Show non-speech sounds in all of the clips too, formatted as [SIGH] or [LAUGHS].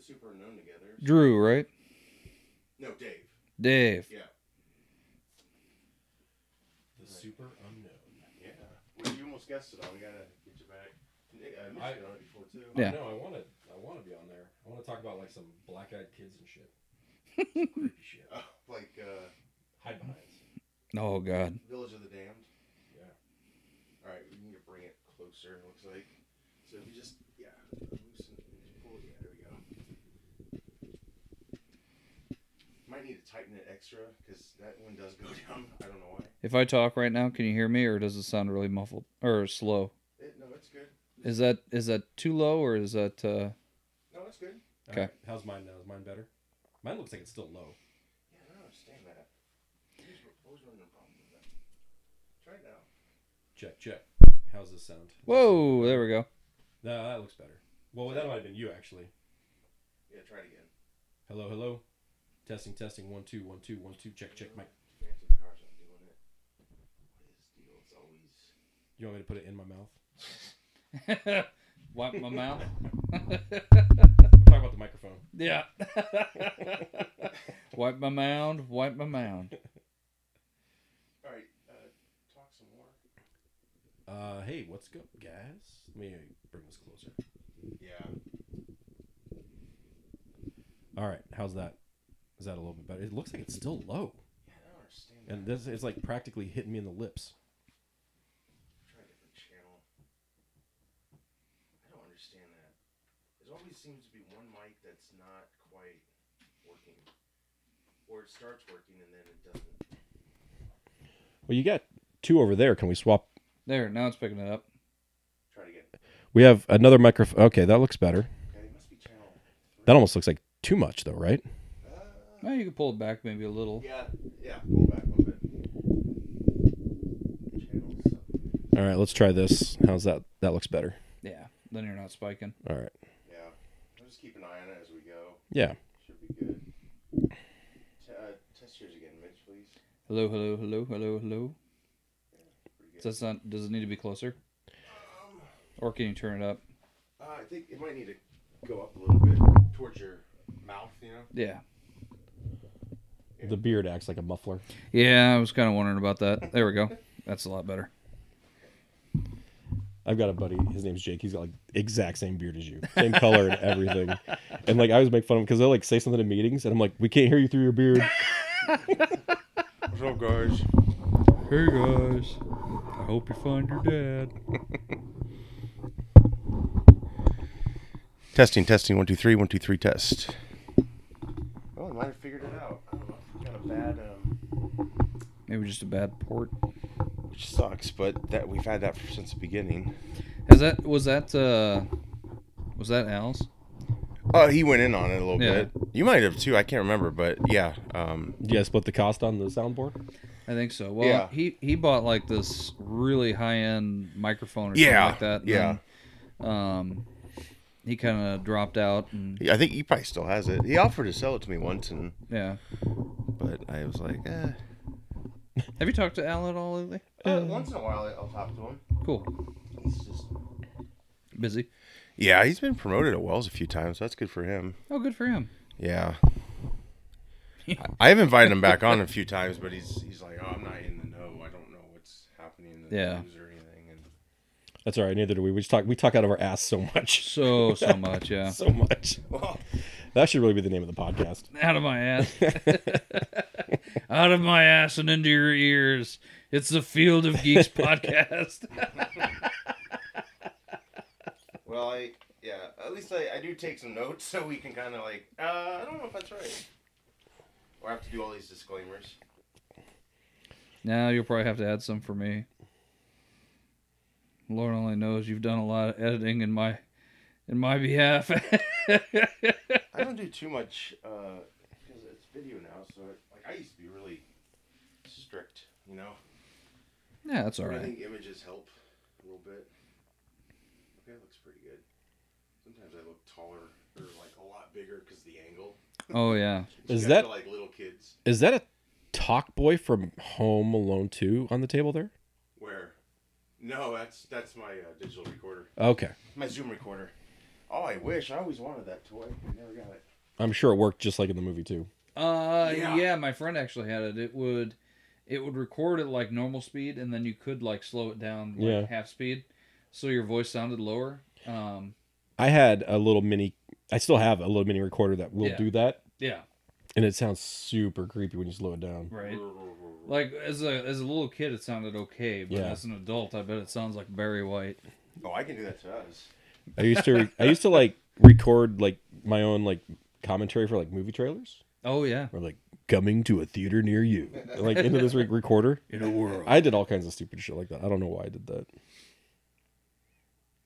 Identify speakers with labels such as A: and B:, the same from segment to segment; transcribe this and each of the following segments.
A: Super Unknown together.
B: Drew, right?
A: No, Dave.
B: Dave.
A: Yeah.
C: The super unknown.
A: Yeah. Well, you almost guessed it. I'm gonna get you back. Nick, I missed
C: I-
A: you on it before too.
B: Yeah.
C: No, I want to. I want to be on there. I want to talk about like some black-eyed kids and shit.
B: [LAUGHS]
C: Some creepy shit.
A: Oh, like uh,
C: Hide behinds.
B: Oh God.
A: Village of the Damned.
C: Yeah.
A: All right, we need to bring it closer. It looks like. So if you just yeah, loosen, just pull it. Yeah, there we go. Might need to tighten it extra because that one does go [LAUGHS] down. I don't know why.
B: If I talk right now, can you hear me, or does it sound really muffled or slow?
A: It, no, it's good.
B: Is that is that too low, or is that? Uh...
A: No, it's good.
B: Okay.
C: Alright, How's mine now? Is mine better? Mine looks like it's still low.
A: Yeah, I don't understand that. Here's what- what was running the problem with that? Try it now.
C: Check, check. How's this sound?
B: Whoa, there we go.
C: No, that looks better. Well, that might have been you actually.
A: Yeah, try it again.
C: Hello, hello. Testing, testing. One, two, one, two, one, two. Check, check. Mike,
A: Fancy cars not doing it. What is the deal? It's always.
C: you want me to put it in my mouth?
B: [LAUGHS] Wipe my mouth. [LAUGHS]
C: I'm talking about the microphone.
B: yeah. [LAUGHS] wipe my mound. Wipe my mound.
A: All right, uh, talk some more.
C: Uh, hey, what's up, guys? Let me bring this closer.
A: Yeah.
C: All right, how's that? Is that a little bit better? It looks like it's still low,
A: Yeah, I don't understand that.
C: and this is like practically hitting me in the lips.
A: Try a different channel. I don't understand that. There always seems to be one mic that's not quite working, or it starts working and then it doesn't.
C: Well, you got two over there. Can we swap?
B: There. Now it's picking it up.
A: Try it again.
C: We have another microphone. Okay, that looks better.
A: Okay, it must be channel.
C: That almost looks like too much, though, right?
A: Uh,
B: Now you can pull it back maybe a little.
A: yeah, yeah. Pull back a little bit. Channel something.
C: All right, let's try this. How's that? That looks better.
B: Yeah. Then you're not spiking.
C: All right.
A: Yeah. I'll just keep an eye on it as we go.
C: Yeah.
A: Should be good. T- uh, test yours again, Mitch, please.
B: Hello, hello, hello, hello, hello.
A: Pretty good.
B: Does that sound, does it need to be closer,
A: Um,
B: or can you turn it up?
A: Uh, I think it might need to go up a little bit towards your mouth, you know?
B: Yeah.
C: The beard acts like a muffler.
B: Yeah, I was kind of wondering about that. There we go. That's a lot better.
C: I've got a buddy. His name's Jake. He's got like exact same beard as you, same color and everything. [LAUGHS] And like I always make fun of him because they'll like say something in meetings, and I'm like, we can't hear you through your beard.
A: What's up, guys?
B: Hey guys, I hope you find your dad.
A: Testing, testing, one, two, three, one, two, three, test. Oh, I might have figured it out. I don't know. Got a bad, um,
B: Maybe just a bad port.
A: which sucks, but that we've had that since the beginning.
B: Is that was that uh was that Al's?
A: Oh, he went in on it a little
B: Yeah.
A: bit. You might have too. I can't remember, but yeah. Um,
C: You guys split the cost on the soundboard.
B: I think so. Well,
A: Yeah.
B: he he bought like this really high end microphone or
A: Yeah,
B: something like that. and
A: yeah.
B: then, um, he kind of dropped out and
A: I think he probably still has it. He offered to sell it to me once, and
B: yeah.
A: but I was like, eh.
B: Have you talked to Al at all lately?
A: Uh, once in a while, I'll talk to him.
B: Cool.
A: He's just
B: Busy.
A: yeah. He's been promoted at Wells a few times. So that's good for him.
B: Oh, good for him.
A: Yeah. I have invited him back on a few times, but he's he's like, oh, I'm not in the know. I don't know what's happening in the
B: Yeah.
A: news or anything. And
C: That's all right. Neither do we. We just talk. We talk out of our ass so much, [LAUGHS]
B: So so
A: [LAUGHS]
B: much. Yeah.
C: so much. That should really be the name of the podcast.
B: out of my ass [LAUGHS] out of my ass and into your ears it's the field of geeks podcast [LAUGHS]
A: well, I yeah, at least I, I do take some notes so we can kind of like, uh, I don't know if that's right. Or I have to do all these disclaimers.
B: now you'll probably have to add some for me lord only knows you've done a lot of editing in my in my behalf [LAUGHS]
A: I don't do too much because it's video now. So it, like I used to be really strict, you know.
B: yeah that's all
A: But I
B: right
A: think images help a little bit. Okay, it looks pretty good. Sometimes I look taller or like a lot bigger because the angle.
B: oh yeah
A: You
C: Is
A: guys
C: that-
A: feel like little kids?
C: Is that a talk boy from Home Alone Two on the table there?
A: Where? No, that's that's my uh, digital recorder,
C: Okay.
A: my Zoom recorder. Oh, I wish. I always wanted that toy. I never got it.
C: I'm sure it worked just like in the movie too.
B: Uh,
A: Yeah.
B: yeah. my friend actually had it. It would, it would record at like normal speed, and then you could like slow it down like
C: Yeah.
B: half speed, so your voice sounded lower. Um,
C: I had a little mini. I still have a little mini recorder that will
B: Yeah.
C: do that,
B: yeah,
C: and it sounds super creepy when you slow it down.
B: right. Like as a as a little kid, it sounded okay, but
C: Yeah.
B: as an adult, I bet it sounds like Barry White.
A: Oh, I can do that to us.
C: I used to. I used to like record like my own like commentary for like movie trailers
B: Oh yeah,
C: or like coming to a theater near you, like into this re- recorder.
B: in a world.
C: I did all kinds of stupid shit like that. I don't know why I did that.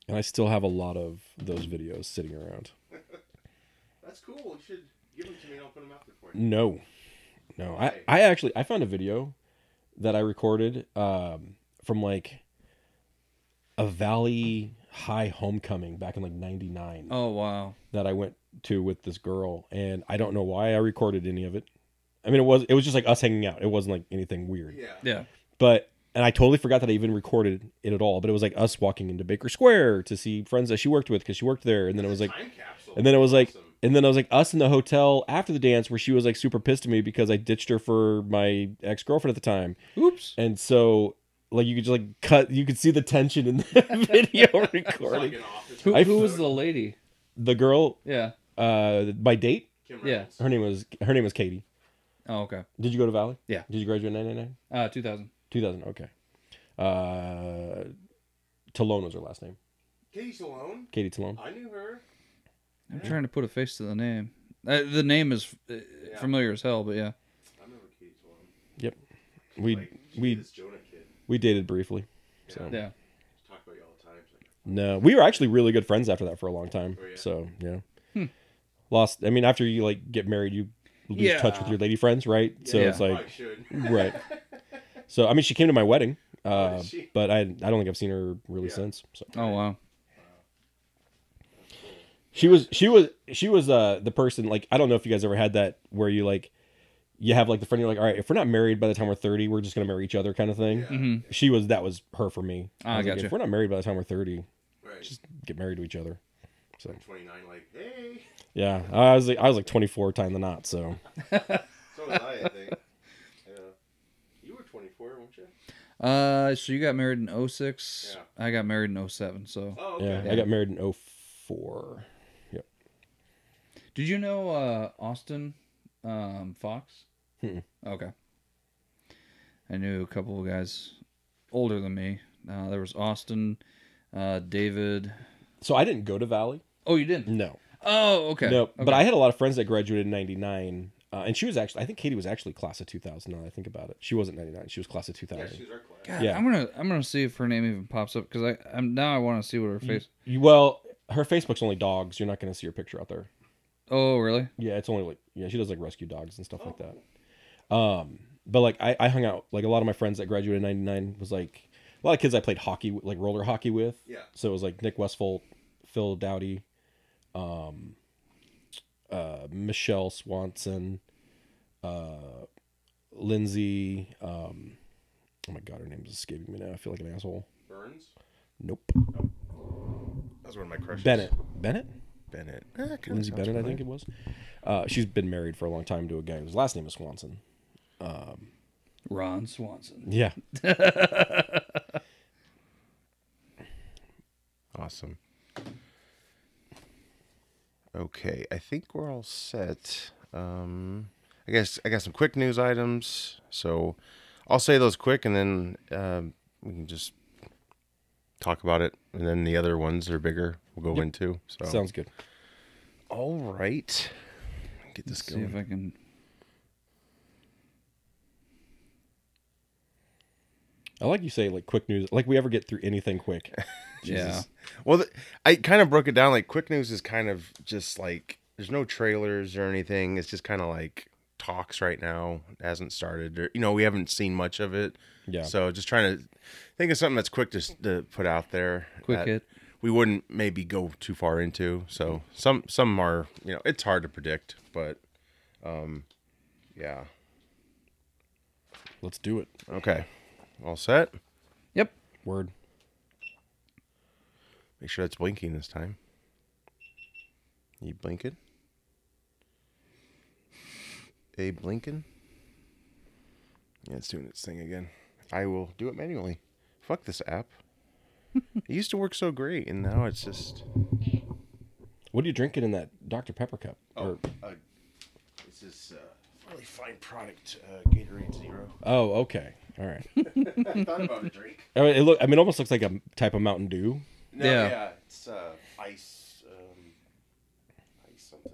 C: And I still have a lot of those videos sitting around.
A: That's cool. You should give them to me and I'll put them out there for you.
C: No, no. I,
A: Why?
C: I actually I found a video that I recorded um, from like a Valley High homecoming back in like '99
B: Oh wow.
C: that I went to with this girl, and I don't know why I recorded any of it. I mean, it was it was just like us hanging out. It wasn't like anything weird.
A: Yeah.
B: Yeah.
C: But and I totally forgot that I even recorded it at all. But it was like us walking into Baker Square to see friends that she worked with because she worked there, and then it was like
A: Time capsule.
C: and then it was like
A: Awesome.
C: and then I was like us in the hotel after the dance where she was like super pissed at me because I ditched her for my ex girlfriend at the time.
B: Oops.
C: And so like you could just like cut you could see the tension in the [LAUGHS] video
A: It's like
C: recording.
A: an office
B: Who,
C: I-
B: who was the lady?
C: The girl
B: Yeah.
C: uh by date,
A: Kim
B: Yeah.
A: Reynolds.
C: her name was her name was Katie.
B: Oh okay.
C: Did you go to Valley?
B: Yeah.
C: Did you graduate in 99?
B: Uh, two thousand.
C: 2000, okay. Uh Talone was her last name.
A: Katie Salone.
C: Katie Talone.
A: I knew her.
B: I'm trying to put a face to the name. Uh, the name is uh, familiar as hell, but yeah.
A: I remember Katie Salone.
C: Yep.
A: She's
C: We-
A: like, she
C: we-
A: did this Jonah kid.
C: We dated briefly. So
B: Yeah.
A: She talked about you all the time. She's like,
C: No, we were actually really good friends after that for a long time.
A: Oh, yeah.
C: So yeah,
B: Hmm.
C: lost. I mean, after you like get married, you lose
B: Yeah.
C: touch with your lady friends, right? So
B: Yeah.
C: it's like
A: I should. [LAUGHS]
C: [LAUGHS] right. So I mean, she came to my wedding,
A: Oh,
C: uh,
A: did she?
C: but I I don't think I've seen her really
A: Yeah.
C: since. So
B: Oh wow.
C: she was she was she was uh the person like I don't know if you guys ever had that where you like you have like the friend you're like all right if we're not married by the time we're thirty we're just gonna marry each other kind of thing.
A: Yeah.
B: Mhm.
C: She was that was her for me.
B: Ah,
C: was like,
B: gotcha.
C: If we're not married by the time we're thirty,
A: Right.
C: just get married to each other. So.
A: 29, like, hey. [LAUGHS]
C: Yeah, I was like I was like 24 tying the knot. So
A: So was I, I
C: [LAUGHS]
A: think. Yeah. You were 24, weren't you?
B: Uh, so you got married in 06.
A: Yeah.
B: I got married in 07. So
A: Oh,
C: yeah,
A: okay.
C: I got married in 04.
B: did you know uh, Austin um, Fox?
C: Mm-mm.
B: Okay. I knew a couple of guys older than me. Uh, there was Austin, uh, David.
C: So I didn't go to Valley.
B: Oh, you didn't?
C: No,
B: Oh, okay.
C: no.
B: okay.
C: But I had a lot of friends that graduated in '99, uh, and she was actually I think Katie was actually class of 2000. Now that I think about it, she wasn't '99. She was class of
A: Yeah,
C: 2000.
A: she was our class.
B: God,
C: yeah.
B: I'm gonna I'm gonna see if her name even pops up because I I'm now I want to see what
C: Mm.
B: her face.
C: You- well, her Facebook's only dogs. You're not going to see her picture out there.
B: Oh, really?
C: Yeah, it's only like yeah, she does like rescue dogs and stuff like
A: Oh.
C: that. Um, but like I, I hung out like a lot of my friends that graduated in '99 was like a lot of kids I played hockey with- like roller hockey with.
A: Yeah.
C: So it was like Nick Westfold, Phil Dowdy, um, uh, Michelle Swanson, uh, Lindsay. Um, oh my god, her name's escaping me now. I feel like an asshole.
A: Burns.
C: Nope.
A: That was one of my crushes.
C: Bennett. Bennett.
A: Bennett. Ah,
C: Lindsay Bennett, I think it was. Uh, she's been married for a long time to a guy whose last name is Swanson.
B: Ron Swanson.
C: Yeah.
A: Awesome. Okay, I think we're all set. Um, I guess I got some quick news items, so I'll say those quick, and then um, we can just talk about it, and then the other ones that are bigger. We'll go into. So
C: Sounds good.
A: all right. Get this
B: See if
A: going.
B: I can.
C: I like you say like quick news. Like we ever get through
A: [LAUGHS]
C: anything quick.
B: Yeah.
A: Well, th- I kind of broke it down. Like quick news is kind of just like there's no trailers or anything. It's just kind of like talks right now. It hasn't started. Or, you know, we haven't seen much of it.
C: Yeah.
A: So just trying to think of something that's quick to, s- to put out there.
B: Quick
A: that
B: hit.
A: We wouldn't maybe go too far into. So some some are you know it's hard to predict, but um, yeah.
C: Let's do it.
A: Okay. All set.
B: Yep.
C: Word.
A: Make sure that's blinking this time. You blinking? A blinking? Yeah, it's doing its thing again. I will do it manually. Fuck this app. it used to work so great, and now it's just.
C: What are you drinking in that Dr. Pepper cup? Or,
A: uh, it's this uh, really fine product, uh, Gatorade Zero.
C: oh, okay. All right.
A: I thought about a drink.
C: I mean, it look. I mean, it almost looks like a type of Mountain Dew.
A: No,
B: Yeah.
A: yeah, it's uh, ice, um, ice [LAUGHS] something.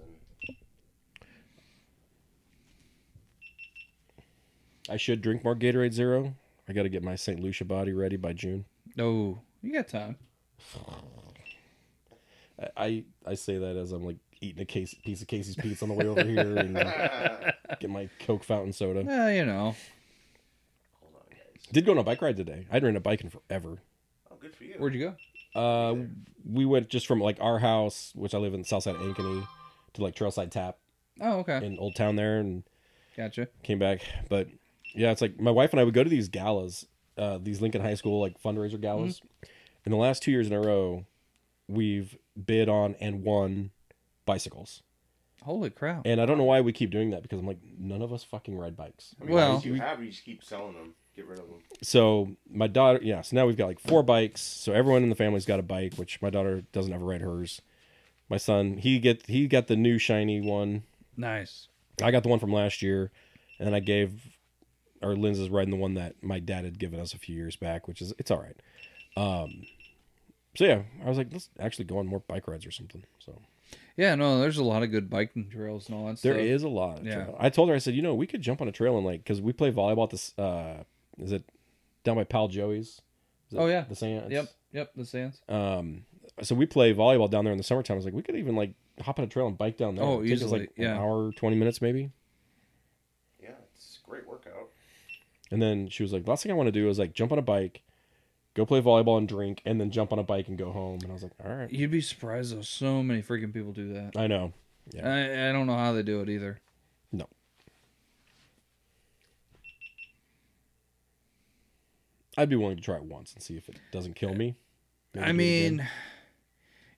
C: I should drink more Gatorade Zero. I got to get my St. Lucia body ready by June.
B: No, Oh, you got time.
C: I I, I say that as I'm like eating a case, piece of Casey's pizza on the way over here and uh, get my Coke fountain soda.
B: Yeah, Eh, you know.
A: Hold on, guys.
C: Did go on a bike ride today. I hadn't ridden a bike in forever.
A: Oh, good for you.
B: Where'd you go?
C: Uh, we went just from like our house, which I live in south side of Ankeny, to like Trailside Tap
B: Oh, okay.
C: in Old Town there, and
B: Gotcha.
C: came back. But yeah, it's like my wife and I would go to these galas, uh, these Lincoln High School like fundraiser galas. In the last two years in a row, we've bid on and won bicycles.
B: Holy crap.
C: And I don't know why we keep doing that because I'm like, none of us fucking ride bikes.
A: I mean,
B: Well-
A: well, you have, you just keep selling them. Get rid of them.
C: So my daughter, yeah, so now we've got like four bikes. So everyone in the family's got a bike, which my daughter doesn't ever ride hers. My son, he get he got the new shiny one.
B: Nice.
C: I got the one from last year, and I gave or Linz is riding the one that my dad had given us a few years back, which is it's all right. Um, so yeah, I was like, let's actually go on more bike rides or something. So
B: Yeah, no, there's a lot of good biking trails and all that
C: there
B: stuff.
C: is a lot. Of
B: yeah.
C: trail. I told her, I said, you know, we could jump on a trail and like because we play volleyball at this. Uh, is it down by Pal Joey's? Is it
B: Oh, yeah.
C: the Sands.
B: Yep, yep, the sands.
C: Um, so we play volleyball down there in the summertime. I was like, we could even like hop on a trail and bike down there.
B: Oh,
C: It'd take us,
B: easily,
C: like
B: yeah.
C: an hour, twenty minutes maybe.
A: Yeah, it's a great workout.
C: And then she was like, last thing I want to do is like jump on a bike, go play volleyball and drink, and then jump on a bike and go home. And I was like, all right.
B: You'd be surprised though. So many freaking people do that.
C: I know. Yeah.
B: I, I don't know how they do it either.
C: No. I'd be willing to try it once and see if it doesn't kill me. Maybe
B: I
C: do it again.
B: mean,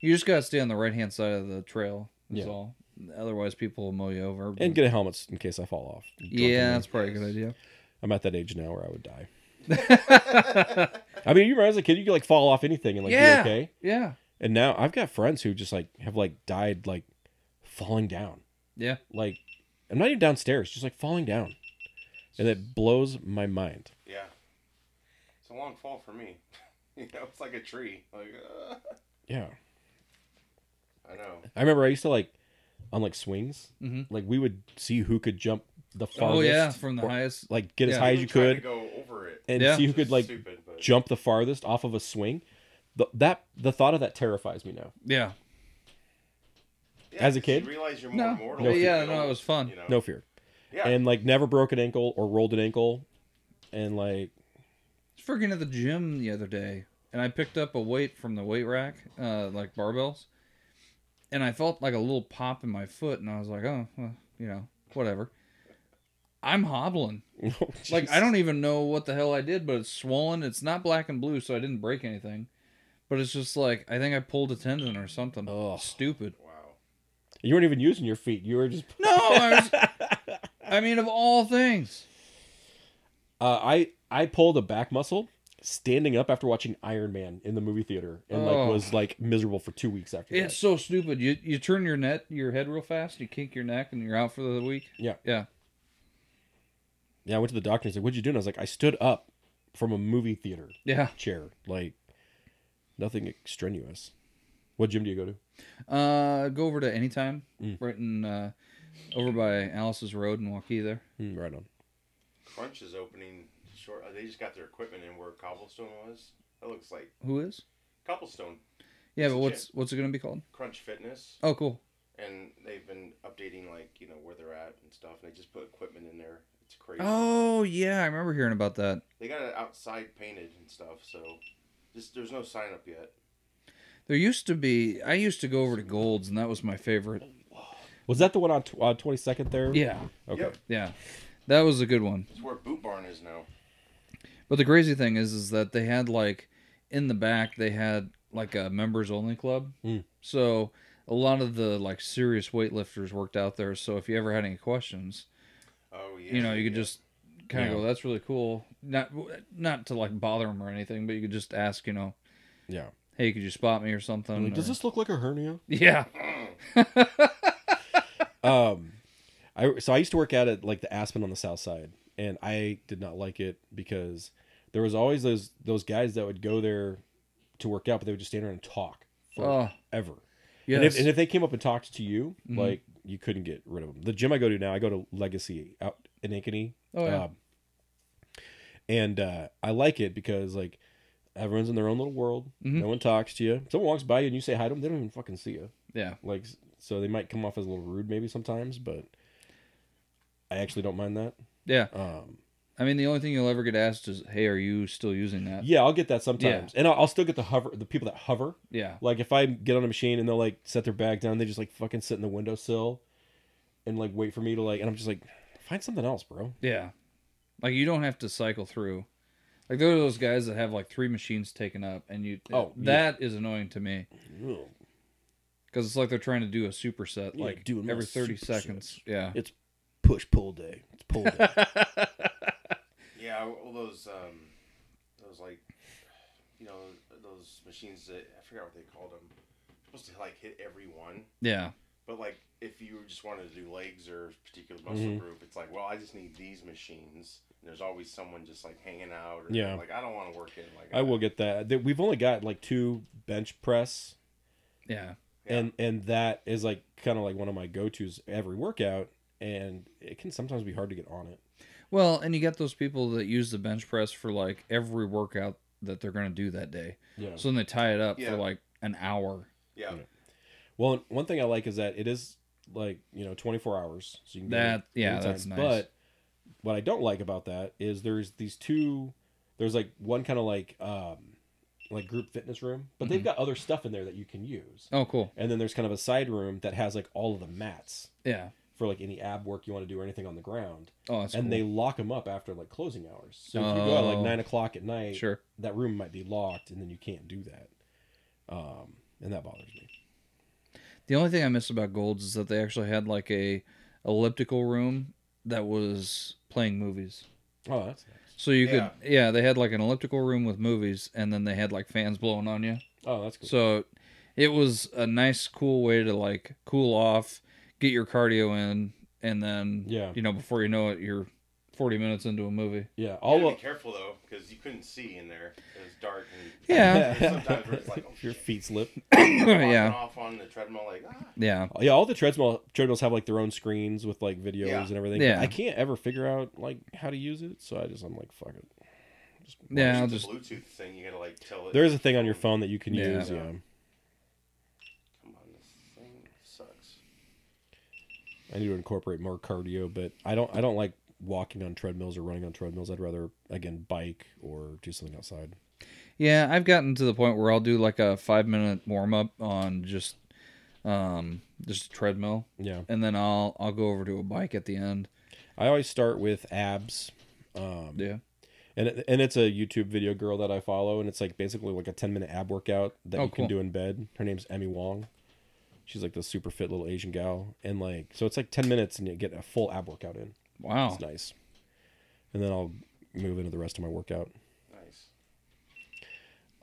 B: you just gotta stay on the right hand side of the trail. Is
C: Yeah.
B: all. Otherwise, people will mow you over.
C: and
B: but-
C: get a helmet in case I fall off.
B: yeah, that's probably a good idea.
C: I'm at that age now where I would die. [LAUGHS] I mean, you remember as a kid, you could like fall off anything and like
B: yeah.
C: be okay.
B: [LAUGHS] Yeah.
C: And now I've got friends who just like have like died like falling down.
B: Yeah.
C: Like I'm not even downstairs, just like falling down. And it blows my mind.
A: Yeah, it's a long fall for me. [LAUGHS] you know, it's like a tree. Like uh,
C: Yeah.
A: I know.
C: I remember I used to like on like swings,
B: Mhm.
C: like we would see who could jump the farthest.
B: Oh yeah, from the
C: or,
B: highest.
C: Like get as
B: Yeah.
C: high as
A: Even
C: you
A: trying to
C: could
A: go over it.
C: and
B: Yeah.
C: see who
A: It's
C: could like
A: stupid, but
C: jump the farthest off of a swing. The, that the thought of that terrifies me now.
B: Yeah.
A: Yeah,
C: as a
A: 'cause you
C: kid?
A: realize you're more
B: No.
A: mortal.
B: but
A: if you
B: yeah.
A: get
B: No,
A: older,
B: it was fun.
A: you know?
C: No fear.
A: Yeah.
C: and like never broke an ankle or rolled an ankle and like [LAUGHS]
B: was freaking at the gym the other day and I picked up a weight from the weight rack, uh, like barbells, and I felt like a little pop in my foot, and I was like, oh, well, you know, whatever. I'm hobbling. Like, I don't even know what the hell I did, but it's swollen. It's not black and blue, so I didn't break anything. But it's just like, I think I pulled a tendon or something.
C: Ugh.
B: Stupid.
A: wow.
C: you weren't even using your feet you were just
B: No, I was. I mean, of all things.
C: uh, i i pulled a back muscle standing up after watching iron man in the movie theater and like
B: Oh.
C: was like miserable for two weeks after
B: It's so stupid. You you turn your net your head real fast, you kink your neck, and you're out for the week.
C: Yeah.
B: Yeah.
C: that yeah i went to the doctor and he's like what'd you do and i was like i stood up from a movie theater
B: Yeah.
C: chair like nothing extraneous what gym do you go to
B: Uh, go over to Anytime,
C: Mm.
B: right in uh, over by Alice's Road in Waukee. There,
C: Hmm, right on
A: Crunch is opening short. uh, They just got their equipment in where Cobblestone was. That looks like
B: who is?
A: Cobblestone
B: Yeah,
A: It's
B: but
A: a
B: what's what's it gonna be called?
A: Crunch Fitness,
B: Oh, cool.
A: and they've been updating like you know where they're at and stuff. And they just put equipment in there. It's crazy.
B: Oh yeah, I remember hearing about that.
A: They got it outside painted and stuff. So just there's no sign up yet.
B: There used to be. I used to go over to Gold's, and that was my favorite.
C: was that the one on tw- uh, 22nd there
B: Yeah,
C: okay
A: Yep.
B: yeah, that was a good one.
A: It's where Boot Barn is now.
B: But the crazy thing is, is that they had like in the back they had like a members only club.
C: Mm.
B: So a lot of the like serious weightlifters worked out there. So if you ever had any questions,
A: Oh yeah.
B: you know, you could just kind of
C: Yeah.
B: go, "That's really cool." Not not to like bother them or anything, but you could just ask, you know,
C: Yeah.
B: "Hey, could you spot me or something?"
C: Like, Does
B: or-
C: this look like a hernia?
B: [LAUGHS] Yeah.
C: Um, I so I used to work out at like the Aspen on the South Side, and I did not like it because there was always those those guys that would go there to work out, but they would just stand around and talk
B: Oh,
C: forever. And,
B: yes.
C: if, and if they came up and talked to you,
B: Mhm.
C: like you couldn't get rid of them. The gym I go to now, I go to Legacy out in Ankeny,
B: oh yeah.
C: um, and uh, I like it because like everyone's in their own little world.
B: Mhm.
C: No one talks to you. Someone walks by you and you say hi to them. They don't even fucking see you.
B: yeah.
C: Like s- so they might come off as a little rude maybe sometimes, but I actually don't mind that.
B: Yeah.
C: Um,
B: I mean, the only thing you'll ever get asked is, "Hey, are you still using that?"
C: yeah, I'll get that sometimes, and I'll, I'll still get the hover the people that hover.
B: Yeah.
C: Like if I get on a machine and they'll like set their bag down, they just like fucking sit in the windowsill and like wait for me to like, and I'm just like, find something else, bro.
B: Yeah. Like you don't have to cycle through. Like there are those guys that have like three machines taken up, and you.
C: Oh,
B: that is annoying to me
C: Ugh.
B: because it's like they're trying to do a superset,
C: Yeah,
B: like
C: doing my
B: every thirty
C: supersets.
B: seconds.
C: [LAUGHS]
B: Yeah.
C: It's push pull day. It's pull day.
A: [CLEARS THROAT] Yeah, all those um, those like, you know, those machines that I forgot what they called them. Supposed to like hit every one,
B: Yeah.
A: but like if you just wanted to do legs or particular muscle
C: Mhm.
A: group, it's like, well, I just need these machines. And there's always someone just like hanging out, or
C: Yeah.
A: like I don't want to work in like
C: [LAUGHS] I will get that. Th- We've only got like two bench press,
B: Yeah.
A: Yeah.
C: and and that is like kind of like one of my go tos every workout, and it can sometimes be hard to get on it.
B: Well, and you got those people that use the bench press for like every workout that they're gonna do that day.
C: Yeah.
B: So then they tie it up
A: Yeah.
B: for like an hour.
A: yeah,
C: Well, and one thing I like is that it is like you know twenty four hours, so you can do it
B: That- yeah,
C: anytime.
B: that's nice.
C: But what I don't like about that is there's these two. There's like one kind of like um like group fitness room, but they've
B: Mhm.
C: got other stuff in there that you can use.
B: Oh, cool.
C: And then there's kind of a side room that has like all of the mats
B: Yeah.
C: for like any ab work you want to do or anything on the ground.
B: Oh, that's
C: and
B: cool.
C: they lock them up after like closing hours. So if you go out like
B: Oh.
C: nine o'clock at night,
B: sure.
C: that room might be locked, and then you can't do that. Um, and that bothers me.
B: The only thing I miss about Golds is that they actually had like a elliptical room that was playing movies.
C: Oh, that's nice.
B: So you
A: Yeah.
B: could yeah, they had like an elliptical room with movies and then they had like fans blowing on you.
C: Oh, that's cool.
B: So it was a nice cool way to like cool off, get your cardio in and then
C: Yeah.
B: you know before you know it you're 40 minutes into a
C: [LAUGHS]
B: movie. [LAUGHS]
C: yeah,
A: You
C: all
A: gotta
C: of
A: be careful though, because you couldn't see in there. It was dark
C: [LAUGHS]
A: and
B: Yeah.
A: There's [LAUGHS] sometimes where it's like, oh,
C: your [LAUGHS]
A: shit.
C: feet slip.
A: Walking
B: yeah.
A: off on the treadmill like ah.
B: Yeah.
C: Yeah, all the treadmill treadmills have like their own screens with like videos
A: Yeah.
C: and everything.
B: Yeah.
C: I can't ever figure out like how to use it, so I just I'm like fuck it. Just
B: Yeah, I'll
A: it's
B: just-
A: a Bluetooth thing. You gotta like tell it.
C: There is a thing on your phone that you can
B: Yeah.
C: use. Yeah,
A: Come on, this thing sucks.
C: I need to incorporate more cardio, but I don't I don't like walking on treadmills or running on treadmills. I'd rather again bike or do something outside.
B: Yeah, I've gotten to the point where I'll do like a 5 minute warm up on just um just a treadmill
C: Yeah,
B: and then I'll I'll go over to a bike at the end.
C: I always start with abs. Um,
B: Yeah.
C: and it, and it's a YouTube video girl that I follow, and it's like basically like a ten minute ab workout that
B: Oh,
C: you can
B: cool.
C: do in bed. Her name's Emmy Wong. She's like the super fit little Asian gal, and like so it's like ten minutes, and you get a full ab workout in.
B: Wow.
C: It's nice. And then I'll move into the rest of my workout.
A: Nice.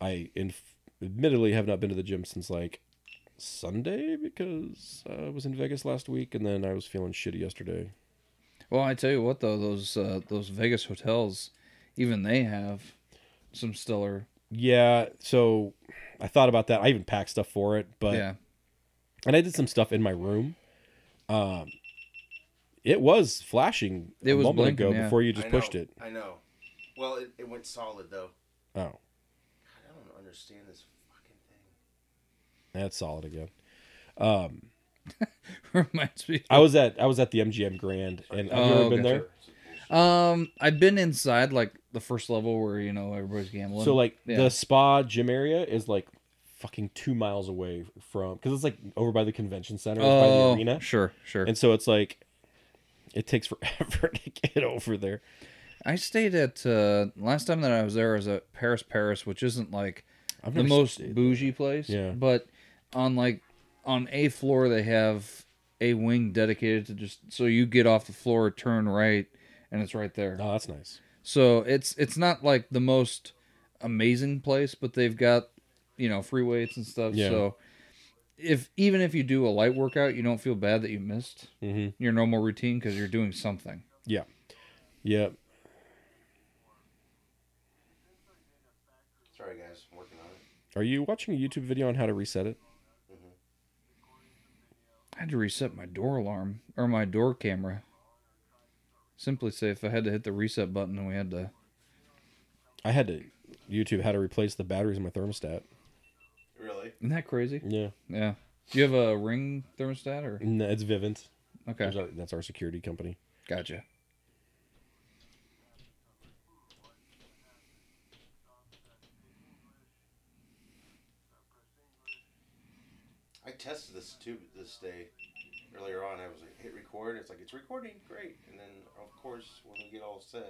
C: I inf- admittedly have not been to the gym since like Sunday because I was in Vegas last week, and then I was feeling shitty yesterday.
B: Well, I tell you what though, those uh, those Vegas hotels, even they have some stellar.
C: Yeah, so I thought about that. I even packed stuff for it, but
B: yeah, [LAUGHS]
C: and I did some stuff in my room. Um, it was flashing
B: It
C: a
B: was
C: moment
B: blinking,
C: ago
B: yeah.
C: before you just
A: I know,
C: pushed it.
A: I know. Well, it, it went solid though.
C: Oh,
A: God, I don't understand this fucking thing.
C: that's solid again. Um,
B: reminds me.
C: I was at I was at the MGM Grand, and I've never
B: Oh,
C: been
B: gotcha.
C: there.
B: Um, I've been inside like the first level where you know everybody's gambling.
C: So like
B: yeah.
C: the spa gym area is like fucking two miles away from because it's like over by the convention center, it's by the
B: oh,
C: arena,
B: sure, sure.
C: and so it's like it takes [LAUGHS] forever to get over there.
B: I stayed at uh, last time that I was there was at Paris, Paris, which isn't like
C: I've
B: the
C: never
B: most
C: stayed there.
B: bougie place.
C: Yeah.
B: But on like on a floor they have a wing dedicated to just so you get off the floor, turn right, and it's right there.
C: Oh, that's nice.
B: So it's it's not like the most amazing place, but they've got you know free weights and stuff.
C: Yeah.
B: So if even if you do a light workout, you don't feel bad that you missed
C: Mm-hmm.
B: your normal routine because you're doing something.
C: Yeah. Yeah.
A: Sorry, guys. I'm working on it.
C: Are you watching a YouTube video on how to reset it?
B: I had to reset my door alarm or my door camera. Simply safe. I had to hit the reset button and we had to.
C: I had to YouTube how to replace the batteries in my thermostat.
A: Really?
B: Isn't that crazy?
C: Yeah.
B: Yeah. Do you have a ring thermostat or?
C: No, it's Vivint.
B: Okay.
C: There's our- that's our security company.
B: Gotcha.
A: I tested this too this day earlier on. I was like, hit record. It's like it's recording, great. And then of course, when we get all set,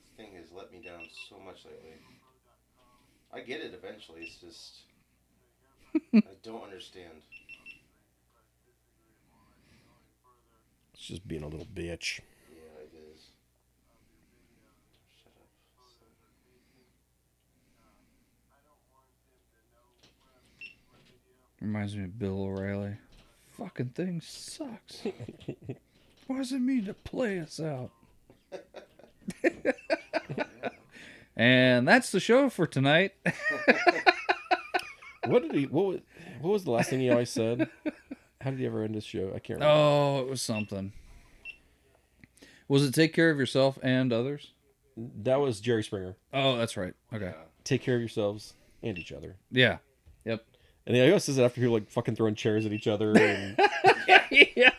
A: this thing has let me down so much lately. I get it eventually. It's
B: [LAUGHS]
A: just I don't understand.
C: It's just being a little bitch. [LAUGHS]
A: Yeah, it is. Shut up.
B: Reminds me of Bill O'Reilly. Fucking thing sucks. Why does it mean to play us out? [LAUGHS] and that's the show for tonight.
C: What did he? What was? What was the last thing he
B: [LAUGHS]
C: always said? How did he ever end his show? I can't remember.
B: Oh, it was something. Was it take care of yourself and others?
C: That was Jerry Springer.
B: Oh, that's right. Okay.
C: Take care of yourselves and each other.
B: Yeah.
C: And he always says it after people like fucking throwing chairs at each other.
B: [LAUGHS]
C: And
B: yeah.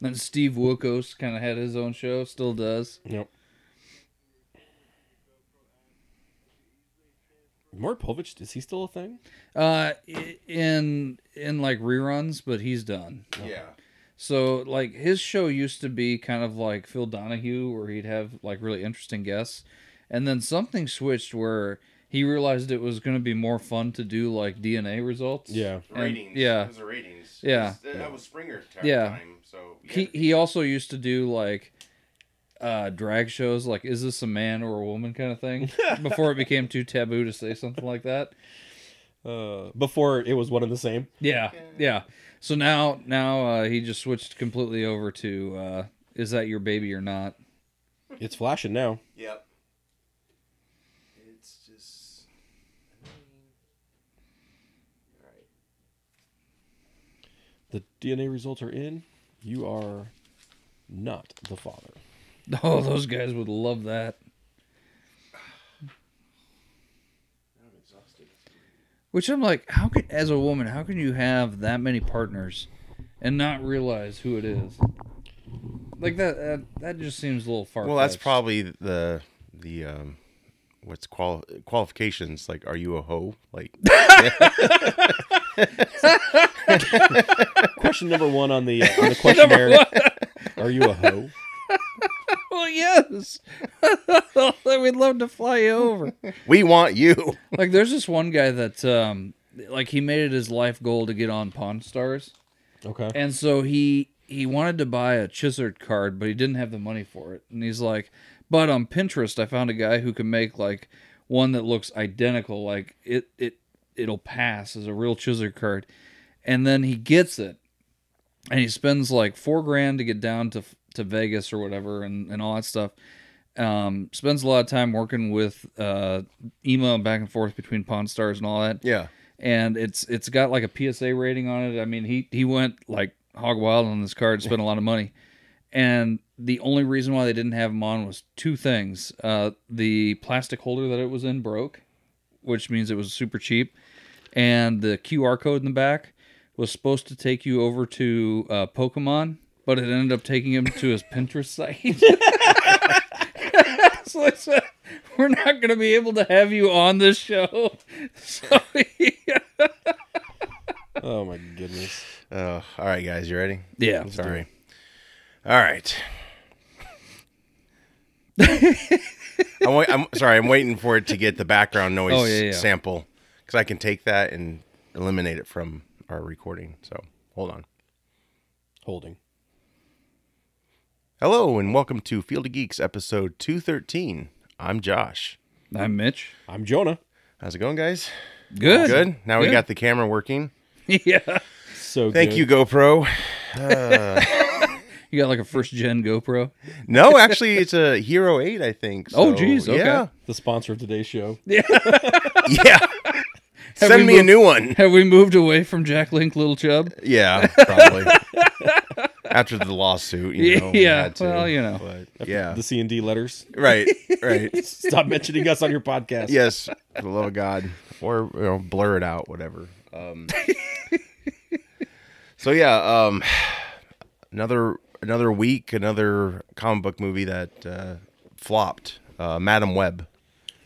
B: Then Steve Wilkos kind of had his own show, still does.
C: Yep. Mort Povich, is he still a thing?
B: Uh, i- in in like reruns, but he's done.
A: Yeah.
B: So like his show used to be kind of like Phil Donahue, where he'd have like really interesting guests, and then something switched where he realized it was going to be more fun to do like DNA results. And-
A: Ratings.
B: yeah.
A: It was the ratings.
B: Yeah.
A: It was- That was Springer t-
B: Yeah.
A: time. So you
B: he
A: had to-
B: he also used to do like uh drag shows like is this a man or a woman kind of thing before it became too taboo to say something like that
C: Uh, before it was one and the same.
B: yeah yeah so now now uh he just switched completely over to uh is that your baby or not [LAUGHS]
C: It's flashing now.
A: Yep. It's just. I mean, all right.
C: The DNA results are in. You are not the father.
B: oh those guys would love that
A: Now I'm exhausted.
B: which i'm like how can as a woman how can you have that many partners and not realize who it is like that that, that just seems a little far
A: Well, that's probably the the um, what's qual qualifications like? Are you a hoe? Like,
C: Question number one on the uh, on the questionnaire: Are you a hoe?
B: [LAUGHS] well yes [LAUGHS] we'd love to fly you over [LAUGHS]
A: we want you.
B: like there's this one guy that um like he made it his life goal to get on Pawn Stars.
C: Okay.
B: And so he he wanted to buy a Chisard card, but he didn't have the money for it. And he's like, "But on Pinterest, I found a guy who can make like one that looks identical, like it it it'll pass as a real Chisard card." And then he gets it, and he spends like four grand to get down to to Vegas or whatever, and and all that stuff. Um, spends a lot of time working with uh, email back and forth between Pawn Stars and all that
A: [LAUGHS] Yeah.
B: and it's it's got like a PSA rating on it. I mean, he he went like hog wild on this card, spent a lot of money, and the only reason why they didn't have him on was two things: uh, the plastic holder that it was in broke, which means it was super cheap, and the QR code in the back was supposed to take you over to uh, Pokemon, but it ended up taking him to his Pinterest site. [LAUGHS] So I said, we're not going to be able to have you on this show. [LAUGHS] So
C: Oh my goodness.
A: Uh, all right, guys, you ready?
B: yeah.
A: Sorry. All
B: [LAUGHS]
A: right. I'm, wait, I'm sorry. I'm waiting for it to get the background noise
B: Oh, yeah, yeah.
A: sample because I can take that and eliminate it from our recording. So hold on.
C: Holding.
A: Hello and welcome to Field of Geeks episode 213. I'm Josh.
B: I'm Mitch.
C: I'm Jonah.
A: How's it going, guys?
B: Good.
A: Good. Now we
B: Good.
A: got the camera working.
B: [LAUGHS] yeah.
C: So
A: Thank
C: good.
A: you, GoPro. Uh,
B: You got like a first gen GoPro. [LAUGHS]
A: no, actually, it's a Hero 8, I think.
B: Oh,
A: So,
B: geez, okay.
A: Yeah.
C: The sponsor of today's show.
A: [LAUGHS]
B: [LAUGHS]
A: yeah. Send
B: we
A: me a
B: moved-
A: new one.
B: Have we moved away from Jack Link Little Chub?
A: Yeah,
B: [LAUGHS]
A: probably. After the lawsuit, you know. we
B: Yeah,
A: had to.
B: well, you know.
A: But,
C: After
A: yeah.
C: The C and D letters.
A: Right,
B: [LAUGHS]
A: right.
C: Stop mentioning us on your podcast.
A: yes, for the love of God, or you know, blur it out, whatever.
B: [LAUGHS]
A: Um, so yeah, um, another another week, another comic book movie that uh, flopped. Uh, Madam Web.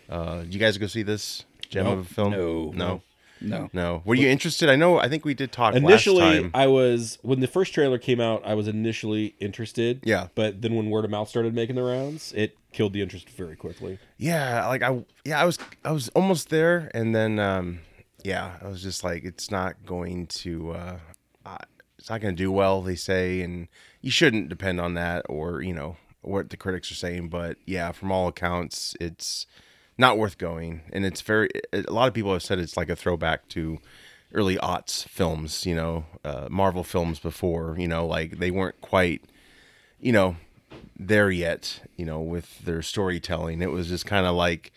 A: Uh, did you guys go see this gem
C: Nope.
A: of a film?
B: No.
A: no,
B: No.
A: no. Were you interested? I know. I think we did talk last
C: Initially,
A: time.
C: I was when the first trailer came out. I was initially interested.
A: Yeah.
C: But then when word of mouth started making the rounds, it killed the interest very quickly.
A: yeah, like I yeah, I was I was almost there, and then um, yeah, I was just like, it's not going to uh, I it's not going to do well. They say, and you shouldn't depend on that, or you know what the critics are saying. But yeah, from all accounts, it's not worth going, and it's very. A lot of people have said it's like a throwback to early aughts films, you know, uh, Marvel films before, you know, like they weren't quite you know there yet you know with their storytelling it was just kind of like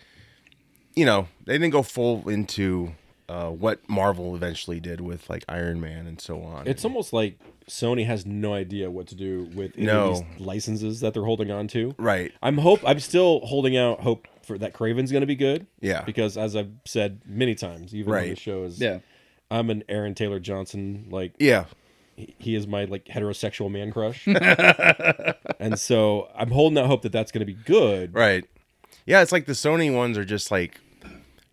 A: you know they didn't go full into uh, what marvel eventually did with like iron man and so on
C: It's almost like Sony has no idea what to do with any
A: No.
C: of these licenses that they're holding on to.
A: right
C: I'm hope I'm still holding out hope for that Craven's going to be good.
A: Yeah.
C: Because as I've said many times, even on
A: Right.
C: the show is
B: Yeah.
C: I'm an Aaron Taylor Johnson like
A: yeah
C: he- he is my like heterosexual man
A: [LAUGHS]
C: crush. and so I'm holding out hope that that's going to be good.
A: right yeah it's like the sony ones are just like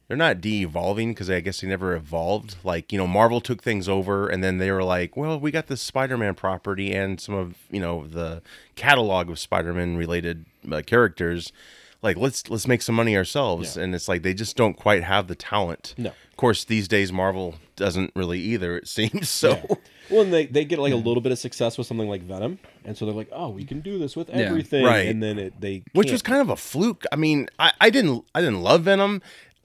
A: they're not de-evolving because i guess they never evolved like you know marvel took things over and then they were like well we got this spider-man property and some of you know the catalog of spider-man related uh, characters like let's let's make some money ourselves and it's like they just don't quite have the talent
C: No.
A: of course these days marvel doesn't really either it seems [LAUGHS] so
C: Well, and they, they get like a little bit of success with something like Venom, and so they're like, oh, we can do this with everything,
A: Right.
C: and then it they
A: which
C: can't.
A: was kind of a fluke. I mean, I, I didn't I didn't love Venom.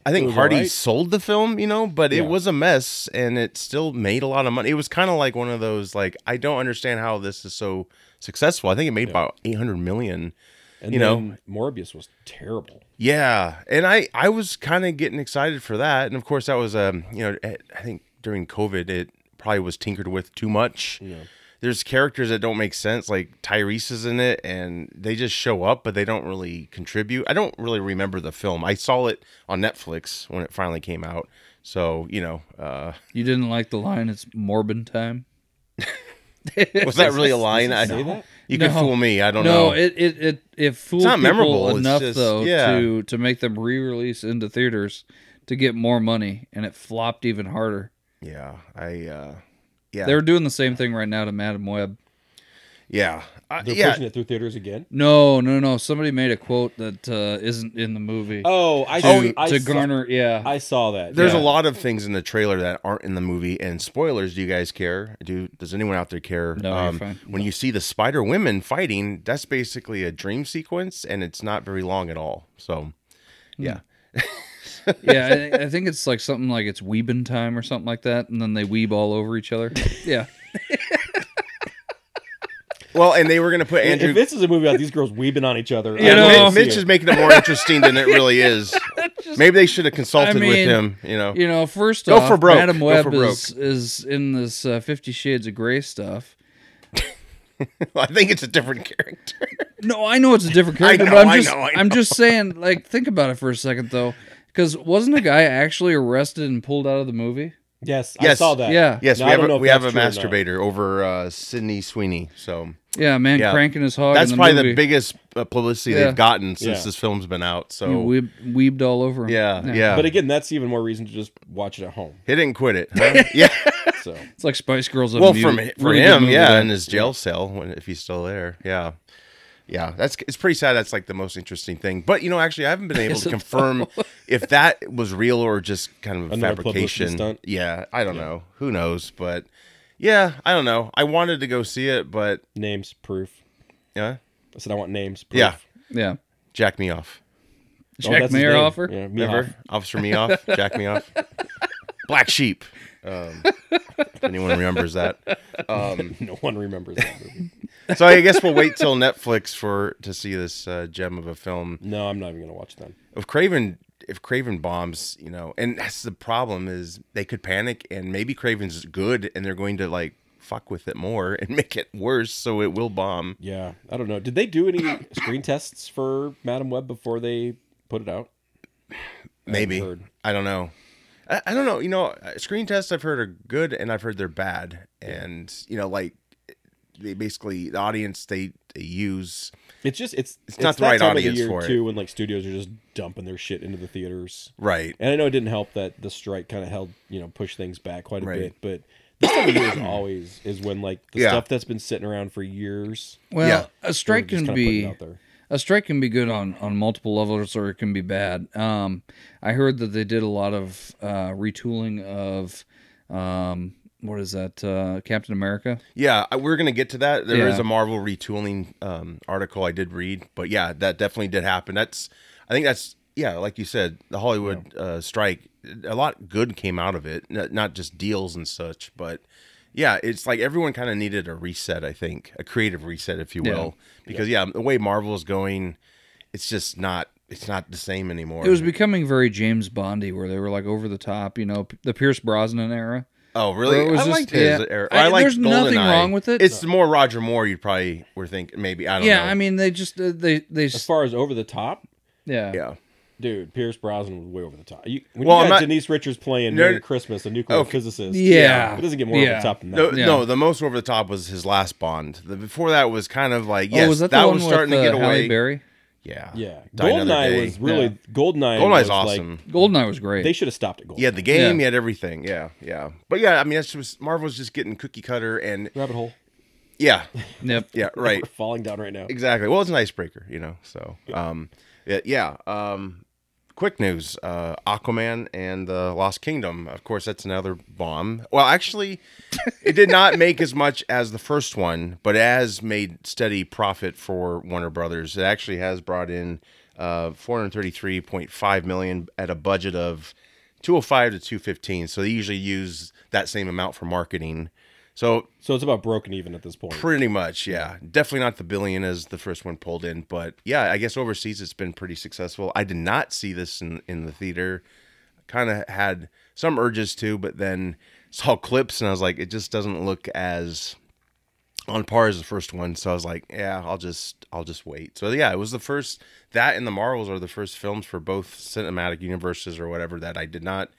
A: I think
C: was
A: Hardy
C: alright.
A: sold the film, you know, but
C: Yeah.
A: it was a mess and it still made a lot of money. It was kind of like one of those like I don't understand how this is so successful. I think it made about 800 million.
C: and
A: you know-
C: then Morbius was terrible.
A: Yeah, and I I was kind of getting excited for that, and of course that was um you know at- I think during COVID it probably was tinkered with too much.
C: Yeah.
A: There's characters that don't make sense, like Tyrese is in it, and they just show up, but they don't really contribute. I don't really remember the film. I saw it on Netflix when it finally came out, so you know, uh, [LAUGHS]
B: You didn't like the line, it's Morbin [LAUGHS] time?
A: was that really a line? I
C: Say that?
A: You can
B: No.
A: fool me. I don't
B: no,
A: know.
B: it it it it fooled
A: not
B: people
A: memorable, it's
B: enough
A: just-
B: though
A: yeah.
B: to to make them re-release into theaters to get more money, and it flopped even harder.
A: yeah, I uh, yeah,
B: They were doing the same thing right now to Madam Web.
A: yeah, I,
C: They're
A: yeah.
C: pushing it through theaters again.
B: No, no, no. Somebody made a quote that uh, isn't in the movie
C: Oh, I
A: Oh,
B: to,
C: I
B: to
C: saw-
B: garner. Yeah,
A: [LAUGHS]
C: I saw that.
A: There's
C: yeah.
A: a lot of things in the trailer that aren't in the movie, and spoilers. Do you guys care? Do does anyone out there care? Um,
B: No, you're fine.
A: When you see the Spider Women fighting, that's basically a dream sequence, and it's not very long at all. So, yeah,
B: yeah. I, think- I think it's like something like it's weebin time or something like that, and then they weeb all over each other. Yeah,
A: well, and they were gonna [LAUGHS] put Andrew.
C: If this is a movie about these girls weeping on each other,
B: You
A: and
B: know-
A: Mi-
C: I wanna see
A: Mitch
C: it.
A: is [LAUGHS] making it more interesting than it really
B: [LAUGHS]
A: is. Maybe they should have consulted with
B: mean,
A: him. You know,
B: you know. First
A: Go
B: off,
A: for broke.
B: Madam
A: Go
B: Web
A: for broke.
B: is is in this uh, Fifty Shades of Grey stuff.
A: [LAUGHS] I think it's a different character.
B: No, I know it's a different character,
A: know, [LAUGHS]
B: but
A: I
B: I'm just
A: know, I
B: I'm just saying, like, think about it for a second though, because wasn't a guy actually arrested and pulled out of the movie?
C: Yes, I
A: Yes.
C: saw that.
B: Yeah.
A: yes,
C: Now,
A: we
C: I
A: have
C: don't know
A: a,
C: if
A: we have a
C: that's true or not.
A: masturbator over uh, Sydney Sweeney. So
B: Yeah, man,
A: Yeah.
B: cranking his hog.
A: that's
B: Oh, in the
A: probably
B: movie.
A: the biggest uh, publicity
B: Yeah.
A: they've gotten since
C: Yeah.
A: this film's been out. So
B: He weeb- weebed all over him.
A: Yeah, yeah.
C: But again, that's even more reason to just watch it
A: [LAUGHS]
C: at home.
A: he didn't quit it. [LAUGHS] huh? yeah.
C: So
B: It's like Spice Girls.
A: Well, for, for him, yeah, in
B: And
A: his jail cell when if he's still there, yeah, yeah, that's it's pretty sad. That's like the most interesting thing. But you know, actually, I haven't [LAUGHS] been able
C: Is
A: to
C: it
A: confirm [LAUGHS] if that was real or just kind of a
C: Another publicity
A: fabrication.
C: stunt?
A: Yeah, I don't
C: Yeah.
A: know. Who knows? But yeah, I don't know. I wanted to go see it, but
C: Names proof.
A: yeah,
C: I said I want names. Proof.
A: Yeah.
B: Yeah.
A: jack me off.
C: Oh,
B: Jack
C: that's Oh, his
B: Mayer
C: name.
B: offer.
C: Yeah,
A: Remember,
C: Mehoff.
A: Officer Me [LAUGHS] Off, Jack Me Off, Black Sheep. Um, if anyone remembers that? Um,
C: [LAUGHS] No one remembers that movie.
A: so I guess we'll wait till Netflix for to see this uh, gem of a film.
C: No, I'm not even gonna watch that.
A: if Craven if Craven bombs, you know, and that's the problem is they could panic and maybe Craven's good and they're going to like fuck with it more [LAUGHS] and make it worse so it will bomb.
C: Yeah, I don't know. Did they
A: [LAUGHS]
C: do any screen tests for Madam Web before they put it out?
A: Maybe.
C: heard.
A: I don't know. I, I don't know. You know, uh, screen tests I've heard are good and I've heard they're bad. And you know, like they basically the audience they, they use
C: It's just it's it's,
A: not the
C: that
A: right
C: time of
A: audience
C: year
A: for it.
C: too when like studios are just dumping their shit into the theaters.
A: right.
C: And I know it didn't help that the strike kind of held, you know, pushed things back quite a
A: Right.
C: bit. But this time of year is always is when like the
A: Yeah.
C: stuff that's been sitting around for years.
B: Well,
A: Yeah.
B: a
C: they're
B: strike
C: just
B: can
C: kinda putting it
B: be
C: out there.
B: a strike can be good on on multiple levels, or it can be bad. Um, I heard that they did a lot of uh, retooling of um, what is that uh, Captain America?
A: Yeah, I- we're gonna get to that. There is
B: Yeah.
A: a Marvel retooling um, article I did read, but yeah, that definitely did happen. That's, I think that's yeah, like you said, the Hollywood uh, strike. A lot good came out of it, not, not just deals and such, but yeah, it's like everyone kind of needed a reset. I think a creative reset, if you
B: Yeah.
A: will, because yeah, the way Marvel is going, it's just not. It's not the same anymore.
B: It was becoming very James Bondy, where they were like over the top. You know, p- the Pierce Brosnan era.
A: oh really?
B: it was
A: I
B: just-
A: liked his.
B: yeah.
A: era.
B: I-
A: I, like.
B: there's nothing wrong with it.
A: It's more Roger Moore. You'd probably were thinking maybe. I don't
B: Yeah,
A: know.
B: I mean, they just uh, they they
C: As
B: s-
C: far as over the top,
B: yeah.
A: yeah.
C: dude, Pierce Brosnan was way over the top. You, when
A: Well,
C: you
A: I'm
C: got
A: not-
C: Denise Richards playing
A: No,
C: Merry Christmas, a nuclear
A: okay.
C: physicist.
B: Yeah.
C: It doesn't get more
B: Yeah.
C: over the top than that.
A: No,
B: Yeah.
A: no, the most over the top was his last Bond. The, before that was kind of like yes,
B: oh, was that,
A: that,
B: the one
A: was starting
B: with,
A: to get
B: uh, Halle
A: away.
B: Berry?
A: Yeah,
C: Yeah.
A: Die Another
C: Goldeneye
A: Day.
C: was really Goldeneye.
A: Goldeneye's
C: was,
A: awesome.
C: Like,
B: Goldeneye was great.
C: they should have stopped at Goldeneye.
A: he had the game, he had everything. Yeah, yeah, but yeah, I mean, that's just Marvel's just getting cookie cutter and
C: Rabbit hole.
A: yeah,
B: yep.
A: yeah, right,
C: We're falling down right now.
A: exactly. Well, it's an icebreaker, you know. So, um, yeah, yeah. Um, quick news: uh, Aquaman and the Lost Kingdom. Of course, that's another bomb. Well, actually, it did not make as much as the first one, but it has made steady profit for Warner Brothers. It actually has brought in uh, 433.5 million at a budget of 205 to 215. So they usually use that same amount for marketing. So
C: So it's about broken even at this point.
A: Pretty much, yeah. Definitely not the billion as the first one pulled in, but yeah, I guess overseas it's been pretty successful. I did not see this in in the theater. Kind of had some urges to, but then [LAUGHS] saw clips and I was like, it just doesn't look as on par as the first one. So I was like, yeah, I'll just I'll just wait. So yeah, it was the first that and the Marvels are the first films for both cinematic universes or whatever that I did not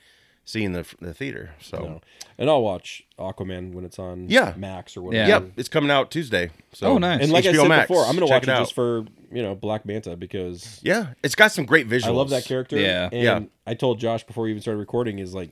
A: see in the the theater. So
C: No. Um, And I'll watch Aquaman when it's on
A: Yeah.
C: Max or
B: Yeah.
C: whatever.
A: yep, it's coming out Tuesday. So
B: Oh, nice.
C: And like I
A: HBO
C: said
A: Max,
C: before, I'm gonna
A: check
C: watch
A: it
C: it,
A: out.
C: just for you know Black Manta because
A: Yeah, it's got some great visuals.
C: I love that character.
B: Yeah.
C: And
A: Yeah.
C: I told Josh before we even started recording is like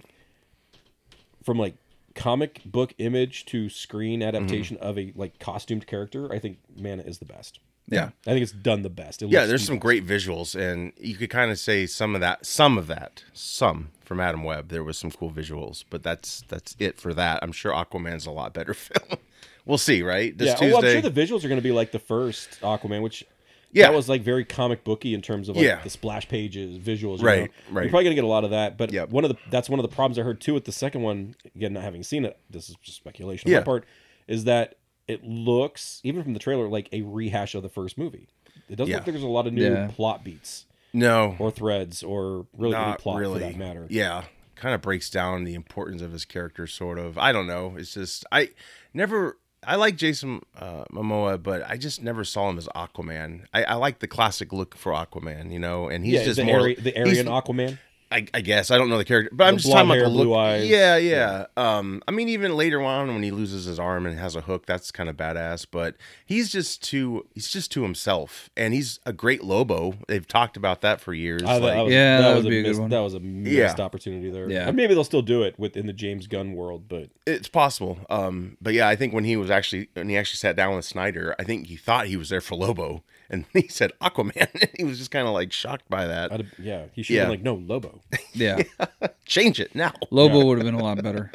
C: from like comic book image to screen adaptation
A: Mm-hmm.
C: of a like costumed character, I think Mana is the best.
A: Yeah,
C: I think it's done the best. It
A: yeah.
C: looks
A: There's
C: the
A: some
C: best.
A: great visuals, and you could kind of say some of that, some of that, some from Adam Webb. There was some cool visuals, but that's that's it for that. I'm sure Aquaman's a lot better [LAUGHS] film. we'll see, right? This
C: yeah,
A: Tuesday.
C: well, I'm sure the visuals are going to be like the first Aquaman, which
A: Yeah.
C: that was like very comic booky in terms of like
A: Yeah.
C: the splash pages, visuals. you
A: Right,
C: know.
A: right.
C: You're probably going to get a lot of that, but
A: Yep.
C: one of the that's one of the problems I heard too with the second one. Again, not having seen it, this is just speculation on
A: Yeah.
C: my part. Is that it looks even from the trailer like a rehash of the first movie. It doesn't
A: Yeah.
C: look like there's a lot of new
B: Yeah.
C: plot beats
A: no,
C: or threads or really any
A: not
C: plot
A: really.
C: for that matter.
A: Yeah, kind of breaks down the importance of his character. Sort of. I don't know. It's just I never. I like Jason uh, Momoa, but I just never saw him as Aquaman. I, I like the classic look for Aquaman, you know, and he's
C: yeah,
A: just
C: the,
A: more
C: Ari- the
A: he's-
C: Aryan Aquaman.
A: I, I guess I don't know the character, but I'm
C: The
A: just talking
C: blonde
A: about the
C: hair,
A: look.
C: blue eyes.
A: Yeah, yeah, Um, I mean, even later on when he loses his arm and has a hook, that's kind of badass. But he's just too he's just to himself, and he's a great Lobo. They've talked about that for years.
C: I thought
A: like,
C: that was,
B: Yeah,
C: that,
B: that
C: was
B: would
C: a
B: be a good
C: missed,
B: one.
C: That was a missed
A: Yeah.
C: opportunity there.
B: Yeah.
C: Or maybe they'll still do it within the James Gunn world, but
A: It's possible. Um, but yeah, I think when he was actually when he actually sat down with Snyder, I think he thought he was there for Lobo, and [LAUGHS] he said Aquaman. he was just kind of like shocked by that.
C: I'd, yeah, he should
A: Yeah.
C: have been like, no,
A: [LAUGHS]
C: Lobo.
B: Yeah.
A: Change it now.
B: Lobo would have been a lot better.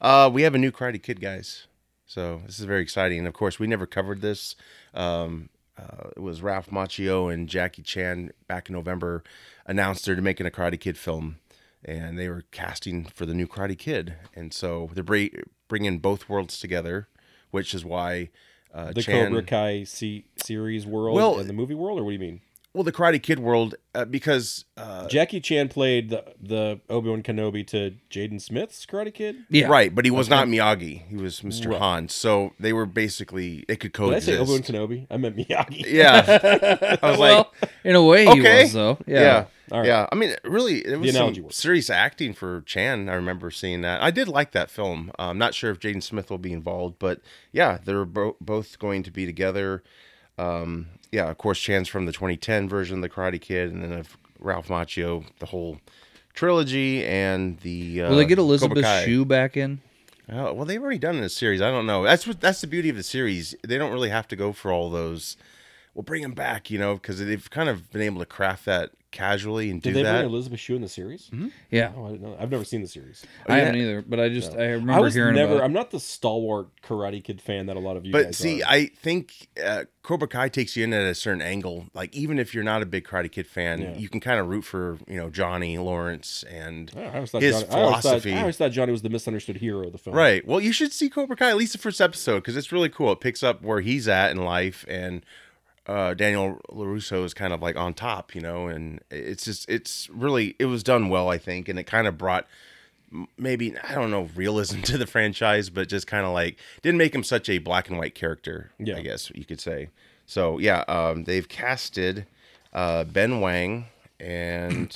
A: Uh, we have a new Karate Kid, guys. So this is very exciting. And of course, we never covered this. Um, uh, it was Ralph Macchio and Jackie Chan back in November announced they're making a Karate Kid film, and they were casting for the new Karate Kid. And so they're br- bringing both worlds together, which is why uh,
C: The
A: Chan-
C: Cobra Kai se- series world
A: Well-
C: and the movie world, or what do you mean?
A: Well, the Karate Kid world, uh, because uh,
C: Jackie Chan played the, the Obi Wan Kenobi to Jaden Smith's Karate Kid.
B: Yeah.
A: right, but he was not Miyagi. He was Mr.
C: Right.
A: Han. So they were basically they could
C: Did I
A: coexist.
C: say Obi Wan Kenobi? I meant
A: [LAUGHS]
C: Miyagi. [LAUGHS]
A: yeah, I was like,
B: Well, in a way,
A: okay.
B: he was though. Yeah.
A: yeah, yeah.
C: All right.
A: I mean, really, it was
C: analogy
A: some
C: works.
A: serious acting for Chan. I remember seeing that. I did like that film. Uh, I'm not sure if Jaden Smith will be involved, but yeah, they're bo- both going to be together. Um, yeah, of course, Chan's from the 2010 version of the Karate Kid, and then of Ralph Macchio, the whole trilogy, and the uh,
B: Will they get
A: Cobra
B: Elizabeth
A: Kai.
B: Shue back in?
A: Oh, well, they've already done this series. I don't know. That's what that's the beauty of the series. They don't really have to go for all those. Well, bring them back, you know, because they've kind of been able to craft that casually and do
C: Did they
A: that. Hmm?
C: bring Elizabeth Shue in the series?
B: Yeah.
C: Oh, I didn't know. that. I've never seen the series.
B: I haven't either, but I just I remember
C: I was
B: hearing
A: [LAUGHS]
C: never.
B: about.
C: I'm not the stalwart Karate Kid fan that a lot of you.
A: but
C: guys
A: see,
C: are.
A: I think uh, Cobra Kai takes you in at a certain angle. Like even if you're not a big Karate Kid fan,
C: Yeah.
A: you can kind of root for you know Johnny Lawrence and
C: I always thought
A: his
C: Johnny, I always thought-
A: philosophy.
C: I always thought Johnny was the misunderstood hero of the film.
A: Right. Well, you should see Cobra Kai at least the first episode because it's really cool. It picks up where he's at in life, and uh, Daniel Larusso is kind of like on top, you know. And it's just it's really it was done well, I think, and it kind of brought m- maybe I don't know realism [LAUGHS] to the franchise, but just kind of like didn't make him such a black and white character.
C: Yeah.
A: I guess you could say. So yeah, um, they've casted uh, Ben Wang
C: [COUGHS]
A: and.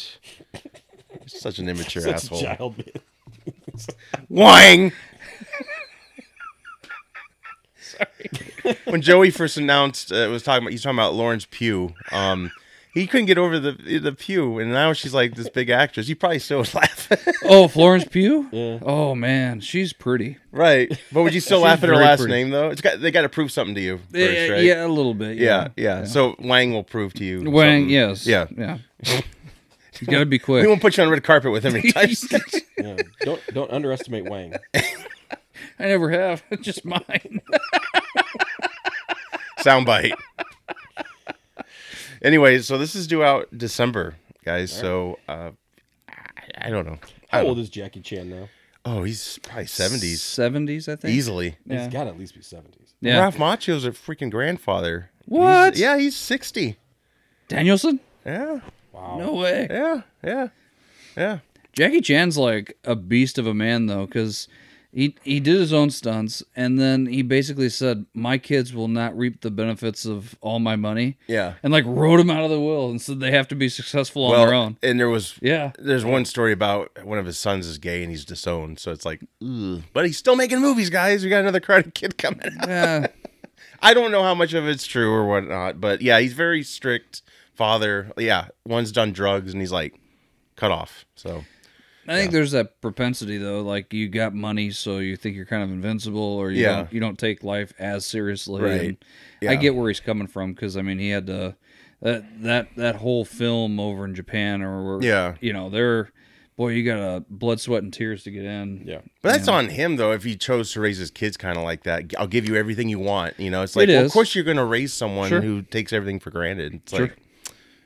A: Such an immature
C: Such
A: asshole.
C: a child. man.
A: Wang. when Joey first announced, uh, was talking about he's talking about Lawrence Pugh. Um, he couldn't get over the the Pugh, and now she's like this big actress. He probably still would [LAUGHS] laugh,
B: Oh, Florence Pugh.
C: Yeah.
B: Oh man, she's pretty.
A: right? But would you still laugh at her
B: very
A: last
B: pretty.
A: name though? It's got they got to prove something to you first,
B: yeah,
A: right?
B: yeah, a little bit.
A: yeah,
B: Yeah.
A: yeah. So Wang will prove to you.
B: Wang.
A: something.
B: Yes.
A: yeah.
B: Yeah.
A: [LAUGHS]
B: you got to be
A: We
B: quick.
A: won't put you on red carpet with
B: [LAUGHS]
A: him anytime.
C: Yeah. Don't don't underestimate Wang.
B: I never have. [LAUGHS] Just mine.
A: soundbite. Anyways, so this is due out December, guys. So uh, I, I don't know. I
C: How
A: don't
C: old is Jackie Chan now?
A: Oh, he's probably seventies
B: Seventies, I think.
A: easily.
B: Yeah.
C: He's got to at least be seventies.
B: Yeah.
A: Ralph Macchio's a freaking grandfather.
B: What?
A: He's- yeah, he's sixty.
B: Danielson?
A: Yeah,
C: Wow.
B: No way.
A: yeah, yeah, yeah.
B: Jackie Chan's like a beast of a man though, because he he did his own stunts, and then he basically said, "My kids will not reap the benefits of all my money."
A: Yeah.
B: and like wrote them out of the will, and said they have to be successful on their own.
A: and there was [LAUGHS]
B: Yeah,
A: there's one story about one of his sons is gay and he's disowned, so it's like, ugh. but he's still making movies, guys. We got another Karate Kid coming out.
B: yeah,
A: I don't know how much of it's true or whatnot, but yeah, he's very strict father. Yeah, one's done drugs and he's like cut off. So
B: I think there's that propensity though, like you got money, so you think you're kind of invincible, or you
A: Yeah.
B: don't, you don't take life as seriously.
A: Right.
B: And
A: Yeah.
B: I get where he's coming from because I mean he had to that that that whole film over in Japan or where,
A: Yeah.
B: you know they're boy you got to blood sweat and tears to get in.
C: Yeah.
A: But that's on him though. If he chose to raise his kids kind of like that, I'll give you everything you want. You know, it's like,
B: It
A: well, of
B: is.
A: course you're going to raise someone
B: Sure.
A: who takes everything for granted. It's
B: Sure.
A: like,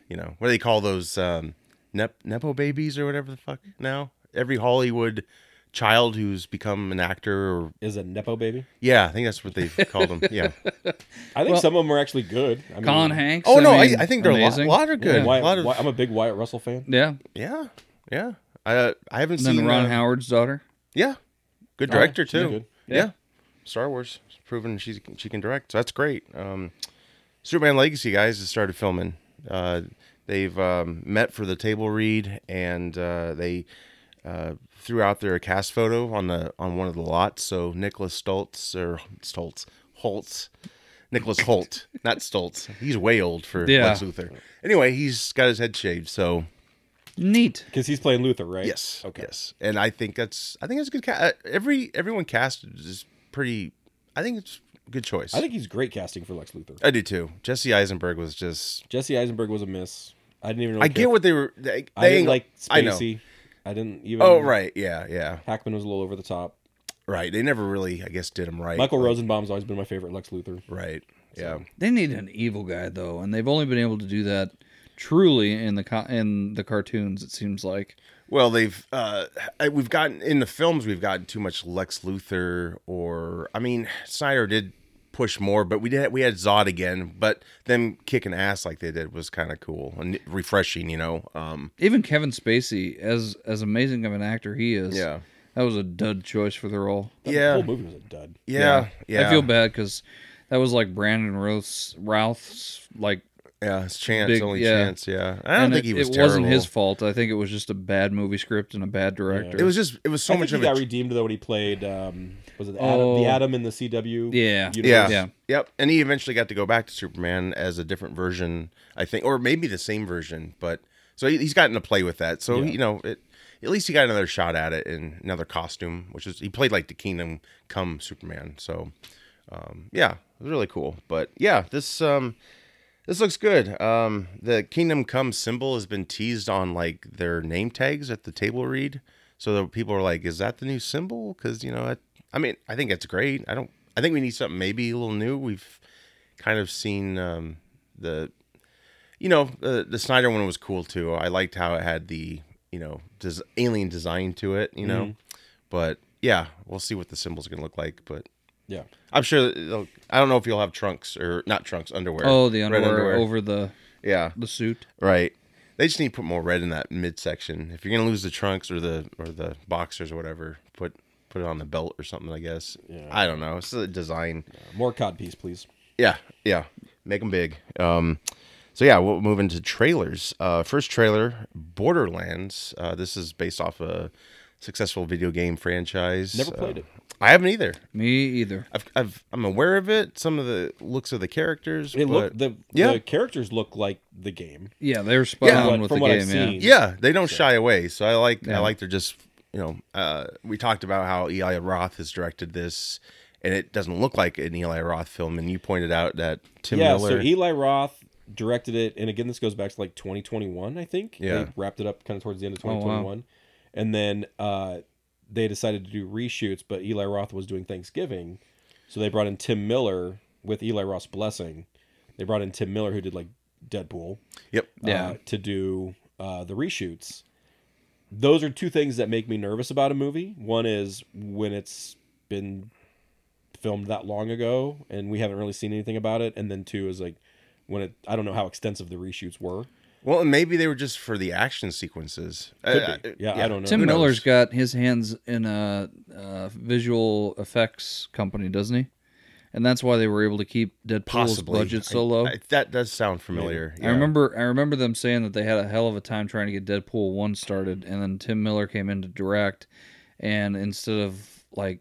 A: you know, what do they call those um, nep- nepo babies or whatever the fuck now? Every Hollywood child who's become an actor, or
C: Is a nepo baby?
A: yeah, I think that's what they called them.
B: [LAUGHS]
A: Yeah.
C: I think
B: Well-
C: some of them are actually good. I mean,
B: Colin Hanks.
A: oh no, I,
B: mean,
A: I, think they're a lot,
B: amazing.
A: lot are good.
C: Yeah, Wyatt-
A: a lot of,
C: Wyatt- I'm a big Wyatt Russell fan.
B: Yeah,
A: yeah, yeah. I uh, I haven't
B: and
A: seen
B: then Ron
A: uh,
B: Howard's daughter.
A: Yeah, good
C: Oh, yeah,
A: director
C: she's
A: too.
C: good.
A: Yeah. Star Wars has proven she she can direct. So that's great. Um, Superman Legacy guys has started filming. Uh, They've um, met for the table read, and uh, they uh, threw out their cast photo on the on one of the lots. So Nicholas Stoltz or Stoltz Holtz, Nicholas Holt, not Stoltz. He's way old for
B: Yeah.
A: Lex Luthor. Anyway, he's got his head shaved. So
B: Neat.
C: Because he's playing Luther, right?
A: Yes.
C: Okay.
A: Yes. And I think that's I think it's a good cast. Every everyone cast is pretty. I think it's a good choice.
C: I think he's great casting for Lex Luthor.
A: I do too. Jesse Eisenberg was just.
C: Jesse Eisenberg was a miss. I didn't even. Really
A: I
C: care
A: get what they were. They, they
C: I didn't
A: ain't-
C: like
A: I know.
C: Spacey. I, didn't even.
A: Oh right, yeah, yeah,
C: Hackman was a little over the top.
A: right. They never really, I guess, did him right.
C: Michael
A: Like,
C: Rosenbaum's always been my favorite Lex Luthor.
A: right? Yeah,
B: They need an evil guy though, and they've only been able to do that truly in the co- in the cartoons. It seems like
A: Well, they've uh, I- we've gotten in the films we've gotten too much Lex Luthor, or I mean, Snyder did push more, but we did we had Zod again, but them kicking ass like they did was kind of cool and refreshing, you know. Um,
B: even Kevin Spacey, as as amazing of an actor he is,
A: Yeah.
B: that was a dud choice for the role.
C: That
A: Yeah.
C: whole movie was a dud.
A: yeah, yeah,
B: I feel bad because that was like Brandon Routh's Routh's like,
A: Yeah, it's chance,
B: Big-
A: only
B: yeah.
A: chance. Yeah, I don't
B: and
A: think
B: it,
A: he was
B: it
A: terrible.
B: wasn't his fault. I think it was just a bad movie script and a bad director.
A: It was just it was so
C: I
A: much
C: think
A: of
C: he
A: a
C: got redeemed though when he played um, was it the
B: Oh.
C: Adam, the Adam in the CW?
B: Yeah.
C: universe?
A: Yeah.
B: Yeah.
A: Yep. And he eventually got to go back to Superman as a different version, I think, or maybe the same version. But so he- he's gotten to play with that. So
C: Yeah.
A: you know, it, at least he got another shot at it in another costume, which is he played like the Kingdom Come Superman. So um, yeah, it was really cool. But yeah, this um, this looks good. Um, the Kingdom Come symbol has been teased on like their name tags at the table read, so that people are like, "Is that the new symbol?" Because you know, I, I mean, I think it's great. I don't. I think we need something maybe a little new. We've kind of seen um, the, you know, the the Snyder one was cool too. I liked how it had the you know des- alien design to it. You know,
B: Mm-hmm.
A: but yeah, we'll see what the symbol's gonna look like. But
C: yeah.
A: I'm sure. they'll- I don't know if you'll have trunks or not trunks underwear.
B: Oh, the
A: Red
B: underwear, over the
A: yeah.
B: the suit.
A: Right. They just need to put more red in that midsection. If you're gonna lose the trunks or the or the boxers or whatever, put put it on the belt or something. I guess.
C: Yeah.
A: I don't know. It's the design.
C: More codpiece, please.
A: Yeah, yeah. Make them big. Um, so yeah, we'll move into trailers. Uh, first trailer, Borderlands. Uh, this is based off a successful video game franchise.
C: Never played
A: Uh,
C: it.
A: I haven't either.
B: Me either.
A: I've, I've I'm aware of it. Some of the looks of the characters.
C: It
A: but-
C: looked the,
A: yeah.
C: the characters look like the game.
B: Yeah, they were spot
A: Yeah,
B: on
C: what-
B: with
C: from
B: the
C: what
B: game.
C: I've
B: yeah.
C: seen.
A: Yeah, they don't shy away. So I like
B: Yeah.
A: I like they're just you know uh, we talked about how Eli Roth has directed this, and it doesn't look like an Eli Roth film. And you pointed out that Tim
C: yeah,
A: Miller.
C: so Eli Roth directed it, and again, this goes back to like 2021, I think.
A: Yeah.
C: they wrapped it up kind of towards the end of
B: Oh, wow.
C: 2021, and then uh, they decided to do reshoots, but Eli Roth was doing Thanksgiving, so they brought in Tim Miller with Eli Roth's blessing. They brought in Tim Miller, who did like Deadpool,
A: yep.
B: Yeah.
C: uh, to do uh, the reshoots. Those are two things that make me nervous about a movie. One is when it's been filmed that long ago and we haven't really seen anything about it, and then two is like when it. I don't know how extensive the reshoots were.
A: Well, and maybe they were just for the action sequences.
C: Could
A: Uh,
C: be.
A: uh,
C: Yeah, I don't know.
B: Tim
A: Who knows?
B: Miller's got his hands in a, uh visual effects company, doesn't he? And that's why they were able to keep Deadpool's
A: Possibly
B: budget
A: I-
B: so low.
A: I- that does sound familiar.
B: I remember I remember them saying that they had a hell of a time trying to get Deadpool 1 started and then Tim Miller came in to direct and instead of like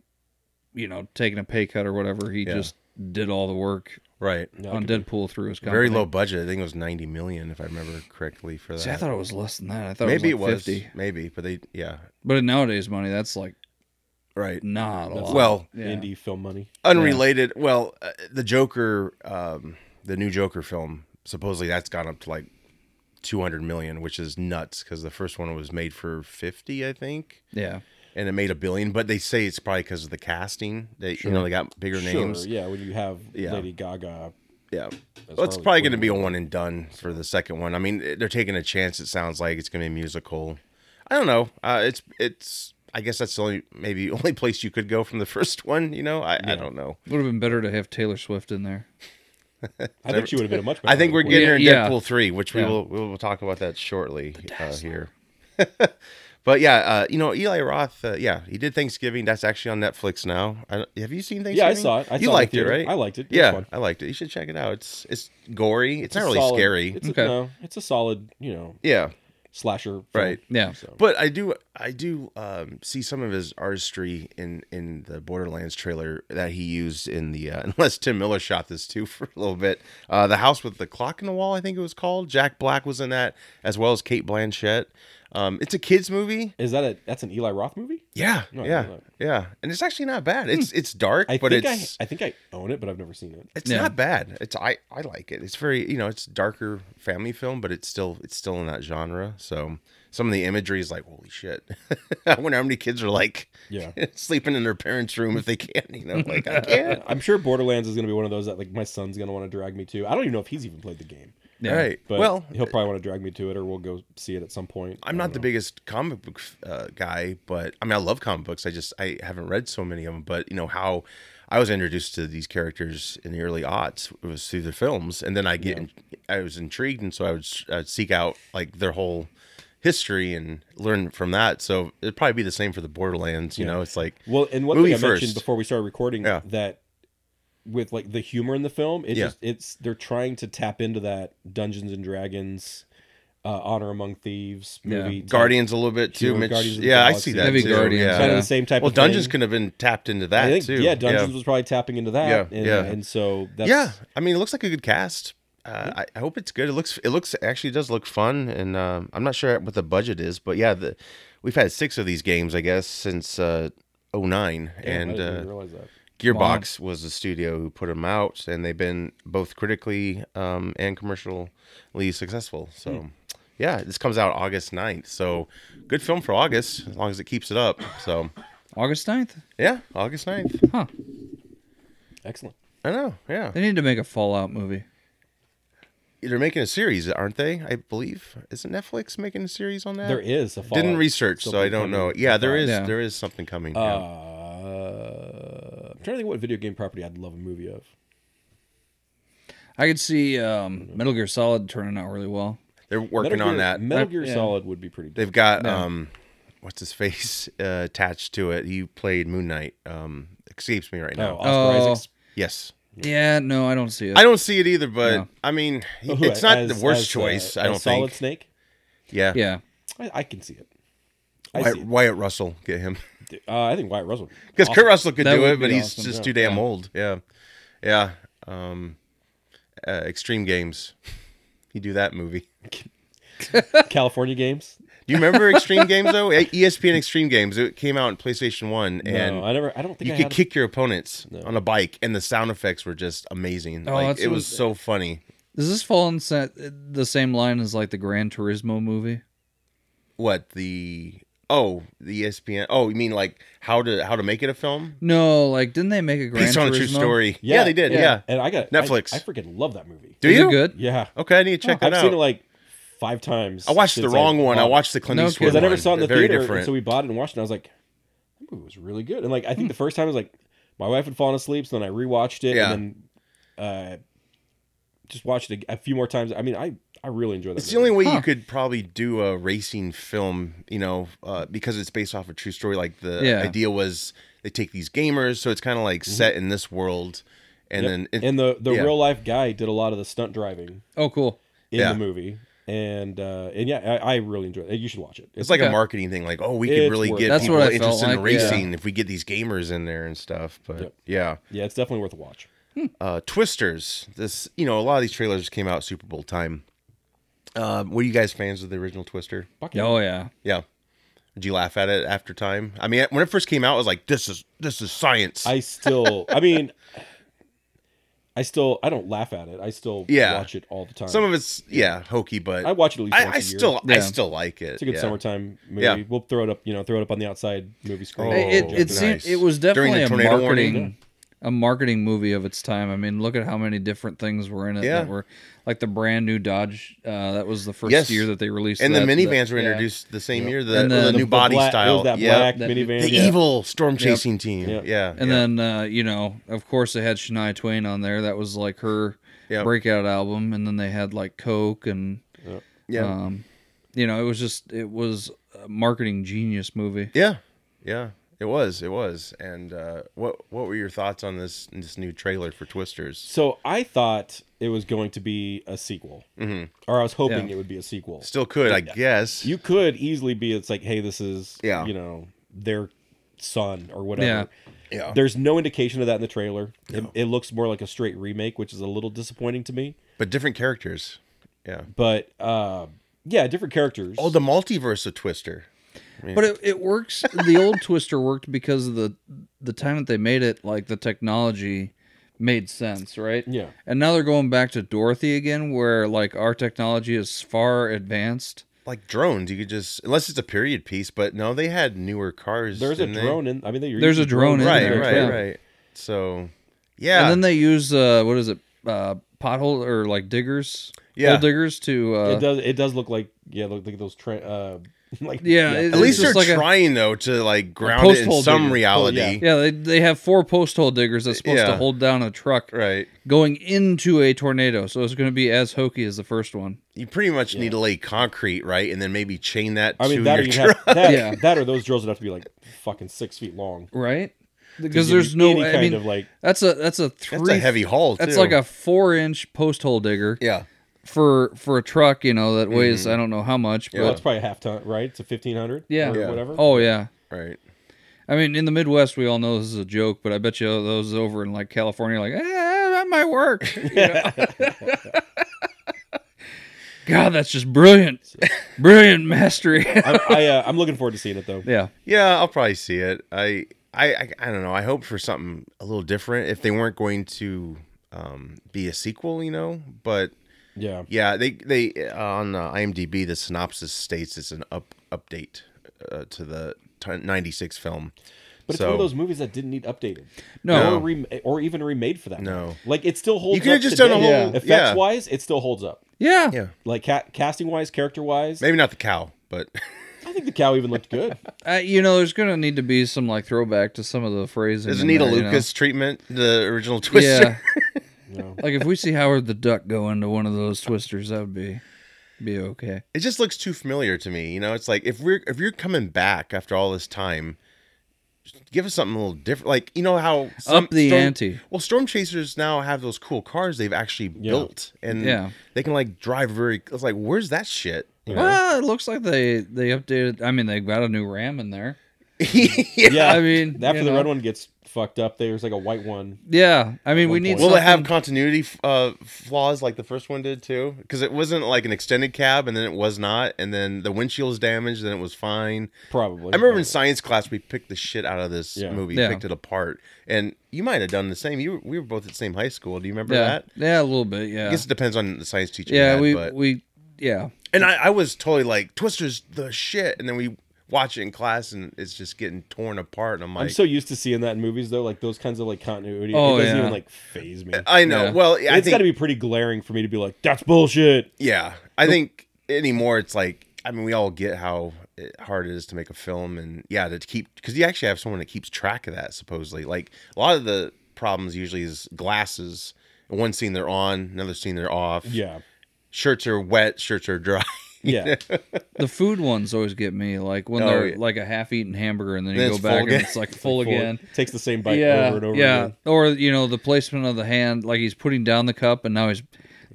B: you know taking a pay cut or whatever he
A: Yeah.
B: just did all the work
A: Right.
C: Yeah, I
B: on
C: could be-
B: Deadpool through his company.
A: Very low budget. I think it was ninety million, if I remember correctly, for that.
B: See, I thought it was less than that. I thought
A: maybe
B: it was like 50.
A: Maybe, but they yeah.
B: But in nowadays money that's like
A: Right.
B: not a
C: That's
B: lot.
A: Well,
B: Yeah.
C: Indie film money.
A: unrelated well uh, the joker um the new joker film supposedly that's gone up to like 200 million which is nuts because the first one was made for 50 i think
B: yeah.
A: and it made a billion but they say it's probably because of the casting they you know they got bigger names
C: Sure, yeah. When you have
A: Yeah.
C: Lady Gaga,
A: yeah
C: as
A: well, it's
C: Harley
A: probably going to
C: Quinn.
A: be a one and done for the second one i mean it- they're taking a chance it sounds like it's going to be a musical i don't know uh it's it's i guess that's the only maybe [LAUGHS] only place you could go from the first one you know i, I don't know
B: Would have been better to have Taylor Swift in there.
C: I think she would have been a much. Better
A: I think we're
C: Harley
A: getting her in
B: Yeah.
A: Deadpool three, which we
B: Yeah.
A: will we will talk about that shortly uh, here. [LAUGHS] But yeah, uh, you know Eli Roth. Uh, yeah, he did Thanksgiving. That's actually on Netflix now. I don't, have you seen Thanksgiving?
C: Yeah, I saw it. I
A: you
C: saw
A: liked
C: in
A: it,
C: the theater.
A: right?
C: I liked it. It was
A: yeah,
C: fun.
A: I liked it. You should check it out. It's it's gory. It's,
C: a
A: not really
C: solid-
A: scary.
C: It's a,
B: Okay.
C: no, it's a solid, you know,
A: yeah,
C: slasher. Film.
A: Right.
B: Yeah.
C: So.
A: but I do I do um, see some of his artistry in in the Borderlands trailer that he used in the uh, [LAUGHS] unless Tim Miller shot this too for a little bit. Uh, the house with the clock in the wall, I think it was called. Jack Black was in that as well as Kate Blanchett. Um, it's a kids movie.
C: Is that a that's an Eli Roth movie?
A: Yeah,
C: No, I
A: yeah,
C: didn't know
A: yeah, and it's actually not bad. It's it's dark,
C: Hmm. I
A: but
C: think I,
A: it's
C: I think I own it, but I've never seen it.
A: it's
B: Yeah.
A: not bad. It's I I like it. It's very you know it's darker family film, but it's still it's still in that genre. So some of the imagery is like holy shit. [LAUGHS] I wonder how many kids are like
C: Yeah.
A: [LAUGHS] sleeping in their parents' room if they can. You know, like I can't.
C: I'm sure Borderlands is going to be one of those that like my son's going to want to drag me to. I don't even know if he's even played the game,
B: Yeah.
A: Right.
C: but
A: well,
C: he'll probably want to drag me to it, or we'll go see it at some point.
A: I'm
C: I
A: not
C: don't
A: the
C: know.
A: biggest comic book uh, guy, but I mean, I love comic books. I just I haven't read so many of them. But you know how I was introduced to these characters in the early aughts it was through the films, and then I get I was intrigued, and so I would s- I'd seek out like their whole history and learn from that. So it'd probably be the same for the Borderlands. You know, it's like
C: Well, and one
A: Movie
C: thing I mentioned
A: first.
C: before we started recording
A: Yeah.
C: that with like the humor in the film, it
A: Yeah.
C: just it's they're trying to tap into that Dungeons and Dragons, uh, Honor Among Thieves
B: Yeah.
C: movie, type-
A: Guardians a little bit too.
C: Human
A: Mitch.
C: Guardians of the
A: yeah, I
C: Galaxy.
A: see that
B: Maybe
A: too.
B: Guardians,
A: yeah.
C: kind of
B: yeah.
C: the same type.
A: Well,
C: of thing.
A: Dungeons could have been tapped into that
C: I think,
A: too.
C: Yeah, Dungeons was probably tapping into that.
A: Yeah,
C: and,
A: yeah.
C: and so that's
A: yeah, I mean, it looks like a good cast. Uh, I, I hope it's good. It looks, it looks actually does look fun, and um, I'm not sure what the budget is, but yeah, the, we've had six of these games, I guess, since uh, 09,
C: Damn, I
A: and
C: didn't
A: uh,
C: realize that.
A: Gearbox was the studio who put them out, and they've been both critically um, and commercially successful. So, yeah, this comes out August 9th, so good film for August as long as it keeps it up. So,
B: August 9th?
A: yeah, August 9th.
B: Huh.
C: Excellent.
A: I know. Yeah,
B: They need to make a Fallout movie.
A: they're making a series, aren't they? I believe isn't Netflix making a series
B: Uh,
A: on that?
C: There is a Fallout.
A: Didn't research, so I don't know. Yeah, there is.
B: Yeah.
A: There is something coming.
C: Uh,
A: yeah.
C: I'm trying to think what video game property I'd love a movie of.
B: I could see um, Metal Gear Solid turning out really well.
A: They're working
C: Metal
A: on
C: Gear-
A: that.
C: Metal Gear
B: Uh, yeah.
C: Solid would be pretty. Dope.
A: They've got um, what's his face [LAUGHS] uh, attached to it. He played Moon Knight. Um, escapes me right
C: No,
A: now.
C: Oscar
B: Oh.
C: Isaac's
A: Yes,
B: Yeah, no, I don't see it.
A: I don't see it either, but
B: No.
A: I mean, he-
C: Who,
A: it's not
C: as-
A: the worst
C: as, uh,
A: choice. I
C: as
A: don't
C: Solid
A: think.
C: Snake.
A: Yeah,
B: yeah.
C: I, I can see it. I,
A: Wyatt,
C: see it.
A: Wyatt Russell, get him [LAUGHS]
C: Uh, I think Wyatt Russell.
A: because Kurt Russell could
B: That
A: do
B: would
A: it, but
B: be
A: he's
B: awesome,
A: just
B: yeah.
A: too damn old. Yeah, yeah. Um, uh, Extreme Games. You do that movie.
C: California Games.
A: Do you remember Extreme Games
B: [LAUGHS]
A: though? E- ESPN Extreme Games. It came out in PlayStation One, and
C: no, I never. I don't think
A: you
C: I
A: could
C: had-
A: kick your opponents on a bike, and the sound effects were just amazing.
B: Oh,
A: like
B: that's
A: it
B: what-
A: was so funny.
B: Does this fall in sa- the same line as like the Gran Turismo movie?
A: What the? Oh, the ESPN. Oh, you mean like how to how to make it a film
B: No, like didn't they make a Gran
A: based
B: Turismo?
A: on a true story? Yeah, they did. Yeah.
C: And I got
A: Netflix.
C: I, I freaking love that movie.
A: Do
B: Is
A: you?
B: it good?
C: Yeah.
A: Okay, I need to check
C: I've
A: that
C: seen it
A: out.
C: like five times.
A: I watched the
C: since
A: wrong one. I
C: bought it.
A: watched the Clint
B: No
A: Eastwood
B: kidding.
C: because I never
A: one.
C: saw it in the
A: They're very
C: theater, and
A: different.
C: so we bought it and watched. it, And I was like, that movie was really good. And like, I
A: Hmm.
C: think the first time I was like, my wife had fallen asleep, so then I rewatched it,
A: Yeah.
C: and then uh, just watched it a, a few more times. I mean, I I really enjoyed that.
A: It's the only way
B: Huh.
A: you could probably do a racing film, you know, uh, because it's based off a true story. Like the
B: Yeah.
A: idea was they take these gamers, so it's kind of like set in this world, Mm-hmm. and
C: Yep.
A: then it,
C: and the the
A: yeah.
C: real life guy did a lot of the stunt driving
B: Oh, cool.
C: in
A: Yeah.
C: the movie, and uh, and yeah, I, I really enjoyed it. You should watch it.
A: it's like a
B: okay.
A: marketing thing. Like, oh, we could
C: It's
A: really
C: worth
A: get
C: it.
B: That's
A: people
B: what I felt
A: interested in
B: like, yeah.
A: racing if we get these gamers in there and stuff. But
C: Yep.
A: yeah,
C: yeah, it's definitely worth a watch.
A: uh, Twisters. This, you know, a lot of these trailers came out Super Bowl time. Uh, were you guys fans of the original Twister?
C: Fucking
B: Oh yeah.
A: Yeah. Did you laugh at it after time? I mean, when it first came out, I was like, "This is this is science."
C: [LAUGHS] I still, I mean, I still, I don't laugh at it. I still
A: Yeah.
C: watch it all the time.
A: Some of it's yeah hokey, but
C: I watch it at least.
A: I,
C: once
A: I
C: a year.
A: still I
B: Yeah.
A: still like it.
C: It's a good summertime movie.
A: Yeah.
C: We'll throw it up, you know, throw it up on the outside movie screen.
A: Oh,
B: it it, it,
A: nice.
B: seemed, it was
A: During the
B: definitely a
A: tornado
B: marketing
A: warning.
B: a marketing movie of its time. I mean, look at how many different things were in it
A: Yeah.
B: that were like the brand new Dodge. Uh, that was the first
A: Yes.
B: year that they released.
A: And the
B: that- that-
A: minivans were
B: yeah.
A: introduced the same year. The,
B: And
A: the,
B: the-
A: new
B: the
A: body
C: black, It
A: style.
C: was that
A: yeah.
C: black
B: That-
C: minivan.
A: The
C: yeah.
A: evil storm chasing team.
C: Yep.
A: Yeah.
B: And
A: yeah.
B: then uh, you know, of course, they had Shania Twain on there. That was like her
A: Yep.
B: breakout album. And then they had like Coke and
A: yeah.
B: um, you know, it was just it was a marketing genius movie.
A: Yeah, yeah, it was, it was. And uh, what what were your thoughts on this this new trailer for Twisters?
C: So I thought it was going to be a sequel,
A: Mhm.
C: or I was hoping
B: Yeah.
C: it would be a sequel.
A: Still could, I guess.
C: You could easily be it's like, hey, this is
A: Yeah.
C: you know their son or whatever.
A: yeah,
C: There's no indication of that in the trailer. It, it looks more like a straight remake, which is a little disappointing to me.
A: but different characters. Yeah.
C: But uh, yeah, different characters.
A: Oh, the multiverse of Twister.
B: But it, it works. the old [LAUGHS] Twister worked because of the the time that they made it, like the technology made sense, right?
C: yeah,
B: And now they're going back to Dorothy again, where like our technology is far advanced.
A: Like drones, you could just unless it's a period piece, but no, they had newer cars.
C: there's a
A: didn't they?
C: drone in. I mean, they
B: There's a drone in
A: Right,
B: there,
A: eh? right,
B: yeah.
A: right. So, yeah,
B: And then they use uh, what is it, uh, pothole or like diggers,
A: Yeah.
B: hole diggers to uh,
C: it does. It does look like yeah, look like those tra- uh, [LAUGHS] like
B: Yeah, it-
A: at least
B: just
A: they're
B: like a-
A: trying though to like ground it in
B: post-hole
A: some
B: digger.
A: reality.
C: Oh, yeah.
B: Yeah, they, they have four post hole diggers that's supposed
A: Yeah.
B: to hold down a truck
A: Right.
B: going into a tornado. So it's going to be as hokey as the first one.
A: You pretty much need to lay concrete, right? And then maybe chain that
C: I mean,
A: to
C: that or,
A: your
C: you'd
A: truck.
C: have,
B: [LAUGHS]
C: that,
B: Yeah.
C: that or those drills would have to be like fucking six feet long. to
B: Right? Because
C: give
B: there's
C: you
B: no
C: any
B: I
C: kind
B: mean,
C: of like
B: that's a that's a
A: [LAUGHS]
B: three
A: That's a heavy haul,
B: that's
A: too.
B: like a four inch post hole digger
A: Yeah.
B: for for a truck, you know, that weighs I don't know how much,
A: Mm-hmm. Yeah.
C: well,
B: but
C: that's probably a half ton, right? It's a fifteen hundred,
B: Yeah.
C: or
A: Yeah.
C: whatever.
B: oh yeah.
A: Right.
B: I mean, in the Midwest, we all know this is a joke, but I bet you those over in like California, are like, eh, that might work.
A: [LAUGHS]
B: You know? [LAUGHS] God, that's just brilliant, brilliant mastery. [LAUGHS]
C: I'm, I, uh, I'm looking forward to seeing it though.
B: yeah,
A: Yeah, I'll probably see it. I, I, I, I don't know. I hope for something a little different. If they weren't going to um, be a sequel, you know. But
C: Yeah,
A: yeah, they they uh, on uh, IMDb the synopsis states it's an up update uh, to the t- '96 film.
C: but it's
A: So-
C: one of those movies that didn't need updated,
B: no,
C: or, rem or even remade for that.
A: No.
C: matter. like it still holds.
A: You could've
C: up
A: just done a
C: today.
A: whole- Yeah.
C: effects
A: yeah.
C: wise. It still holds up.
B: yeah,
A: Yeah,
C: Like ca- casting wise, character wise,
A: maybe not the cow, but [LAUGHS]
C: I think the cow even looked good.
B: Uh, you know, there's gonna need to be some like throwback to some of the phrasing.
A: does it
B: in
A: need a
B: there, you know?
A: Lucas treatment? The original [LAUGHS] Twister.
B: Yeah,
C: No.
B: like if we see Howard the Duck go into one of those twisters, that would be be okay.
A: it just looks too familiar to me. You know, it's like if we're if you're coming back after all this time, just give us something a little different. Like you know how
B: Up the ante.
A: Well, storm chasers now have those cool cars they've actually built, and
B: Yeah.
A: they can like drive very. It's like where's that shit? [LAUGHS] You know?
B: Well, it looks like they they updated. I mean, they got a new RAM in there.
A: yeah.
C: Yeah,
B: I mean,
C: after
B: you
C: the
B: know.
C: red one gets fucked up, there's like a white one.
B: Yeah, I mean, we
C: One
B: need.
C: point.
A: Will it have
B: something-
A: continuity f- uh, flaws like the first one did too? Because it wasn't like an extended cab, and then it was not, and then the windshield's damaged, then it was fine.
C: Probably.
A: I remember in science class we picked the shit out of this
C: Yeah.
A: movie,
B: Yeah.
A: picked it apart, and you might have done the same. You were, we were both at the same high school. Do you remember
B: yeah,
A: that?
B: yeah, a little bit.
A: I
B: Yeah,
A: guess it depends on the science teacher.
B: yeah,
A: you had,
B: we
A: but-
B: we yeah.
A: and I, I was totally like Twister's the shit, and then we watch it in class, and it's just getting torn apart. And I'm like,
C: I'm so used to seeing that in movies though, like those kinds of like continuity.
B: Oh,
C: it doesn't
B: yeah.
C: even like phase me.
A: I know.
B: Yeah.
A: Well, yeah, Uh, I
C: it's
A: think
C: got to be pretty glaring for me to be like, that's bullshit.
A: yeah, I think anymore it's like I mean we all get how it- hard it is to make a film, and yeah, to keep because you actually have someone that keeps track of that supposedly. Like a lot of the problems usually is glasses. One scene they're on, another scene they're off. [LAUGHS]
C: Yeah,
A: shirts are wet, shirts are dry. [LAUGHS]
C: yeah.
B: The food ones always get me, like when
A: Oh,
B: they're
A: yeah.
B: like a half-eaten hamburger, and then you
A: Then
B: go
A: it's full
B: back
A: again.
B: and
A: [LAUGHS]
B: it's like full again.
C: Full- takes the same bite
B: yeah,
C: over and over.
B: yeah.
C: again.
B: Or you know, the placement of the hand, like he's putting down the cup, and now he's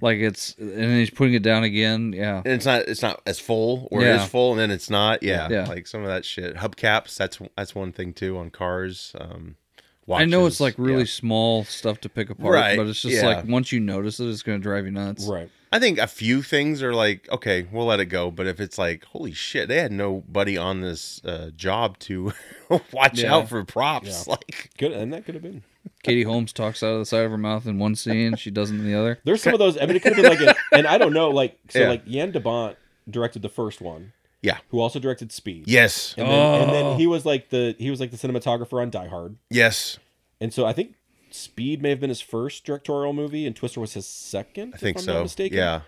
B: like it's, and then he's putting it down again. Yeah,
A: And it's not it's not as full or it
B: Yeah.
A: is full and then it's not. Yeah.
B: Yeah.
A: Like some of that shit. Hubcaps, that's that's one thing too on cars. Um
B: I know
A: watches.
B: it's like really
A: Yeah.
B: small stuff to pick apart,
A: Right,
B: but it's just
A: yeah.
B: like once you notice it, it's going to drive you nuts.
C: Right.
A: I think a few things are like, okay, we'll let it go. But if it's like, holy shit, they had nobody on this uh, job to [LAUGHS] watch
B: Yeah.
A: out for props. Like
C: Good, and that could have been.
B: Katie Holmes talks out of the side of her mouth in one scene, she doesn't in the other.
C: There's some of those. I mean, it could have been like,
A: [LAUGHS]
C: an, and I don't know, like, so
A: Yeah.
C: like Yann DeBont directed the first one,
A: Yeah.
C: who also directed Speed.
A: Yes.
C: and then, and
B: Oh.
C: then he was like the he was like the cinematographer on Die Hard,
A: Yes.
C: and so I think Speed may have been his first directorial movie, and Twister was his second.
A: I think
C: if I'm Not
A: so.
C: mistaken.
A: Yeah.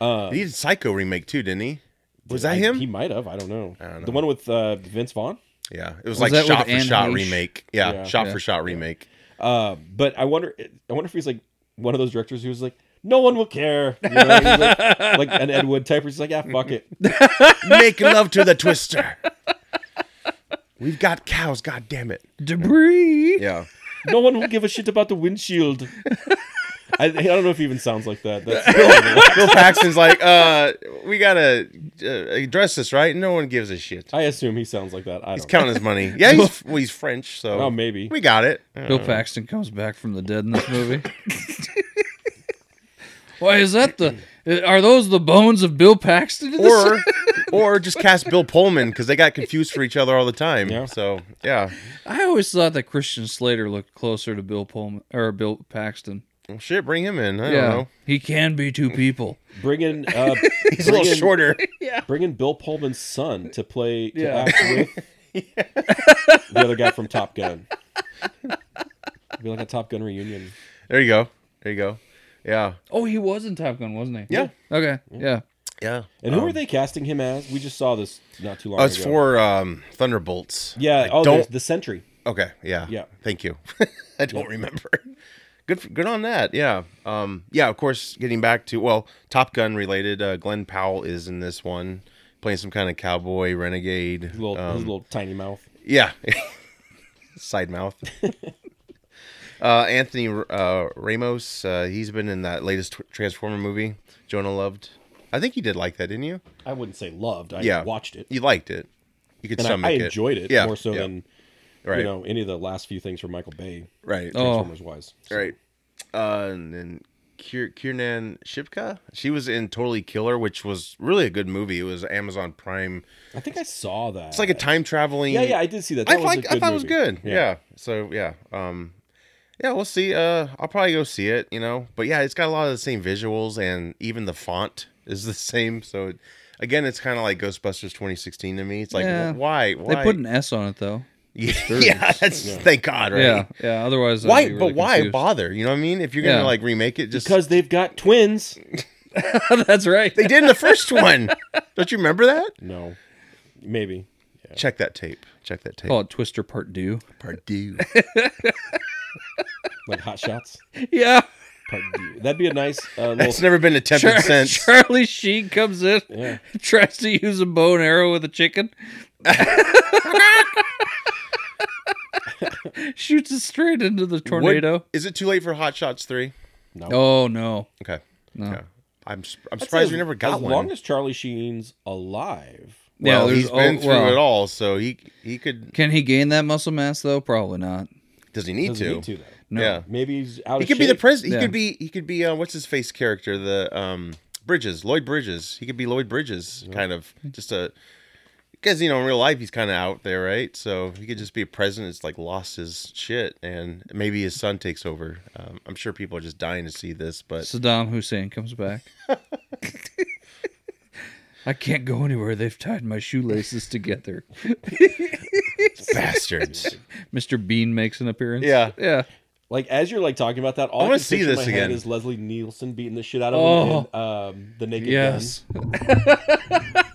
C: Uh,
A: He did Psycho remake too, didn't he? Was that
C: I-
A: him?
C: He might have. I don't know.
A: I don't know.
C: The one with uh, Vince Vaughn.
A: yeah. It was,
B: Was
A: like
B: that with
A: shot for
B: Anne
A: shot
B: Heche?
A: remake. Yeah.
C: Yeah.
A: Shot
B: Yeah.
A: for shot remake.
C: Uh, but I wonder. I wonder if he's like one of those directors who was like, no one will care. You know, he's like,
A: [LAUGHS]
C: like an Ed Wood type. Where he's like, yeah, fuck it.
A: Make love to the
B: [LAUGHS]
A: twister. We've got cows, god damn it.
B: Debris.
A: Yeah.
C: No one will give a shit about
A: [LAUGHS]
C: the windshield. I, I don't know if he even sounds like that. That's horrible.
A: [LAUGHS] Bill Paxton's like, uh, we gotta uh, address this, right? No one gives a shit.
C: I assume he sounds like that. I
A: He's
C: don't
A: counting his money. Yeah,
C: [LAUGHS]
A: he's, well, he's French, so
C: know. Oh, maybe.
A: we got
C: [LAUGHS]
A: it.
B: Bill Paxton comes back from the dead in this movie. [LAUGHS] Why is that the? Are those the bones of Bill Paxton? in this?
A: or or just cast Bill Pullman because they got confused for each other all the time.
C: Yeah.
A: So yeah,
B: I always thought that Christian Slater looked closer to Bill Pullman or Bill Paxton.
A: well, shit, bring him in. I don't know.
B: he can be two people.
C: Bring in, uh,
A: [LAUGHS] He's a little
C: Bring in-
A: shorter.
C: bring in Bill Pullman's son to play, to
B: Yeah.
C: act with
A: [LAUGHS]
C: the other guy from Top Gun. It'd be like a Top Gun reunion.
A: [LAUGHS] There you go. There you go. Yeah.
B: Oh, he was in Top Gun, wasn't he?
A: Yeah.
B: Okay. Yeah.
A: Yeah.
C: And who are they casting him as? We just saw this not too long
A: Um, Oh,
C: ago.
A: it's for um, Thunderbolts.
C: yeah.
A: I
C: oh,
A: don't.
C: the, the Sentry.
A: Okay. Yeah.
C: Yeah.
A: Thank you. [LAUGHS] I don't remember. Good. For, good on that. Yeah. Um. Yeah. Of course. Getting back to well, Top Gun related. Uh, Glenn Powell is in this one, playing some kind of cowboy renegade.
C: His little,
A: um,
C: his little tiny mouth.
A: Yeah. [LAUGHS] Side mouth. [LAUGHS] uh, Anthony uh, Ramos, uh, he's been in that latest tw- Transformer movie Jonah loved. I think you did like that, didn't you?
C: I wouldn't say loved. I
A: Yeah.
C: watched it.
A: You liked it. You could
C: And I,
A: stomach
C: I enjoyed it more so
A: yeah,
C: than
A: right,
C: you know any of the last few things from Michael Bay
A: right,
B: Oh.
C: Transformers wise.
A: right. Uh, and then Kier- Kiernan Shipka, she was in Totally Killer, which was really a good movie. It was Amazon Prime.
C: I think I saw that.
A: It's like a time traveling.
C: yeah, yeah. I did see that.
A: I
C: that was
A: like.
C: a
A: I
C: good
A: thought it was
C: movie.
A: good. Yeah. So yeah. Um, yeah, we'll see. Uh, I'll probably go see it. You know, but yeah, it's got a lot of the same visuals, and even the font [LAUGHS] is the same. So it, again, it's kind of like Ghostbusters 2016 to me. It's like
B: Yeah.
A: wh- why? Why?
B: They put an S on it though.
A: [LAUGHS] yeah,
B: thirds.
A: yeah, that's
C: Yeah.
A: thank God, right?
B: Yeah. Yeah. Otherwise, I'd
A: Why?
B: be really
A: but why
B: confused.
A: bother? You know what I mean? If you're gonna
B: Yeah.
A: like remake it, just
C: Because they've got twins.
B: [LAUGHS] That's right.
A: they did in the
B: [LAUGHS]
A: first one. Don't you remember that?
C: No, maybe. Yeah.
A: Check that tape. Check that tape.
B: Call it Twister Part Two. [LAUGHS]
A: Pardue.
C: Like Hot Shots.
B: Yeah.
C: Part D. That'd be a nice uh, little.
A: It's never been attempted
B: Char-
A: since.
B: Charlie Sheen comes in, [LAUGHS]
C: Yeah.
B: tries to use a bow and arrow with a chicken, [LAUGHS] shoots it straight into the
A: Would-
B: tornado.
A: is it too late for Hot Shots three?
C: No.
B: Oh no!
A: Okay.
B: No.
A: Yeah. I'm su- I'm
C: I'd
A: surprised
C: say
A: we
C: as-
A: never got
C: as
A: one.
C: long as Charlie Sheen's alive.
A: well,
B: there's-
A: he's been
B: oh,
A: through
B: well,
A: it all, so he he could.
B: Can he gain that muscle mass though? Probably not.
A: Does he need
C: Doesn't
A: to?
C: need to though.
B: No.
A: Yeah,
C: Maybe he's out.
A: he
C: of
A: could be the
C: shape.
A: president.
B: Yeah.
A: He could be he could be uh, what's his face character the um Bridges Lloyd Bridges. He could be Lloyd Bridges kind of just a because you know in real life he's kind of out there, right? So he could just be a president. that's like lost his shit, and maybe his son takes over. Um, I'm sure people are just dying to see this, but
B: Saddam Hussein
A: [LAUGHS]
B: comes back. I can't go anywhere. They've tied my shoelaces together. [LAUGHS]
A: bastards.
B: Mr. Bean makes an appearance.
A: Yeah.
B: Yeah.
C: Like as you're like talking about that, all I,
A: wanna
C: can
A: see
C: picture
A: this
C: in my head
A: again.
C: Is Leslie Nielsen beating the shit out of him in um, the Naked
B: Yes.
A: [LAUGHS]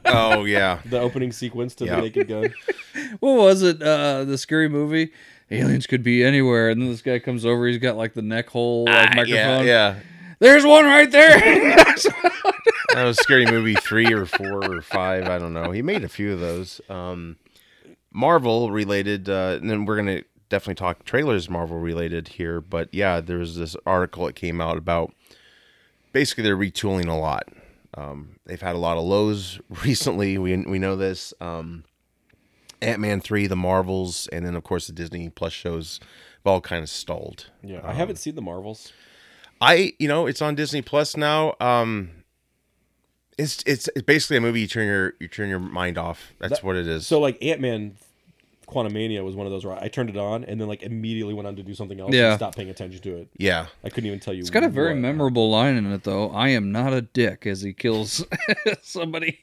A: oh yeah,
C: Gun? The opening sequence to
A: Yeah.
C: the Naked Gun.
A: [LAUGHS]
B: what was it? Uh, the scary movie. Aliens could be anywhere, and then this guy comes over. He's got like the neck hole like,
A: Ah, yeah,
B: microphone.
A: yeah.
B: There's one right there. [LAUGHS]
A: that was scary movie three or four or five i don't know he made a few of those um marvel related uh and then we're gonna definitely talk trailers marvel related here but yeah there was this article that came out about basically they're retooling a lot um they've had a lot of lows [LAUGHS] recently we we know this um ant-man 3 the marvels and then of course the disney plus shows have all kind of stalled
C: Yeah, I haven't seen the Marvels.
A: I you know it's on Disney Plus now. Um, it's it's it's basically a movie you turn your you turn your mind off. That's what it is.
C: So like Ant Man, Quantumania was one of those where I turned it on and then like immediately went on to do something else.
B: Yeah.
C: and stopped paying attention to it.
A: yeah,
C: I couldn't even tell you.
B: it's got a very
C: what.
B: memorable line in it, though. I am not a dick as he kills [LAUGHS] somebody.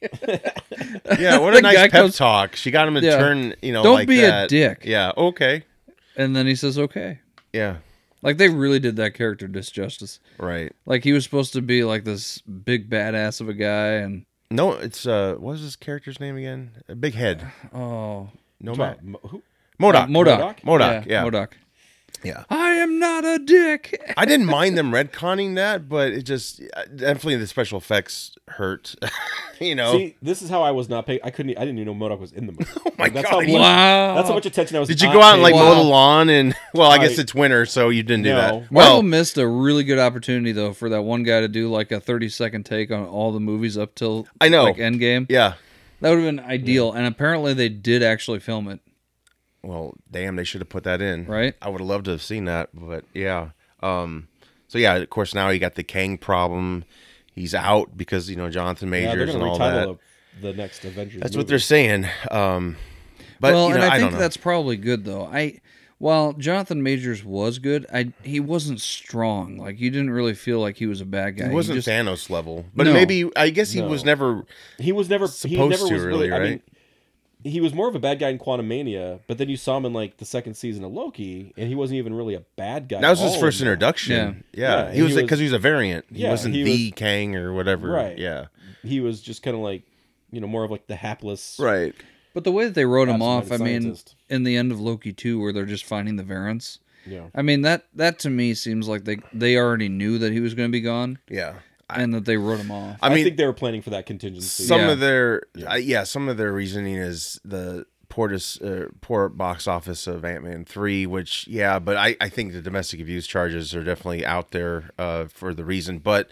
A: yeah. What
B: The
A: a nice
B: guy
A: pep
B: comes-
A: talk. She got him to
B: Yeah.
A: turn. You know,
B: Don't
A: like
B: be a
A: that.
B: dick.
A: Yeah. Okay.
B: and then he says, "Okay."
A: Yeah.
B: Like they really did that character disjustice.
A: Right.
B: Like he was supposed to be like this big badass of a guy, and
A: No, it's uh, what was his character's name again? A big head.
B: oh,
A: No,
C: Wow,
A: Mac.
C: mo- who-
B: Uh,
A: Modoc.
B: Modoc.
A: Modoc. Yeah.
B: Modoc.
A: Yeah.
B: I am not a dick.
A: I didn't mind them [LAUGHS] retconning that, but it just uh, definitely the special effects hurt. [LAUGHS] you know,
C: See, this is how I was not paying. I couldn't. I didn't even know Modoc was in
A: [LAUGHS]
C: the movie. Oh
A: my
C: that's
A: God,
C: How
A: you-
C: much,
B: Wow.
C: That's how much attention I was.
A: did you
C: not
A: go out and like
C: paying.
A: mow the
B: Wow.
A: lawn? And [LAUGHS] well, I guess
C: Right.
A: it's winter, so you didn't do
C: No.
A: that.
B: Marvel
A: Well,
B: missed a really good opportunity though for that one guy to do like a 30 second take on all the movies up till
A: I know.
B: like Endgame.
A: yeah.
B: That would have been ideal and apparently they did actually film it,
A: Well, damn, they should have put that in.
B: right?
A: I would have loved to have seen that, but yeah. Um, so yeah, of course now you got the Kang problem. He's out because you know Jonathan
C: Yeah, they're
A: Majors
C: gonna
A: and all that.
C: retitle the, the next Avengers.
A: That's
C: movie.
A: what they're saying. Um, but
B: well,
A: you know,
B: and I,
A: I,
B: think
A: don't know.
B: that's probably good though. I while Jonathan Majors was good, I he wasn't strong. Like you didn't really feel like he was a bad guy.
A: He wasn't
B: just,
A: Thanos level, but
B: No.
A: maybe I guess he
C: No.
A: was never.
C: He was never he
A: Supposed
C: never
A: to,
C: was
A: really,
C: really, I mean,
A: right?
C: he was more of a bad guy in Quantum Mania, but then you saw him in like the second season of Loki, and he wasn't even really a bad guy.
A: That was
C: at
A: his
C: all
A: first
C: in that.
A: introduction. Yeah,
C: Yeah,
A: he was
C: he
A: because
C: was-
A: he was a variant. He
C: Yeah,
A: wasn't
C: he
A: the Kang or whatever.
C: Right.
A: Yeah.
C: He was just kind of like, you know, more of like the hapless.
A: Right.
B: But the way that they wrote him off, I
C: Absent-minded
B: mean,
C: scientist.
B: in the end of Loki 2 where they're just finding the variants.
C: Yeah.
B: I mean, that that to me seems like they they already knew that he was going to be gone
A: Yeah.
B: and that they wrote him off.
A: I
C: I,
A: mean,
C: think they were planning for that contingency.
A: some
B: Yeah.
A: of their
C: Yeah.
A: I- yeah. some of their reasoning is the poor dis, uh, poor box office of Ant Man three, which yeah, but I I think the domestic abuse charges are definitely out there uh, for the reason, but.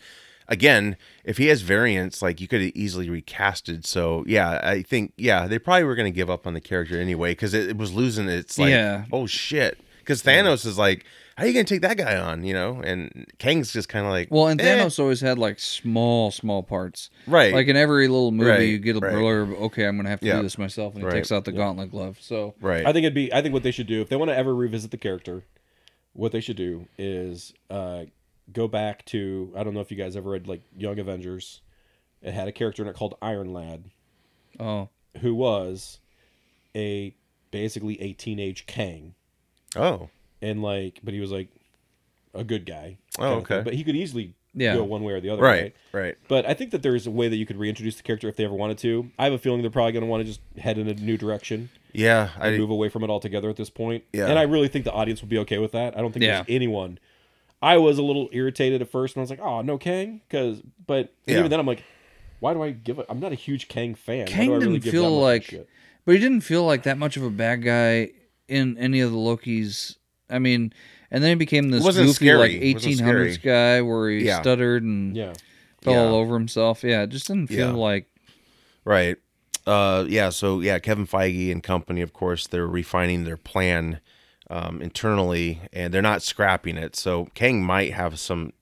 A: Again, if he has variants, like you could have easily recasted. So yeah, I think yeah they probably were going to give up on the character anyway because it, it was losing its like
B: Yeah.
A: oh shit because Thanos is like how are you going to take that guy on you know and Kang's just kind of like
B: Well, and
A: eh,
B: Thanos always had like small, small parts.
A: right
B: Like in every little movie,
A: Right,
B: you get a
A: right.
B: blurb. Okay, I'm gonna have to
A: Yeah.
B: do this myself, and he
A: Right.
B: takes out the gauntlet glove. So
A: right
C: I think it'd be. I think what they should do if they want to ever revisit the character, what they should do is uh, go back to. I don't know if you guys ever read like Young Avengers. It had a character in it called Iron Lad,
B: oh,
C: who was a basically a teenage Kang,
A: oh
C: and like, but he was like a good guy.
A: Oh,
C: kinda thing.
A: okay.
C: But he could easily
B: Yeah.
C: go one way or the other.
A: right right
C: But I think that there's a way that you could reintroduce the character if they ever wanted to. I have a feeling they're probably going to want to just head in a new direction.
A: Yeah, I
C: move away from it altogether at this point.
A: Yeah.
C: And I really think the audience will be okay with that. I don't think
B: Yeah.
C: there's anyone. I was a little irritated at first, and I was like, "Oh no, Kang," because but and
A: Yeah.
C: even then I'm like, "Why do I give it? I'm not a huge Kang fan. Why do
B: Kang
C: I really
B: didn't
C: give that
B: feel
C: much of a
B: like-
C: shit?
B: but he didn't feel like that much of a bad guy in any of the Loki's. I mean, and then he became this
A: It wasn't
B: goofy like
A: scary. It wasn't
B: 1800s guy where he
A: Yeah.
B: stuttered and
C: yeah,
B: fell
A: Yeah.
B: all over himself. Yeah, it just didn't feel
A: Yeah.
B: like
A: right. Uh, yeah, so yeah, Kevin Feige and company, of course, they're refining their plan um, internally, and they're not scrapping it. So Kang might have some,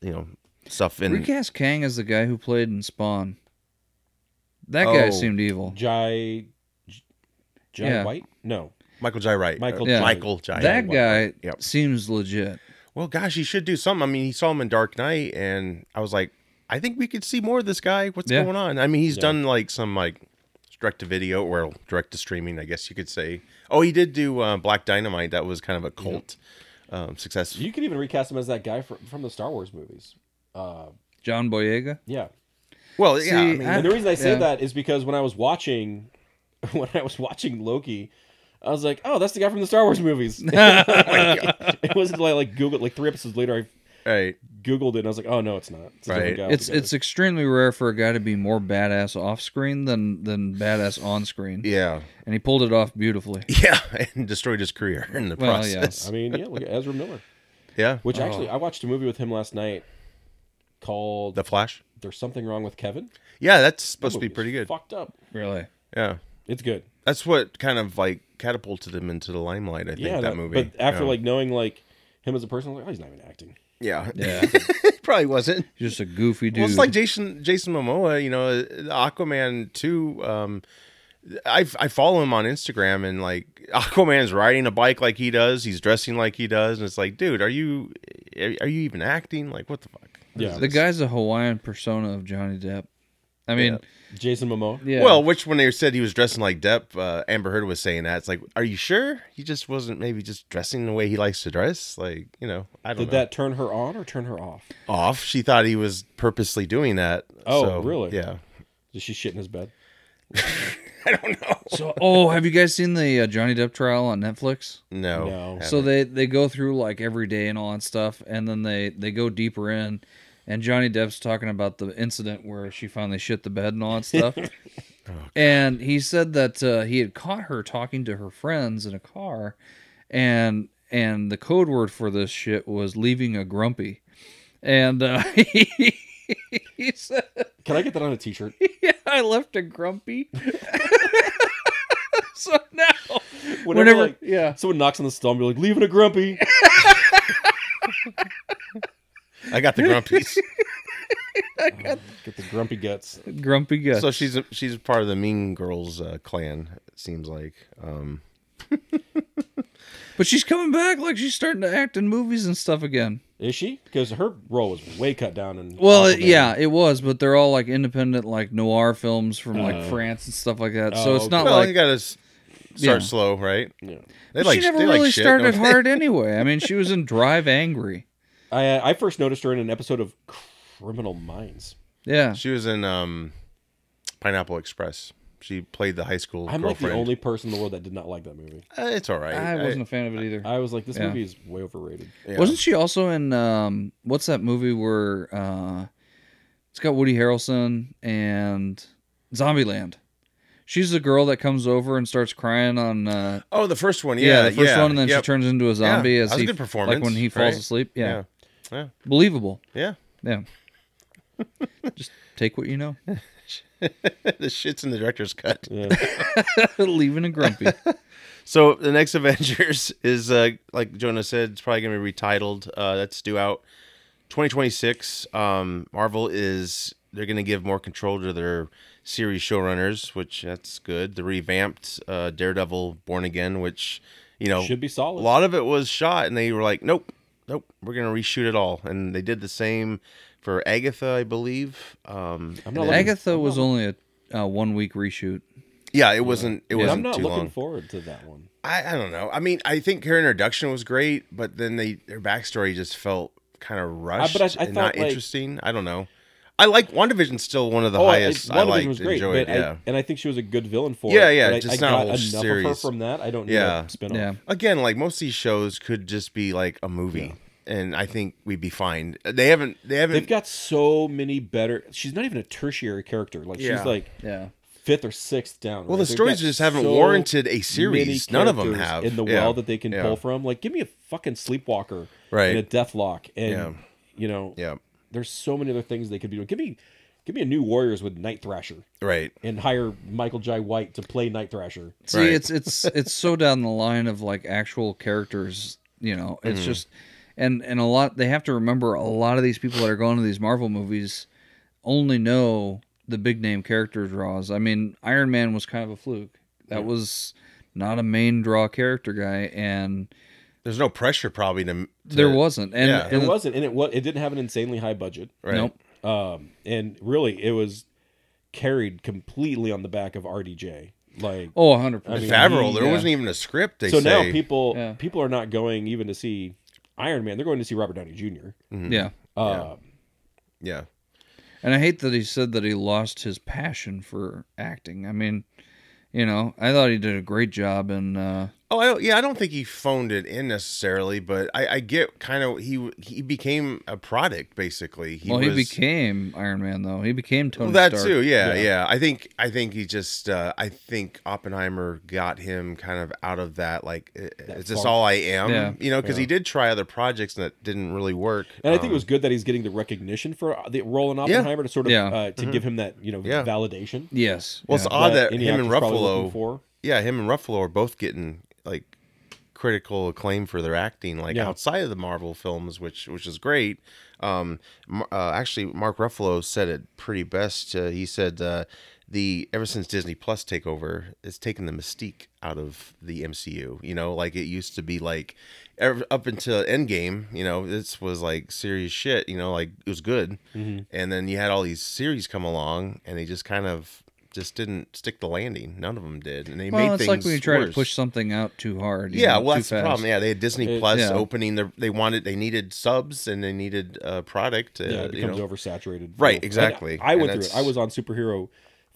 A: you know, stuff in.
B: recast Kang as the guy who played in Spawn. That guy
A: Oh.
B: seemed evil.
C: Jai, J- Jai
B: Yeah.
C: White? No,
A: Michael Jai Wright.
C: Michael
A: Uh,
B: Yeah.
A: Michael Jai.
B: that
C: know.
B: guy
A: Yep.
B: seems legit.
A: Well, gosh, he should do something. I mean, he saw him in Dark Knight, and I was like, I think we could see more of this guy. What's
B: Yeah.
A: going on? I mean, he's
C: Yeah.
A: done like some like direct to video or direct to streaming, I guess you could say. Oh, he did do uh, Black Dynamite. That was kind of a cult um, success.
C: you could even recast him as that guy from, from the Star Wars movies. Uh,
B: John Boyega.
C: yeah,
A: Well, yeah, I
B: See,
A: mean,
B: I-
C: And the reason I say
B: Yeah.
C: that is because when I was watching, [LAUGHS] when I was watching Loki, I was like, "Oh, that's the guy from the Star
A: [LAUGHS]
C: Wars movies."
A: Oh
C: [LAUGHS] it wasn't like like Google like three episodes later I
A: right.
C: Googled it and I was like, "Oh no, it's not." It's a
A: Right.
C: different guy
B: It's it's
C: altogether."
B: extremely rare for a guy to be more badass off screen than than badass on screen,
A: Yeah,
B: and he pulled it off beautifully.
A: [LAUGHS] yeah, and destroyed his career in the
B: Well, yeah.
A: process.
C: I mean, yeah, look at Ezra Miller.
A: [LAUGHS] Yeah,
C: Which actually, I watched a movie with him last night called
A: the Flash.
C: "There's Something Wrong with Kevin." That
A: Yeah, that's supposed to be
C: movie is
A: pretty good.
C: Fucked up.
B: Really,
A: Yeah,
C: It's good.
A: that's what kind of like catapulted him into the limelight. I think
C: yeah,
A: that,
C: that-
A: movie.
C: But after
A: Yeah.
C: like knowing like him as a person, I was like, "Oh, he's not even acting."
A: yeah,
B: Yeah.
A: [LAUGHS] it probably wasn't.
B: just a goofy dude.
A: Well, it's like Jason Jason Momoa. You know, uh, Aquaman two. Um, I I follow him on Instagram and like [LAUGHS] Aquaman's riding a bike like he does. He's dressing like he does, and it's like, dude, are you are you even acting? Like, what the fuck?
C: Yeah,
B: the guy's a Hawaiian persona of Johnny Depp. I mean,
C: Jason Momoa.
B: yeah.
A: Well, which when they said he was dressing like Depp, uh, Amber Heard was saying that. It's like, are you sure he just wasn't maybe just dressing the way he likes to dress? Like, you know, I don't
C: Did
A: know.
C: that turn her on or turn her off?
A: off. She thought he was purposely doing that.
C: Oh,
A: So,
C: really?
A: Yeah.
C: Does she shit in his bed? [LAUGHS] I don't know.
B: So, oh, have you guys seen the uh, Johnny Depp trial on Netflix?
A: No.
C: No.
A: haven't.
B: So they they go through like every day and all that stuff, and then they they go deeper in, and Johnny Depp's talking about the incident where she finally shit the bed and all that
C: [LAUGHS]
B: stuff. and he said that uh, he had caught her talking to her friends in a car, and and the code word for this shit was leaving a grumpy, and uh, [LAUGHS] he, he said,
C: Can I get that on a
A: [LAUGHS]
C: T-shirt?
B: "Yeah, I left a grumpy." [LAUGHS] so now,
C: Whenever,
B: whenever
C: like,
B: yeah,
C: someone knocks on the stall, and be like, "Leaving a grumpy."
A: I
C: [LAUGHS]
A: got the grumpies.
C: get the grumpy guts.
B: grumpy guts.
A: so she's a, she's part of the Mean Girls uh, clan. It seems like. Um,
B: But she's coming back, like she's starting to act in movies and stuff again.
C: Is she? Because her role was way cut down. And
B: Well, it- yeah, it was, but they're all like independent, like noir films from like
C: Oh.
B: France and stuff like that.
C: Oh,
B: So it's not
A: well, you
B: like
A: gotta s-
B: Yeah.
A: start slow, right?
C: Yeah.
A: They
B: she never
A: they
B: really
A: shit,
B: started
A: don't they?
B: hard anyway. I mean, she was in Drive Angry.
C: I I first noticed her in an episode of Criminal Minds.
B: Yeah,
A: She was in um, Pineapple Express. She played the high school
C: I'm like
A: girlfriend.
C: the only person in the world that did not like that movie.
A: Uh, it's all [LAUGHS] right.
B: I, wasn't a fan of it either.
C: I was like, this
B: Yeah.
C: movie is way overrated.
A: yeah.
B: Wasn't she also in um, what's that movie where uh, it's got Woody Harrelson and Zombieland? She's the girl that comes over and starts crying on uh,
A: Oh, the first one.
B: Yeah,
A: Yeah,
B: the first
A: yeah,
B: one, and then
A: yep.
B: she turns into a zombie
A: Yeah,
B: as
A: that was a
B: he,
A: good performance,
B: like when he falls
A: right?
B: asleep. Yeah.
A: Yeah. Yeah.
B: believable.
A: Yeah. [LAUGHS]
B: Yeah, [LAUGHS] just take what you know. [LAUGHS]
A: the shit's in the director's cut.
C: Yeah.
B: Leaving
A: [LAUGHS]
B: a grumpy.
A: So the next [LAUGHS] Avengers is uh, like Jonah said, it's probably gonna be retitled. Uh, that's due out 2026. Um, Marvel is they're gonna give more control to their series showrunners, which that's good. The revamped uh, Daredevil, Born Again, which you know
C: Should be
A: a
C: solid.
A: lot of it was shot, and they were like, nope, nope, we're gonna reshoot it all, and they did the same for Agatha, I believe. Um,
C: I'm not
A: and then-
C: looking-
B: Agatha was only a uh, one week reshoot.
A: yeah, it wasn't. It
C: Yeah,
A: wasn't
C: I'm not
A: too
C: looking
A: long.
C: forward to that one.
A: I, I don't know. I mean, I think her introduction was great, but then they their backstory just felt kind of rushed
C: but I- I
A: and not
C: thought, like-
A: interesting. I don't know. I like WandaVision's still one of the
C: Oh, I-
A: highest I,
C: WandaVision
A: liked,
C: was great,
A: enjoyed.
C: but I-
A: Yeah.
C: and I think she was a good villain for
A: Yeah,
C: it.
A: yeah,
C: but I,
A: just
C: I
A: not a
C: got
A: whole
C: enough of her
A: series.
C: from that. I don't need
A: Yeah.
C: a spin-off.
B: Yeah,
A: Again, like most of these shows could just be like a movie, and I think we'd be fine. They haven't. They haven't.
C: They've got so many better. She's not even a tertiary character. Like
A: Yeah.
C: she's like
B: yeah.
C: fifth or sixth down.
A: well,
C: right?
A: the
C: They've
A: stories
C: got
A: just haven't
C: so
A: warranted a
C: many
A: series. None of them
C: characters
A: have
C: in the
A: Yeah.
C: well that they can
A: Yeah.
C: pull from. Like, give me a fucking Sleepwalker
A: Right.
C: and a Deathlock, and
A: Yeah.
C: you know,
A: Yeah.
C: there's so many other things they could be doing. Give me, give me a new Warriors with Night Thrasher
A: Right.
C: and hire Michael Jai White to play Night Thrasher.
B: See,
A: Right.
B: it's it's it's so down the line of like actual characters. You know,
A: Mm.
B: it's just and and a lot. They have to remember a lot of these people that are going to these Marvel movies only know the big name character draws. I mean, Iron Man was kind of a fluke. That was not a main draw character guy, and
A: There's no pressure probably to. to
B: there wasn't. And,
A: yeah.
B: and
C: It
B: the-
C: wasn't, and it was. It didn't have an insanely high budget.
A: Right.
B: Nope.
C: um, and really it was carried completely on the back of RDJ. Like
B: Oh, 100 percent.
C: I mean,
A: Favreau, there
B: Yeah.
A: wasn't even a script. They
C: Mm-hmm. so now
A: say.
C: people
B: Yeah.
C: people are not going even to see Iron Man; they're going to see Robert Downey Jr.
A: Mhm.
B: yeah,
C: Uh,
A: Yeah.
B: and I hate that he said that he lost his passion for acting. I mean, you know, I thought he did a great job in. Uh,
A: Oh, I don't, yeah, I don't think he phoned it in necessarily, but I, I get kind of he he became a product basically. He
B: well, he
A: was-
B: became Iron Man though. He became
A: well,
B: Tony
A: that
B: Stark.
A: too. Yeah,
C: Yeah.
A: yeah, I think I think he just uh, I think Oppenheimer got him kind of out of that like i- is this
C: funk.
A: all I am?
B: Yeah.
A: You know, because
C: Yeah.
A: he did try other projects and that didn't really work.
C: and I
A: Um,
C: think it was good that he's getting the recognition for uh, the role in Oppenheimer to sort of
B: Yeah.
C: uh, to give him that you know
A: Mm-hmm. Yeah.
C: validation.
B: Yes.
A: well,
B: yeah.
A: it's odd that
C: any
A: him and
C: actor's probably looking
A: Ruffalo,
C: for.
A: yeah, him and Ruffalo are both getting like critical acclaim for their acting, like
C: Yeah.
A: outside of the Marvel films, which which is great. Um, Mar- uh, actually, Mark Ruffalo said it pretty best. Uh, he said uh, the ever since Disney Plus takeover, it's taken the mystique out of the MCU. You know, like it used to be like ev up until Endgame. You know, this was like serious shit. You know, like it was good, and then you had all these series come along, and they just kind of just didn't stick the landing. None of them did, and they made
B: well, it's
A: things
B: like when you try to
A: worse.
B: push something out too hard. you
A: Yeah,
B: know,
A: well,
B: too
A: that's the
B: fast.
A: problem. Yeah, they had Disney
C: It-
A: Plus
B: yeah.
A: opening. Their, they wanted, they needed subs and they needed uh, product. Uh,
C: Yeah, it
A: you
C: becomes
A: know.
C: oversaturated.
A: Right,
C: And
A: exactly.
C: I,
A: And
C: went through it.
A: that's-
C: I was on superhero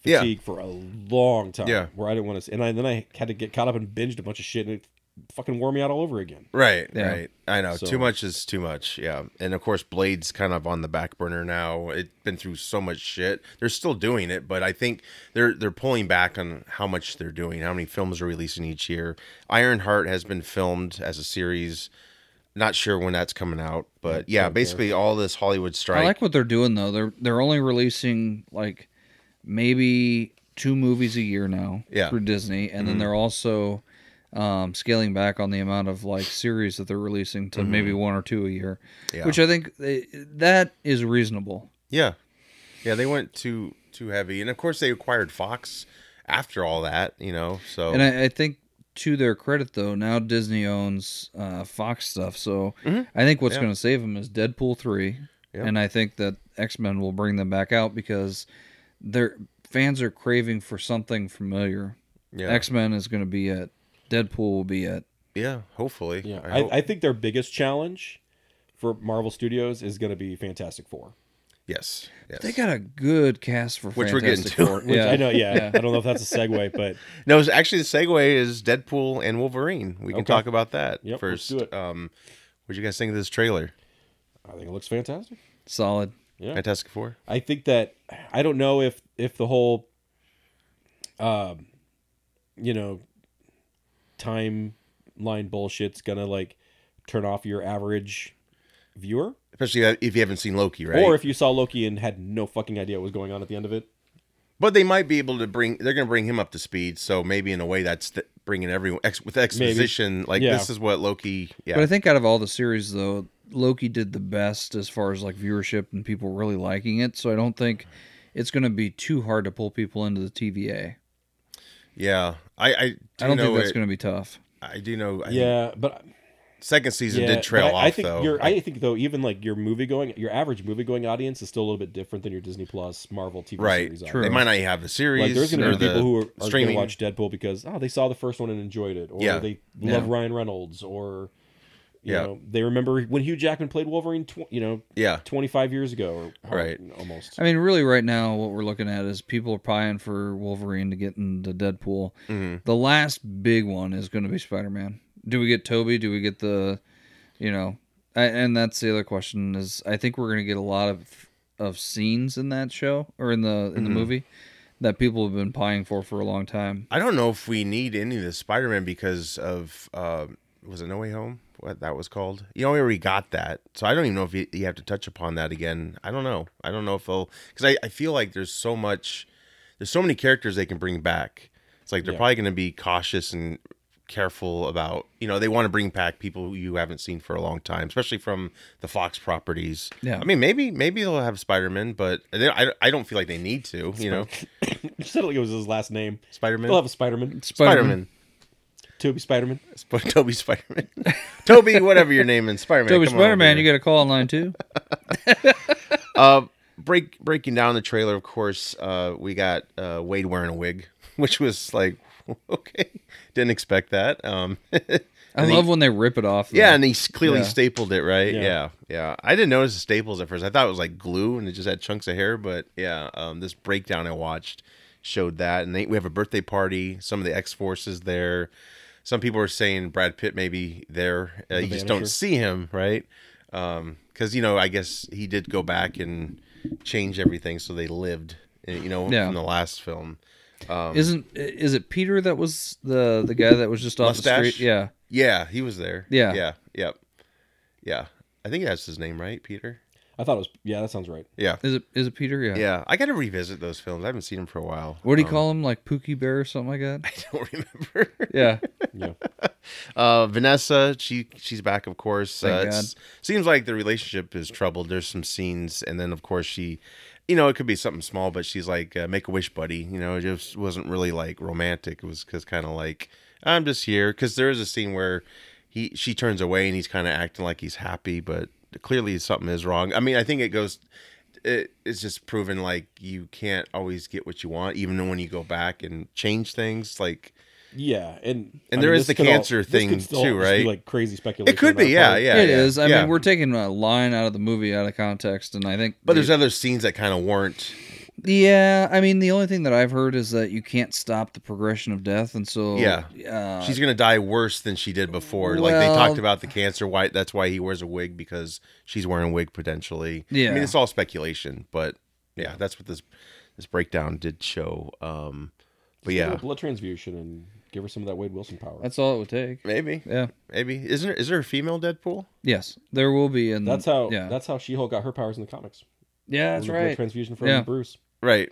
A: Yeah.
C: fatigue for a long time.
A: Yeah.
C: Where I didn't want to, and I, then I had to get caught up and binged a bunch of shit, and it fucking wore me out all over again.
A: Right,
B: Yeah.
A: right. I know.
C: So-
A: Too much is too much. Yeah. And of course Blade's kind of on the back burner now. It's been through so much shit. They're still doing it, but I think they're they're pulling back on how much they're doing, how many films are releasing each year. Ironheart has been filmed as a series. Not sure when that's coming out, but yeah,
C: don't care.
A: basically all this Hollywood strike.
B: I like what they're doing though. They're they're only releasing like maybe two movies a year now
A: Yeah.
B: through Disney, and then
A: Mhm.
B: they're also um, scaling back on the amount of like series that they're releasing to
A: Mhm.
B: maybe one or two a year,
A: yeah.
B: which I think they, that is reasonable.
A: Yeah, yeah, they went too too heavy, and of course they acquired Fox after all that, you know. So
B: And I, I think to their credit though, now Disney owns uh, Fox stuff, so
A: Mhm.
B: I think what's
A: Yeah.
B: going to save them is Deadpool three,
A: Yep.
B: and I think that X Men will bring them back out because their fans are craving for something familiar.
A: yeah,
B: X Men is going to be it. Deadpool will be it.
A: yeah, hopefully,
C: Yeah,
A: I
C: I,
A: hope-
C: I, think their biggest challenge for Marvel Studios is going to be Fantastic Four.
A: yes, yes.
B: They got a good cast for
A: [LAUGHS] Which we're getting
B: Fantastic
A: to.
B: Four.
C: Which
B: yeah,
C: I know, yeah,
B: Yeah.
C: I don't know if that's a segue, but
A: No, it's actually the segue is Deadpool and Wolverine. We can
C: Okay.
A: talk about that
C: Yep, let's
A: 1st
C: do it.
A: Um, what you guys think of this trailer?
C: I think it looks fantastic.
B: solid.
C: Yeah.
A: Fantastic Four.
C: I think that I don't know if if the whole, um, you know, timeline bullshit's gonna like turn off your average viewer,
A: Especially that- if you haven't seen Loki, right?
C: or if you saw Loki and had no fucking idea what was going on at the end of it.
A: but they might be able to bring. They're going to bring him up to speed. So maybe in a way that's th- bringing everyone ex- with exposition. Like
C: Yeah.
A: this is what Loki. Yeah,
B: But I think out of all the series, though, Loki did the best as far as like viewership and people really liking it. So I don't think it's going to be too hard to pull people into the TVA.
A: yeah. I I, do
B: I don't
A: know
B: think that's
A: it-
B: going to be tough.
A: I do know. I
C: yeah, but
A: Second season
C: yeah,
A: did trail
C: but
A: off
C: I, I think
A: though.
C: Your, I think though, even like your movie going, your average movie going audience is still a little bit different than your Disney Plus, Marvel TV
A: right.
C: series.
B: True.
A: They might not have the series.
C: Like there's going to
A: or
C: be people
A: the
C: who are, are going to
A: streaming.
C: watch Deadpool because oh they saw the first one and enjoyed it, or
A: Yeah.
C: they
B: Yeah.
C: love Ryan Reynolds, or you
A: Yeah.
C: know they remember when Hugh Jackman played Wolverine, tw- you know,
A: Yeah.
C: 25 years ago, or how-
A: Right.
C: almost. [LAUGHS]
B: I mean, really, right now, what we're looking at is people are pieing for Wolverine to get into Deadpool.
A: hmm
B: The last big one is going to be Spider Man. Do we get Toby? Do we get the, you know, I, and that's the other question is I think we're going to get a lot of of scenes in that show or in the in the
A: Mhm.
B: movie that people have been pieing for for a long time.
A: I don't know if we need any of the Spider-Man because of uh, was it No Way Home? What that was called? You know, we already got that, so I don't even know if you, you have to touch upon that again. I don't know. I don't know if they'll because I, I feel like there's so much, there's so many characters they can bring back. It's like they're
C: Yeah.
A: probably going to be cautious and careful about you know they want to bring back people who you haven't seen for a long time, especially from the Fox properties.
B: Yeah.
A: I mean, maybe maybe they'll have Spider-Man, but they, I I don't feel like they need to. You
C: [LAUGHS]
A: know,
C: you said it like it was his last name.
A: Spider-Man,
C: They'll have a Spider-Man,
A: Spider-Man.
C: Toby Spider-Man.
A: Sp- [LAUGHS] Toby Spider-Man. Toby, whatever your name is, Spider-Man.
B: Toby Spider Man, you got a call online too.
A: [LAUGHS] got uh, break breaking down the trailer. Of course, uh, we got uh, Wade wearing a wig, [LAUGHS] which was like, [LAUGHS] okay, didn't expect that. Um, [LAUGHS]
B: I
A: And he-
B: love when they rip it off. though.
A: yeah, and he s- clearly
B: Yeah.
A: stapled it, right?
C: Yeah.
A: Yeah. yeah, I didn't notice the staples at first. I thought it was like glue, and it just had chunks of hair. But yeah, um, this breakdown I watched showed that, and they, we have a birthday party. Some of the X Forces there. Some people are saying Brad Pitt may be there. Uh,
C: The
A: you just
C: Vanisher.
A: don't see him, right? Because you know, I guess he did go back and change everything, so they lived. uh, You know,
B: Yeah.
A: from the last film. Um,
B: Isn't is it Peter that was the the guy that was just off the
A: Mustache?
B: street? Yeah,
A: yeah, he was there.
B: Yeah.
A: yeah, yep, yeah. I think that's his name, right, Peter?
C: I thought it was yeah, that sounds right.
A: Yeah.
B: is it is it Peter? Yeah.
A: Yeah, I got to revisit those films. I haven't seen them for a while.
B: What do
C: Oh.
B: you
A: Um,
B: call him? Like Pookie Bear or something like that?
A: [LAUGHS] I don't remember.
B: Yeah.
C: Yeah,
A: Uh, Vanessa, she she's back, of course.
B: Thank
A: uh, it's- Seems like the relationship is troubled. There's some scenes, and then of course she, you know, it could be something small, but she's like, uh, "Make a wish, buddy." You know, it just wasn't really like romantic. It was because kind of like, "I'm just here." Because there is a scene where he she turns away, and he's kind of acting like he's happy, but clearly something is wrong. I mean, I think it goes it, it's just proven like you can't always get what you want, even when you go back and change things. Like
C: yeah, and
A: And there is
C: this
A: the
C: could all-
A: cancer
C: this could
A: thing,
C: still
A: too,
C: just be,
A: right?
C: like crazy speculation.
A: it could
C: on
A: be,
C: our
A: yeah,
C: part.
A: yeah.
B: It is.
A: yeah,
B: I
A: yeah.
B: mean, we're taking a line out of the movie out of context, and I think.
A: but there's
B: the-
A: other scenes that kind of warrant
B: Yeah, I mean the only thing that I've heard is that you can't stop the progression of death, and so
A: Yeah.
B: uh,
A: She's gonna die worse than she did before. like they talked
B: well-
A: about the cancer. Why? That's why he wears a wig because she's wearing a wig potentially. I
B: Yeah.
A: mean, it's all speculation, but yeah, that's what this this breakdown did show. Um, but
C: Just give her
A: yeah,
C: a blood transfusion and give her some of that Wade Wilson power.
B: that's all it would take.
A: maybe,
B: Yeah.
A: maybe isn't there, is there a female Deadpool?
B: Yes, there will be, and
C: That's how
B: Yeah,
C: that's how She-Hulk got her powers in the comics.
B: yeah, that's
C: From the blood
B: right.
C: Transfusion from
B: Yeah.
C: Bruce.
A: Right.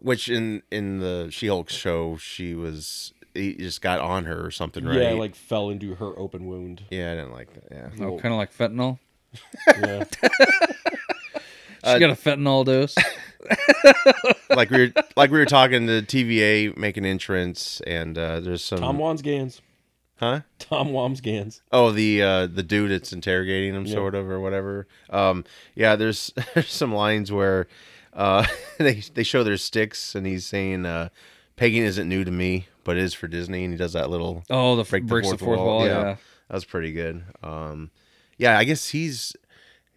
A: Which in in the She Hulk show, she was he just got on her or something, right?
C: Yeah, like fell into her open wound.
A: yeah, I didn't like that. Yeah.
B: Oh, kind of like fentanyl.
A: [LAUGHS]
C: Yeah.
B: She
A: Uh,
B: got a fentanyl dose.
A: like we were like we were talking to TVA make an entrance and uh there's some
C: Tom Wamsgans.
A: huh?
C: Tom Wamsgans.
A: Oh, the uh the dude that's interrogating him
C: Yeah.
A: sort of or whatever. Um yeah, there's [LAUGHS] there's some lines where uh [LAUGHS] they they show their sticks and he's saying uh pegging isn't new to me, but it is for Disney and he does that little
B: Oh, the
A: break the
B: breaks
A: fourth, wall. Yeah. that was pretty good. Um, yeah, I guess he's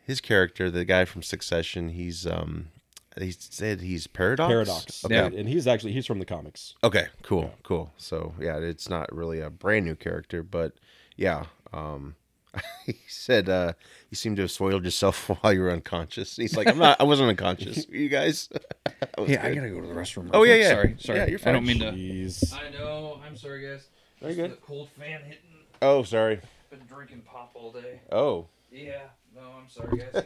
A: his character, the guy from Succession. He's um, they said he's paradox.
C: Paradox.
A: Okay.
B: Yeah.
C: And he's actually he's from the comics.
A: Okay. Cool. Cool. So yeah, it's not really a brand new character, but yeah. Um, [LAUGHS] he said uh, you seem to have soiled yourself [LAUGHS] while you were unconscious. He's like, I'm not. I wasn't unconscious. You guys. [LAUGHS] That was
B: Hey, I
A: good.
B: gotta go to the restroom.
A: Oh, yeah,
B: real quick.
A: yeah.
B: Sorry, sorry.
A: Yeah, you're
B: I don't
A: fine.
B: mean to.
C: Jeez.
B: I know. I'm sorry, guys.
C: Very good.
B: The cold fan hitting.
A: Oh, sorry.
B: Been drinking pop all day.
A: Oh.
B: Yeah. No, I'm sorry,
A: [LAUGHS]
B: guys.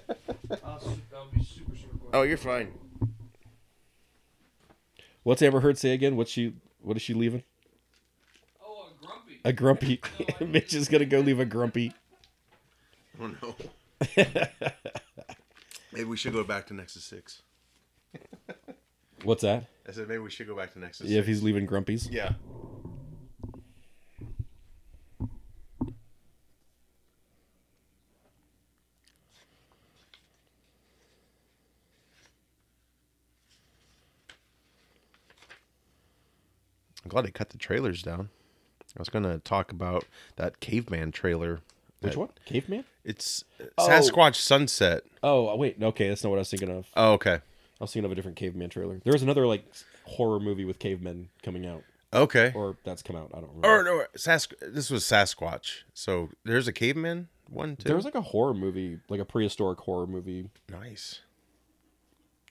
B: I'll, su- I'll be super, super quick.
A: Oh, you're fine.
C: What's Amber Heard say again? What's she what is she leaving?
B: Oh, I'm grumpy.
C: A grumpy. [LAUGHS] Mitch is gonna go leave a grumpy.
A: Oh no. [LAUGHS] maybe we should go back to Nexus Six.
C: What's that?
A: I said maybe we should go back to Nexus.
C: If he's leaving grumpies.
A: Yeah. I'm glad they cut the trailers down. I was going to talk about that caveman trailer.
C: Which
A: that-
C: one? Caveman?
A: Uh, It's
C: Oh.
A: Sasquatch Sunset.
C: Oh wait, okay, that's not what I was thinking of. I
A: Oh, okay.
C: was thinking of a different caveman trailer. There was another like horror movie with cavemen coming out,
A: Okay.
C: or that's come out. I don't remember.
A: Or no, Sask- this was Sasquatch. So there's a caveman one too.
C: There was like a horror movie, like a prehistoric horror movie.
A: nice.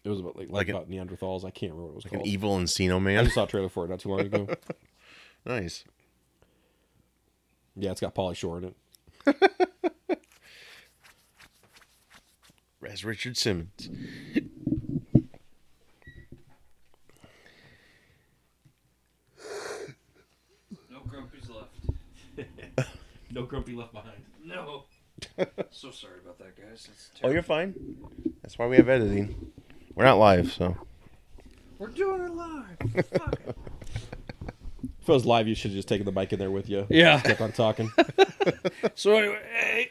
C: It was about like,
A: Like
C: like
A: an-
C: about Neanderthals. I can't remember what it was
A: An
C: called.
A: evil Encino
C: I
A: man.
C: just saw a trailer for it not too
A: [LAUGHS]
C: long ago.
A: nice.
C: yeah, it's got Polly Shore in it.
A: As Richard Simmons.
B: No grumpies left.
C: No grumpy left behind.
A: [LAUGHS]
B: No. so sorry about that, guys. That's
A: Oh,
B: terrible.
A: you're fine. That's why we have editing. We're not live, so. [LAUGHS]
B: We're doing it live. Fuck it.
C: If it was live, you should have just taken the mic in there with you.
B: Yeah.
C: Kept on
A: [LAUGHS]
C: talking.
B: So anyway,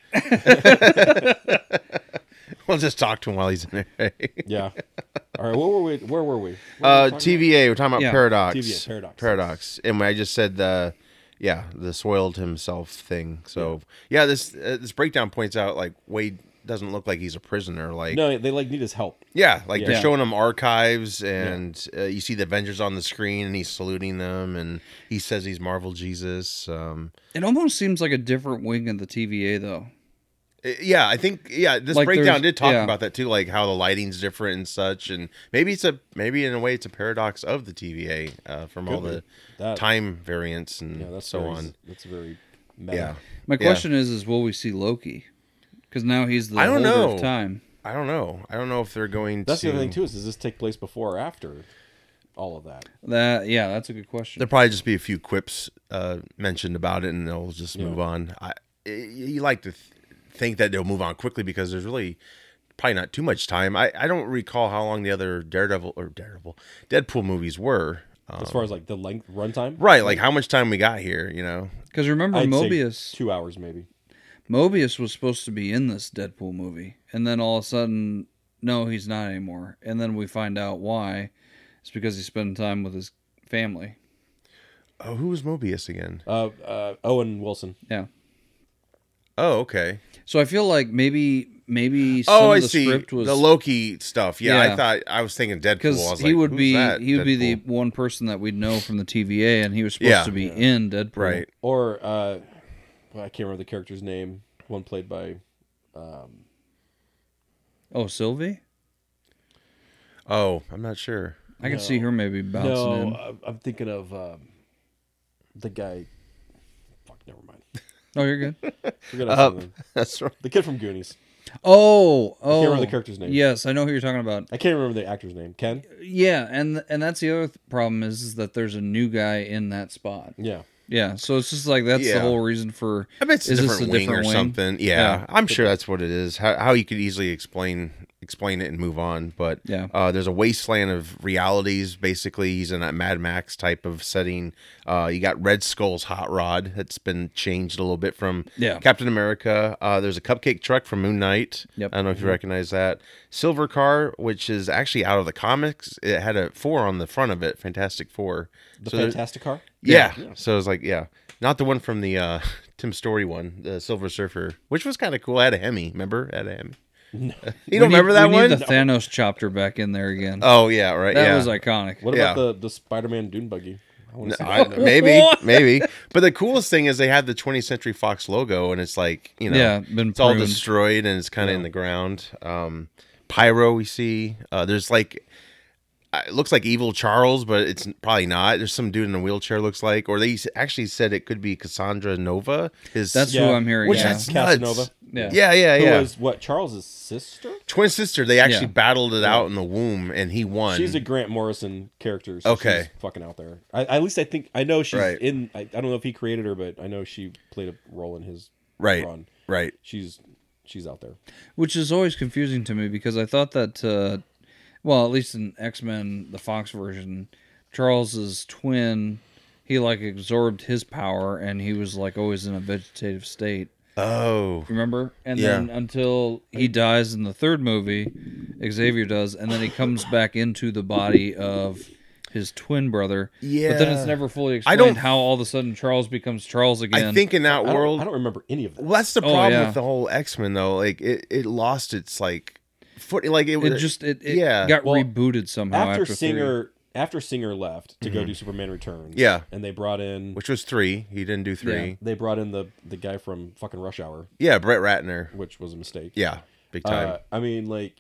A: We'll just talk to him while he's in there.
C: Yeah. All right. Where were we? Where were we? What were
A: uh,
C: we talking about?
A: TVA. We're talking about
B: Yeah,
A: paradox.
C: TVA, Paradox.
A: Paradox. And when I just said the, yeah, the soiled himself thing. So yeah, this uh, this breakdown points out like Wade doesn't look like he's a prisoner. Like
C: No, they like need his help.
A: Yeah, like they're
C: Yeah.
A: showing him archives, and uh, you see the Avengers on the screen, and he's saluting them, and he says he's Marvel Jesus. Um,
B: it almost seems like a different wing of the TVA, though.
A: i- yeah, I think yeah, this
B: Like
A: breakdown
B: there's-
A: did talk
B: yeah.
A: about that too, like how the lighting's different and such, and maybe it's a maybe in a way it's a paradox of the TVA uh, from all
C: Could be.
A: the
C: That-
A: time variants and
C: Yeah, that's
A: so
C: very,
A: on.
C: That's very. Meta.
A: Yeah,
B: My
A: Yeah.
B: question is: Is will we see Loki? Because now he's the
A: I don't
B: holder
A: know.
B: of time.
A: I don't know. I don't know if they're going.
C: That's
A: to...
C: the other thing too. Is does this take place before or after all of that?
B: That yeah, that's a good question.
A: There'll probably just be a few quips uh, mentioned about it, and they'll just move
C: Yeah.
A: on. I, y- you like to th- think that they'll move on quickly because there's really probably not too much time. I, I don't recall how long the other Daredevil or Daredevil Deadpool movies were. Um,
C: As far as like the length runtime,
A: right, like how much time we got here, you know?
B: Because remember,
C: I'd say
B: Mobius
C: two hours maybe.
B: Mobius was supposed to be in this Deadpool movie, and then all of a sudden, no, he's not anymore. And then we find out why. It's because he's spending time with his family.
A: Oh, who was Mobius again?
C: Uh, uh, Owen Wilson.
B: Yeah.
A: Oh, okay.
B: So I feel like maybe maybe some
A: Oh,
B: of
A: I
B: the
A: see
B: script was
A: the Loki stuff. Yeah,
B: Yeah.
A: I thought I was thinking Deadpool. I
B: because
A: was
B: he
A: like,
B: would
A: who's
B: be
A: that
B: he would be the
A: Deadpool?
B: one person that we'd know from the TVA, and he was supposed
A: Yeah.
B: to be in Deadpool.
A: right.
C: Or uh, well, I can't remember the character's name. One played by um,
B: Oh, Sylvie.
A: Oh, I'm not
B: [LAUGHS]
A: sure.
B: I can
C: No.
B: see her maybe bouncing
C: no,
B: in.
C: I- I'm thinking of um, the guy. Fuck, never mind.
B: Oh, you're good. [LAUGHS]
C: Forget
A: Up.
C: about
A: That's right.
C: the kid from Goonies.
B: Oh, oh.
C: remember the character's name.
B: Yes, I know who you're talking about.
C: I can't remember the actor's name. Ken.
B: Yeah, and and that's the other th- problem is, is that there's a new guy in that spot.
C: Yeah,
B: Yeah, so it's just like that's the
A: Yeah.
B: whole reason for
A: I bet it's
B: Is
A: a
B: this
A: different
B: a
A: wing
B: different
A: or
B: wing?
A: something. Yeah,
B: Yeah.
A: I'm sure that's what it is. How, how you could easily explain explain it and move on, but
B: Yeah.
A: uh, there's a wasteland of realities. Basically, he's in that Mad Max type of setting. Uh, you got Red Skull's hot rod that's been changed a little bit from
B: Yeah.
A: Captain America. Uh, there's a cupcake truck from Moon Knight.
B: Yep.
A: I don't know if you recognize that silver car, which is actually out of the comics. It had a four on the front of it, Fantastic Four.
C: the
A: So there-
C: Fantastic Car.
A: yeah. So it's like, yeah, not the one from the uh, [LAUGHS] Tim Story one, the Silver Surfer, which was kind of cool. I had a Hemi. Remember, I had a Hemi. [LAUGHS] You don't
B: We need-
A: remember that
B: we
A: one?
B: Need the Thanos chopter back in there again.
A: oh yeah, right.
B: that
A: yeah.
B: was iconic.
C: What
A: Yeah.
C: about the the Spider-Man Dune buggy?
B: [LAUGHS]
C: I want to see
A: I-
C: that.
A: maybe, maybe. But the coolest thing is they had the 20th Century Fox logo, and it's like you know,
B: yeah, been
A: it's all
B: pruned.
A: destroyed and it's kind of in the ground. Um, Pyro, we see. Uh, there's like, uh, it looks like Evil Charles, but it's probably not. There's some dude in a wheelchair looks like, or they s- actually said it could be Cassandra Nova. His
B: That's who I'm hearing.
A: Which
B: yeah.
A: that's
C: Casanova.
A: nuts. Yeah, yeah, yeah.
C: Who was what Charles's sister?
A: Twin sister. They actually
B: Yeah.
A: battled it out in the womb, and he won.
C: She's a Grant Morrison character. So
A: Okay.
C: she's fucking out there. I, at least I think I know she's
A: Right.
C: in. I, I don't know if he created her, but I know she played a role in his
A: right,
C: run.
A: right.
C: She's she's out there.
B: Which is always confusing to me because I thought that, uh, well, at least in X Men, the Fox version, Charles's twin, he like absorbed his power and he was like always in a vegetative state.
A: Oh,
B: Remember? And
A: Yeah.
B: then until he dies in the third movie, Xavier does, and then he comes back into the body of his twin brother.
A: yeah.
B: But then it's never fully
A: I
B: explained
A: don't-
B: how all of a sudden Charles becomes Charles again.
A: I think in that
C: I don't,
A: world,
C: I don't remember any of that.
A: Well, that's the
B: Oh,
A: problem
B: yeah.
A: with the whole X Men though. Like it, it lost its like foot. Like it,
B: it
A: was
B: just it, it
A: yeah.
B: got
C: Well,
B: rebooted somehow
C: after,
B: after, three.
C: Singer after Singer left to go do Superman Returns.
A: Mm-hmm. Yeah.
C: and they brought in
A: which was three. He didn't do three.
C: they brought in the the guy from fucking Rush Hour,
A: Yeah, Brett Ratner.
C: which was a mistake.
A: Yeah, big time.
C: uh, I mean like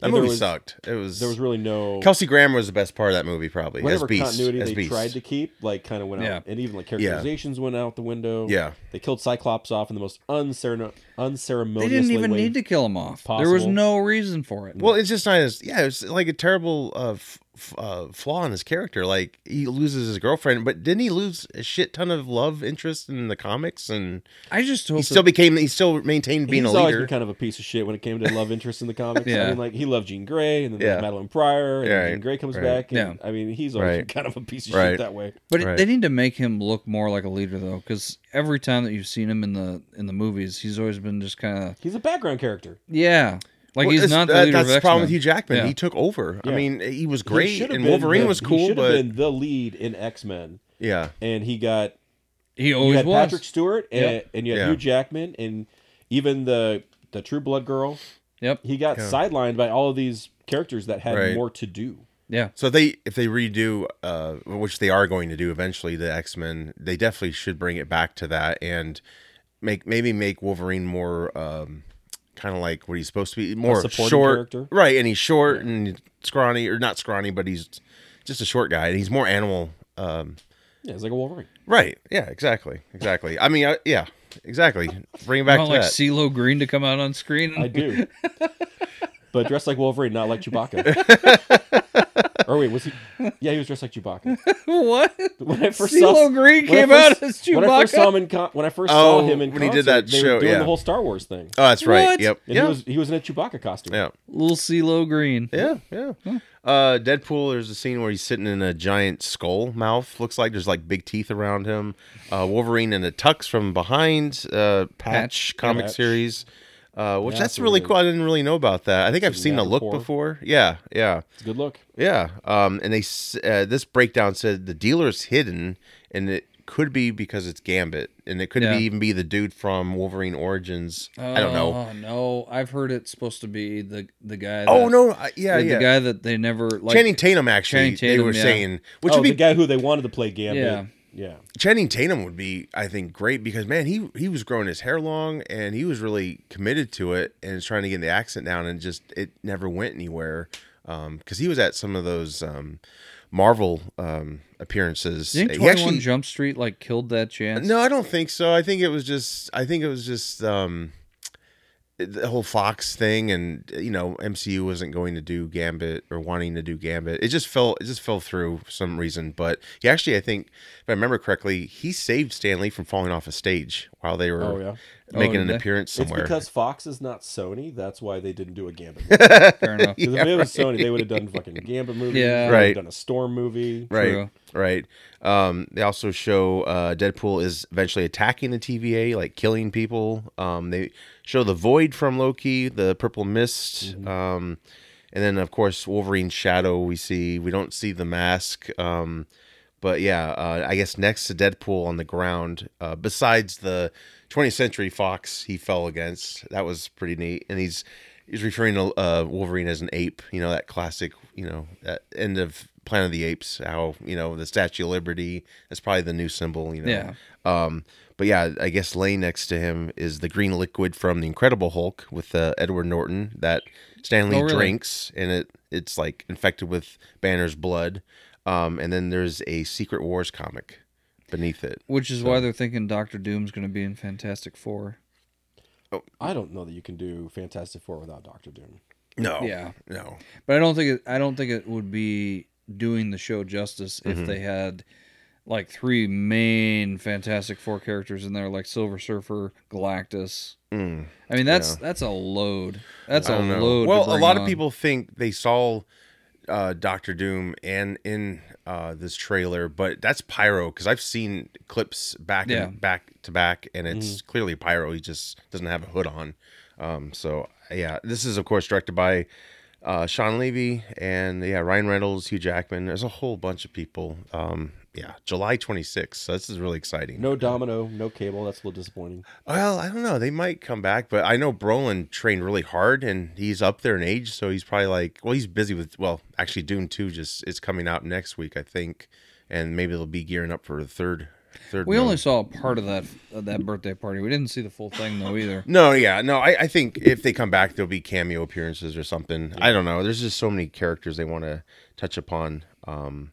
A: that
C: and
A: movie
C: there was,
A: sucked. It was.
C: There was really no
A: Kelsey Grammer was the best part of that movie, probably.
C: whatever
A: as Beast.
C: continuity
A: as
C: they
A: Beast.
C: tried to keep, like, kind of went out,
B: Yeah.
C: and even like characterizations went out the window.
A: Yeah.
C: they killed Cyclops off in the most unceremon-
B: They
C: unceremoniously.
B: didn't even
C: way.
B: need to kill him off. There was
C: possible.
B: no reason for
C: Mm.
B: it.
A: Well, it's just not as yeah. It's like a terrible uh, f- f- uh, flaw in his character. Like he loses his girlfriend, but didn't he lose a shit ton of love interest in the comics? And
B: I just hope
A: he
B: that-
A: still became. He still maintained being
C: He's
A: a
C: always been
A: leader.
C: kind of a piece of shit when it came to love interests in
A: [LAUGHS]
C: the comics. I
B: Yeah.
C: mean, like he loved Jean Grey, and then there's
A: Yeah.
C: Madeline Pryor, and
A: Right,
C: Jean Grey comes
A: right.
C: back. And, I mean, he's always been
A: Right.
C: kind of a piece of shit
A: Right.
C: that way.
B: but it-
A: Right.
B: they need to make him look more like a leader though, because every time that you've seen him in the in the movies, he's always been just kind of
C: He's a background character.
B: yeah, like
A: Well,
B: he's
A: it's-
B: not the
A: that-
B: leader
A: That's
B: of
A: the problem with Hugh
B: X-Men.
A: Jackman.
B: Yeah.
A: He took over.
C: Yeah.
A: I mean, he was
C: He
A: great,
C: should have
A: and
C: been
A: Wolverine
C: the-
A: was
C: he
A: cool,
C: should have
A: but
C: been the lead in X Men,
A: yeah,
C: and he got
B: He
C: you
B: always
C: had
B: was.
C: Patrick Stewart and,
B: Yep.
C: and you had
A: Yeah.
C: Hugh Jackman and even the the True Blood girl.
B: Yep.
C: He got
A: Yeah.
C: sidelined by all of these characters that had
A: Right.
C: more to do.
B: yeah,
A: So if they if they redo, uh, which they are going to do eventually, the X Men, they definitely should bring it back to that and make maybe make Wolverine more um, kind of like what he's supposed to be, more
C: supporting
A: short,
C: character?
A: right? And he's short and scrawny, or not scrawny, but he's just a short guy, and he's more animal. Um,
C: Yeah, it's like a Wolverine.
A: right? Yeah, exactly, exactly. I mean, I, yeah, exactly. Bring it
B: I
A: back
B: want
A: to
B: like
A: that.
B: CeeLo Green to come out on screen.
A: [LAUGHS]
C: I do. but dressed like Wolverine, not like Chewbacca.
A: [LAUGHS]
C: or wait, was he Yeah, he was dressed like Chewbacca.
B: [LAUGHS] what?
C: When I first
B: CeeLo
C: saw
B: Green
C: when I
B: came out
C: first-
B: as
C: When I first saw
B: Chewbacca.
C: him in con- when I first
A: Oh,
C: saw him in
A: when he did that
C: concert, they were
A: show,
C: doing
A: yeah.
C: the whole Star Wars thing.
A: oh, that's right.
B: What?
A: Yep.
C: And
A: yeah.
C: he was he was in a Chewbacca costume.
A: yeah.
B: Little CeeLo Green.
A: Yeah, yeah. Uh, Deadpool. There's a scene where he's sitting in a giant skull mouth. Looks like there's like big teeth around him. Uh, Wolverine in a tux from behind. Uh, Patch,
B: Patch.
A: comic
C: Patch.
A: series. Uh, which
C: Yeah,
A: that's
C: that's a
A: really
C: really-
A: cool. I didn't really know about that. I think I've
C: a
A: seen the
C: mad
A: look
C: rapport.
A: before. Yeah, yeah,
C: It's a good look.
A: yeah. Um, and they s- uh, this breakdown said the dealer's hidden, and it could be because it's Gambit, and it could
B: Yeah.
A: be even be the dude from Wolverine Origins. I don't know.
B: Oh, no, I've heard it's supposed to be the the guy.
A: oh
B: that-
A: no, I- yeah,
B: the,
A: yeah.
B: the guy that they never like.
A: Channing Tatum actually
B: Channing
A: they
B: Tatum,
A: were
B: yeah.
A: saying, which
C: oh,
A: would be
C: the guy who they wanted to play Gambit.
B: Yeah.
C: Yeah.
A: Channing Tatum would be, I think, great because man, he he was growing his hair long and he was really committed to it and was trying to get the accent down and just it never went anywhere. Because he was at some of those um, Marvel um, appearances.
B: Do you think
A: He
B: Twenty One
A: actually-
B: Jump Street like killed that chance?
A: no, I don't think so. I think it was just. I think it was just um, the whole Fox thing, and you know, MCU wasn't going to do Gambit or wanting to do Gambit. It just fell. It just fell through for some reason. But he actually, I think, if I remember correctly, he saved Stanley from falling off a stage while they were
C: Oh yeah.
A: making
B: Oh,
A: an
B: did they?
A: appearance somewhere.
C: It's because Fox is not Sony. That's why they didn't do
A: [LAUGHS]
C: a Gambit.
B: fair enough.
C: Because if it was Sony, they would have done fucking Gambit movie.
B: Yeah.
C: they would've
A: Right.
C: Done a Storm movie.
A: right,
B: True.
A: right. Um, they also show uh, Deadpool is eventually attacking the TVA, like killing people. Um, they show the void from Loki, the purple mist, um, and then of course Wolverine's shadow. We see we don't see the mask, um, but yeah, uh, I guess next to Deadpool on the ground, uh, besides the 20th Century Fox, he fell against. That was pretty neat, and he's. He's referring to uh, Wolverine as an ape, you know that classic, you know that end of Planet of the Apes, how you know the Statue of Liberty. That's probably the new symbol, you know.
B: Yeah.
A: Um, but yeah, I guess laying next to him is the green liquid from the Incredible Hulk with uh, Edward Norton that Stanley
B: Oh, really?
A: drinks, and it it's like infected with Banner's blood. Um, and then there's a Secret Wars comic beneath it.
B: Which is why they're thinking Doctor Doom's going to be in Fantastic Four.
C: I don't know that you can do Fantastic Four without Doctor Doom.
A: No,
B: Yeah.
A: no,
B: But I don't think it, I don't think it would be doing the show justice if
A: Mm-hmm.
B: they had like three main Fantastic Four characters in there, like Silver Surfer, Galactus.
A: Mm,
B: I mean, that's that's a load. That's
A: I
B: a
A: don't know.
B: load. to
A: Well, a
B: bring
A: lot of
B: on.
A: people think they saw uh, Doctor Doom and in uh, this trailer, but that's Pyro because I've seen clips back
B: Yeah. Mm-hmm.
A: and back to back, and it's clearly Pyro. He just doesn't have a hood on. Um, so yeah, this is of course directed by uh, Sean Levy and yeah Ryan Reynolds, Hugh Jackman. There's a whole bunch of people. Um, yeah, July 26th. So this is really exciting.
C: No Domino, no Cable. That's a little disappointing.
A: Well, I don't know. They might come back, but I know Brolin trained really hard, and he's up there in age, so he's probably like, well, he's busy with. Well, actually, Dune Two just it's coming out next week, I think, and maybe they'll be gearing up for the third. Third.
B: We
A: one.
B: only saw a part of that of that birthday party. We didn't see the full thing
A: [LAUGHS]
B: though either.
A: No, yeah, no. I, I think if they come back, there'll be cameo appearances or something. I don't know. There's just so many characters they want to touch upon. Um,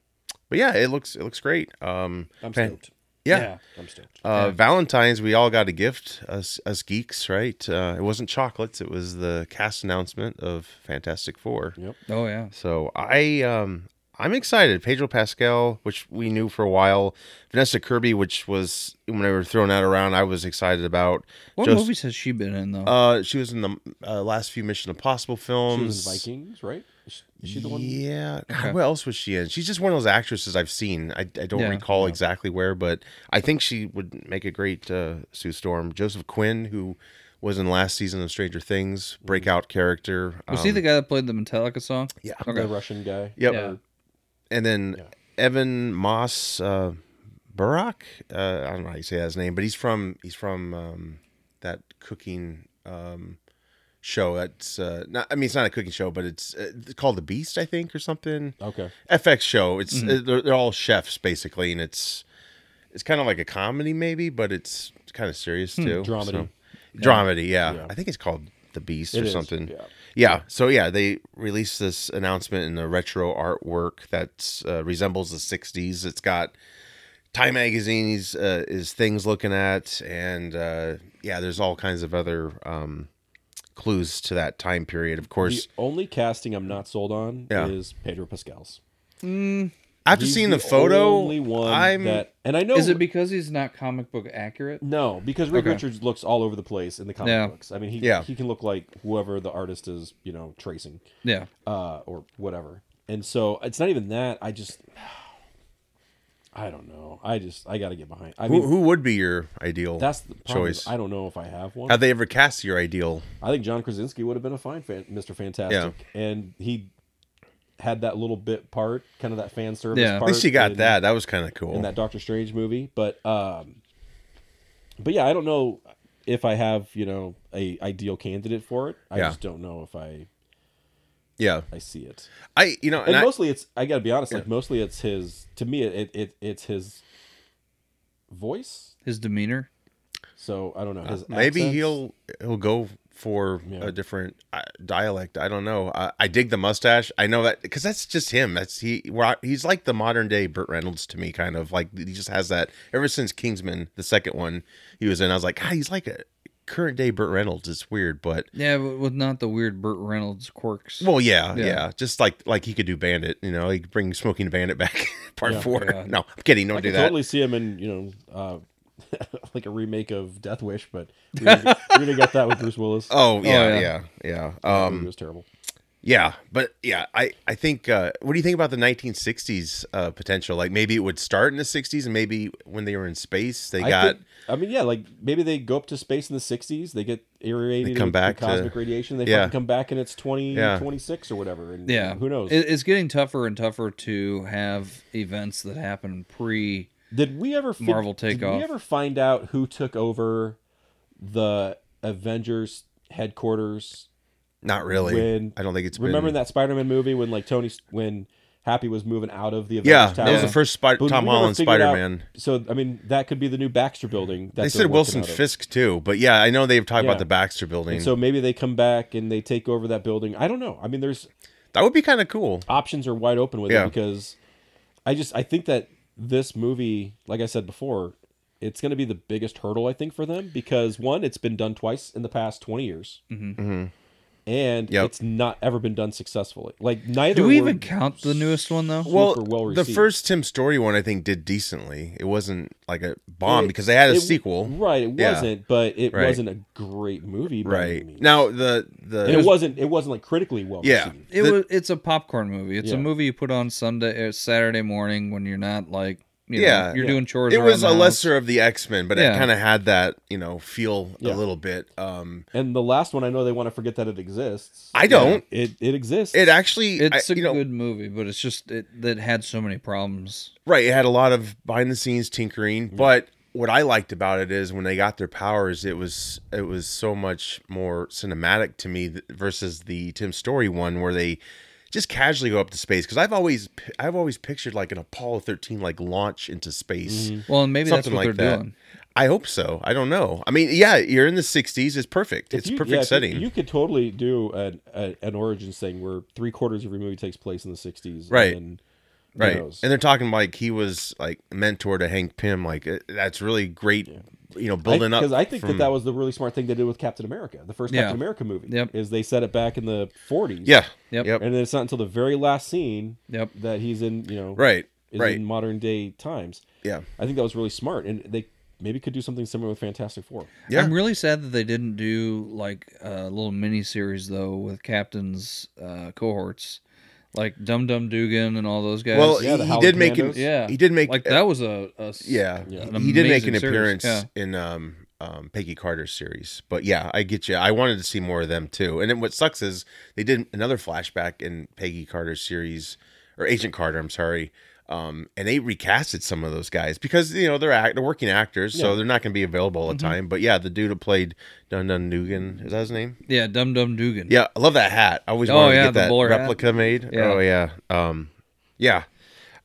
A: but yeah, it looks it looks great. Um,
C: I'm
A: fan-
C: stoked.
A: yeah.
C: I'm stoked.
A: Uh, Valentine's, we all got a gift, us, us geeks, right? Uh, it wasn't chocolates; it was the cast announcement of Fantastic Four.
B: Oh yeah.
A: So I, um, I'm excited. Pedro Pascal, which we knew for a while, Vanessa Kirby, which was when they were throwing that around, I was excited about.
B: What
A: Just-
B: movies has she been in though?
A: Uh, she was in the uh, last few Mission Impossible
C: She
A: films.
C: was in Vikings, right? Is she- is she the one?
A: Um, Yeah. God,
B: Okay.
A: What else was she in? She's just one of those actresses I've seen. I, I don't
B: Yeah.
A: recall exactly where, but I think she would make a great uh, Sue Storm. Joseph Quinn, who was in last season of Stranger Things, breakout character.
B: was he
A: um,
B: the guy that played the Metallica song?
A: Yeah.
C: The
B: Okay.
C: Russian guy.
A: Yep.
B: Yeah.
A: And then
C: Yeah.
A: Evan Moss uh, Barak. Uh, I don't know how you say his name, but he's from he's from um, that cooking. Um, show that's uh not i mean it's not a cooking show but it's, uh, it's called the beast i think or something
C: Okay.
A: FX show. It's
C: Mm-hmm.
A: uh, they're, they're all chefs basically, and it's it's kind of like a comedy maybe, but it's kind of serious too.
C: Hmm, dramedy.
A: so- dramedy. Yeah.
C: Yeah.
A: I think it's called The Beast
C: It
A: or
C: is,
A: something.
C: yeah.
A: Yeah, So yeah, they released this announcement in the retro artwork that uh, resembles the '60s. It's got Time Magazine's uh, is things looking at, and uh, yeah, there's all kinds of other. Um, clues to that time period of
C: The
A: course
C: only casting I'm not sold on
A: Yeah.
C: is Pedro Pascal's.
A: after
C: He's
A: seeing the, photo
C: only one
A: i'm
C: that, and I know
B: Is it because he's not comic book accurate?
C: No, because Rick
B: Okay.
C: Richards looks all over the place in the comic
B: Yeah.
C: books. I mean, he
A: Yeah.
C: he can look like whoever the artist is, you know, tracing
B: Yeah.
C: uh, or whatever. And so it's not even that. I just, [SIGHS] I don't know. I just I got to get behind. I mean,
A: who, who would be your ideal?
C: that's the problem is
A: choice.
C: I don't know if I have one.
A: Have they ever cast your ideal?
C: I think John Krasinski would have been a fine fan, Mr. Fantastic, and he had that little bit part, kind of that fan service.
B: Yeah. At
A: At
C: part
A: least you got
C: in-
A: that. That was kind of cool.
C: in that Doctor Strange movie. But um, but yeah, I don't know if I have you know a ideal candidate for it. I
A: Yeah.
C: just don't know if I
A: yeah,
C: I see it.
A: I you know,
C: And,
A: and I,
C: mostly it's I gotta be honest, like mostly it's his. To me, it, it, it it's his voice.
B: His demeanor.
C: So I don't know. His
A: maybe
C: accents.
A: he'll he'll go for
C: Yeah.
A: a different uh, dialect. I don't know. I, I dig the mustache. I know that because that's just him. That's he. we're- He's like the modern day Burt Reynolds to me, kind of like he just has that. Ever since Kingsman, the second one he was in, I was like, God, he's like a current day Burt Reynolds. It's weird, but
B: Yeah, but with not the weird Burt Reynolds quirks.
A: Well, yeah,
B: Yeah.
A: yeah, Just like like he could do Bandit, you know, he could bring Smoking Bandit back [LAUGHS] part
C: Yeah,
A: four.
B: yeah.
A: No, I'm kidding. Don't
C: I
A: do
C: can
A: that.
C: totally see him in you know. Uh, [LAUGHS] like a remake of Death Wish, but
A: [LAUGHS]
C: we already got- we already got that with Bruce Willis.
A: Oh yeah,
B: yeah.
A: yeah, yeah,
C: That movie
A: Um,
C: was terrible.
A: yeah, but yeah, I I think. Uh, what do you think about the 1960s uh, potential? Like maybe it would start in the 60s, and maybe when they were in space, they
C: I
A: got
C: think- I mean, yeah, like maybe they go up to space in the '60s. They get irradiated
A: They come
C: with the
A: back to-
C: cosmic radiation. They
A: Yeah.
C: fucking come back and it's 20,
A: Yeah.
C: 26 or whatever. And
B: yeah.
C: who knows?
B: It, it's getting tougher and tougher to have events that happen pre.
C: did we ever fi-
B: Marvel
C: Did
B: takeoff.
C: we ever find out who took over the Avengers headquarters?
A: not really.
C: when-
A: I don't think it's
C: Remember
A: been,
C: in that Spider-Man movie when like Tony when Happy was moving out of the Avengers
A: Yeah,
C: Tower?
A: that was
B: Yeah.
A: the first Spy-
C: But we
A: Tom
C: never
A: Holland
C: figured
A: Spider
C: out-
A: Man.
C: So I mean, that could be the new Baxter Building. That
A: They
C: they're
A: said
C: working
A: Wilson
C: out of.
A: Fisk too, but yeah, I know they've talked
C: Yeah.
A: about the Baxter Building.
C: And so maybe they come back and they take over that building. I don't know. I mean, there's
A: that would be kind of cool.
C: options are wide open with
A: Yeah.
C: it because I just I think that this movie, like I said before, it's going to be the biggest hurdle I think for them because one, it's been done twice in the past twenty years, and
A: Mm-hmm. Yep.
C: it's not ever been done successfully. Like neither
B: Do we
C: were-
B: even count the newest one though?
A: well,
C: super well
A: the
C: received.
A: first Tim Story one I think did decently. It wasn't like a bomb because they had a
C: it-
A: sequel,
C: right? It
A: Yeah.
C: wasn't, but it
A: Right.
C: wasn't a great movie, by any
A: right?
C: means.
A: Now the
C: and it
A: the
C: wasn't it wasn't like critically well
A: Yeah.
C: received.
B: It
A: The-
B: was. It's a popcorn movie. It's a
C: Yeah.
B: movie you put on Sunday, or Saturday morning when you're not like, you know,
A: Yeah.
B: you're
C: Yeah.
B: doing chores.
A: it was
B: around the
A: a
B: house.
A: lesser of the X Men, but
B: Yeah.
A: it kind of had that you know feel a
C: Yeah.
A: little bit. Um,
C: And the last one, I know they want to forget that it exists.
A: I don't.
C: It it exists.
A: it actually
B: It's
A: I-
B: a
A: you know
B: good movie, but it's just it that had so many problems.
A: right. It had a lot of behind the scenes tinkering, but what I liked about it is when they got their powers, it was it was so much more cinematic to me th- versus the Tim Story one where they just casually go up to space because I've always I've always pictured like an Apollo thirteen like launch into space.
C: Mm-hmm.
B: Well, and maybe
A: Something
B: that's what
A: like
B: they're
A: that.
B: doing.
A: I hope so. I don't know. I mean, yeah, you're in the '60s. It's perfect.
C: If
A: It's
C: you-
A: perfect
C: yeah, if you-
A: setting.
C: You, could totally do an, a, an origins thing where three quarters of your movie takes place in the '60s,
A: Right.
C: And then, who
A: right
C: knows?
A: and they're talking like he was like mentor to hank pym like uh, that's really great you know building
C: I,
A: up
C: because I think
A: from-
C: that that was the really smart thing they did with Captain America, the first
B: Yeah.
C: Captain America movie.
B: Yep.
C: Is they set it back in the '40s.
A: yeah
B: Yep.
A: yep
C: And then it's not until the very last scene
B: Yep.
C: that he's in, you know,
A: right
C: is
A: right
C: in modern day times.
A: yeah
C: I think that was really smart, and they maybe could do something similar with Fantastic Four.
A: yeah
B: I'm really sad that they didn't do like a little mini series though with Captain's uh, cohorts, like Dum Dum Dugan and all those guys.
A: well
C: Yeah, the
A: he, he
C: Howling
A: did make an
C: Commandos.
B: yeah,
A: he did make
B: like that was a, a s-
A: yeah,
C: Yeah.
B: an
A: he did make an
B: amazing series.
A: appearance
B: Yeah.
A: in um, um, Peggy Carter's series. But yeah, I get you. I wanted to see more of them too. And then what sucks is they did another flashback in Peggy Carter's series or Agent Carter. I'm sorry. Um, and they recasted some of those guys because you know they're act- they're working actors, so
C: Yeah.
A: they're not going to be available all
B: Mm-hmm.
A: the time. But yeah, the dude who played Dun Dun Dugan is that his name?
B: yeah, Dum Dum Dugan.
A: Yeah, I love that hat. I always
B: Oh,
A: wanted
B: yeah,
A: to get
B: the
A: that
B: bowler hat.
A: replica made.
B: Yeah.
A: Oh yeah, um, yeah.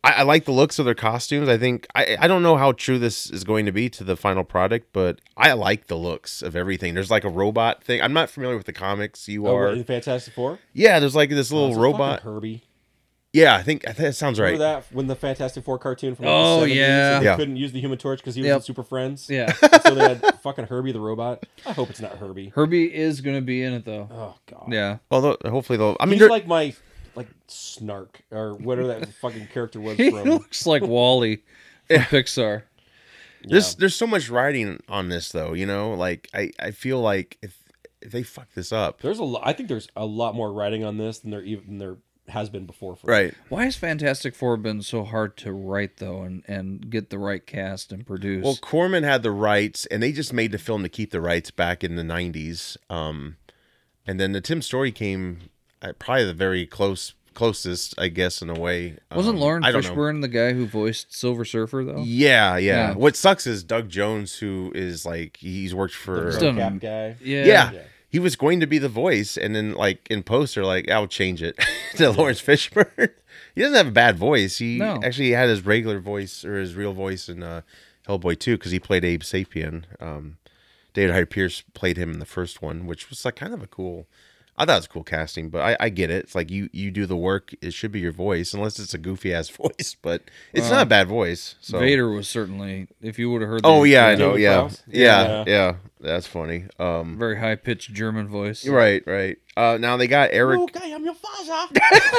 A: I, I like the looks of their costumes. I think I I don't know how true this is going to be to the final product, but I like the looks of everything. There's like a robot thing. I'm not familiar with the comics. You
C: Oh,
A: are.
C: in Fantastic Four,
A: yeah, there's like this
C: Oh,
A: little
C: it's a fucking
A: robot.
C: Herbie.
A: Yeah, I think I think that sounds right.
C: Remember that when the Fantastic Four cartoon from
B: Oh,
C: like the 70s,
B: yeah.
C: and they
A: Yeah.
C: couldn't use the Human Torch because he was
B: Yep.
C: in Super Friends.
B: Yeah.
A: [LAUGHS]
C: And so they had [LAUGHS] fucking Herbie the robot. I hope it's not Herbie.
B: Herbie is gonna be in it though.
C: Oh god.
B: Yeah,
A: Although hopefully they'll. I mean,
C: He's
A: they're-
C: like my like Snark or
B: [LAUGHS]
C: whatever that fucking character was
B: he
C: from.
B: looks like Wally from Pixar.
A: This there's so much writing on this though. You know, like I I feel like if if they fuck this up,
C: There's a lot. I think there's a lot more writing on this than there even there has been before. For
A: right?
B: Why has Fantastic Four been so hard to write though, and and get the right cast and produce?
A: Well, Corman had the rights, and they just made the film to keep the rights back in the '90s. Um, and then the Tim Story came at probably the uh, very close closest, I guess, in a way.
B: Wasn't
A: Um,
B: Lauren
A: I don't know.
B: Fishburne the guy who voiced Silver Surfer though?
A: Yeah, yeah,
B: Yeah.
A: What sucks is Doug Jones, who is like he's worked for.
B: Still-
C: cap guy.
B: Yeah.
A: yeah.
C: Yeah.
A: He was going to be the voice, and then like in post, they're like, "I'll change it [LAUGHS] to Lawrence Fishburne." [LAUGHS] he doesn't have a bad voice. He
B: No.
A: actually had his regular voice or his real voice in uh, Hellboy Two because he played Abe Sapien. Um, David Hyde Pierce played him in the first one, which was like kind of a cool. I thought it was cool casting, but I, I get it. It's like you you do the work; it should be your voice, unless it's a goofy ass [LAUGHS] voice. But it's
B: Well,
A: not a bad voice. So
B: Vader was certainly if you would have heard.
A: Oh
B: the-
A: yeah, I
B: the
A: know.
C: David
A: Yeah.
C: Prowse?
A: yeah, yeah,
C: Yeah.
A: That's funny. Um,
B: very high pitched German voice.
A: right, right. Uh, now they got Eric.
C: [LAUGHS] Okay, I'm your father.
B: [LAUGHS]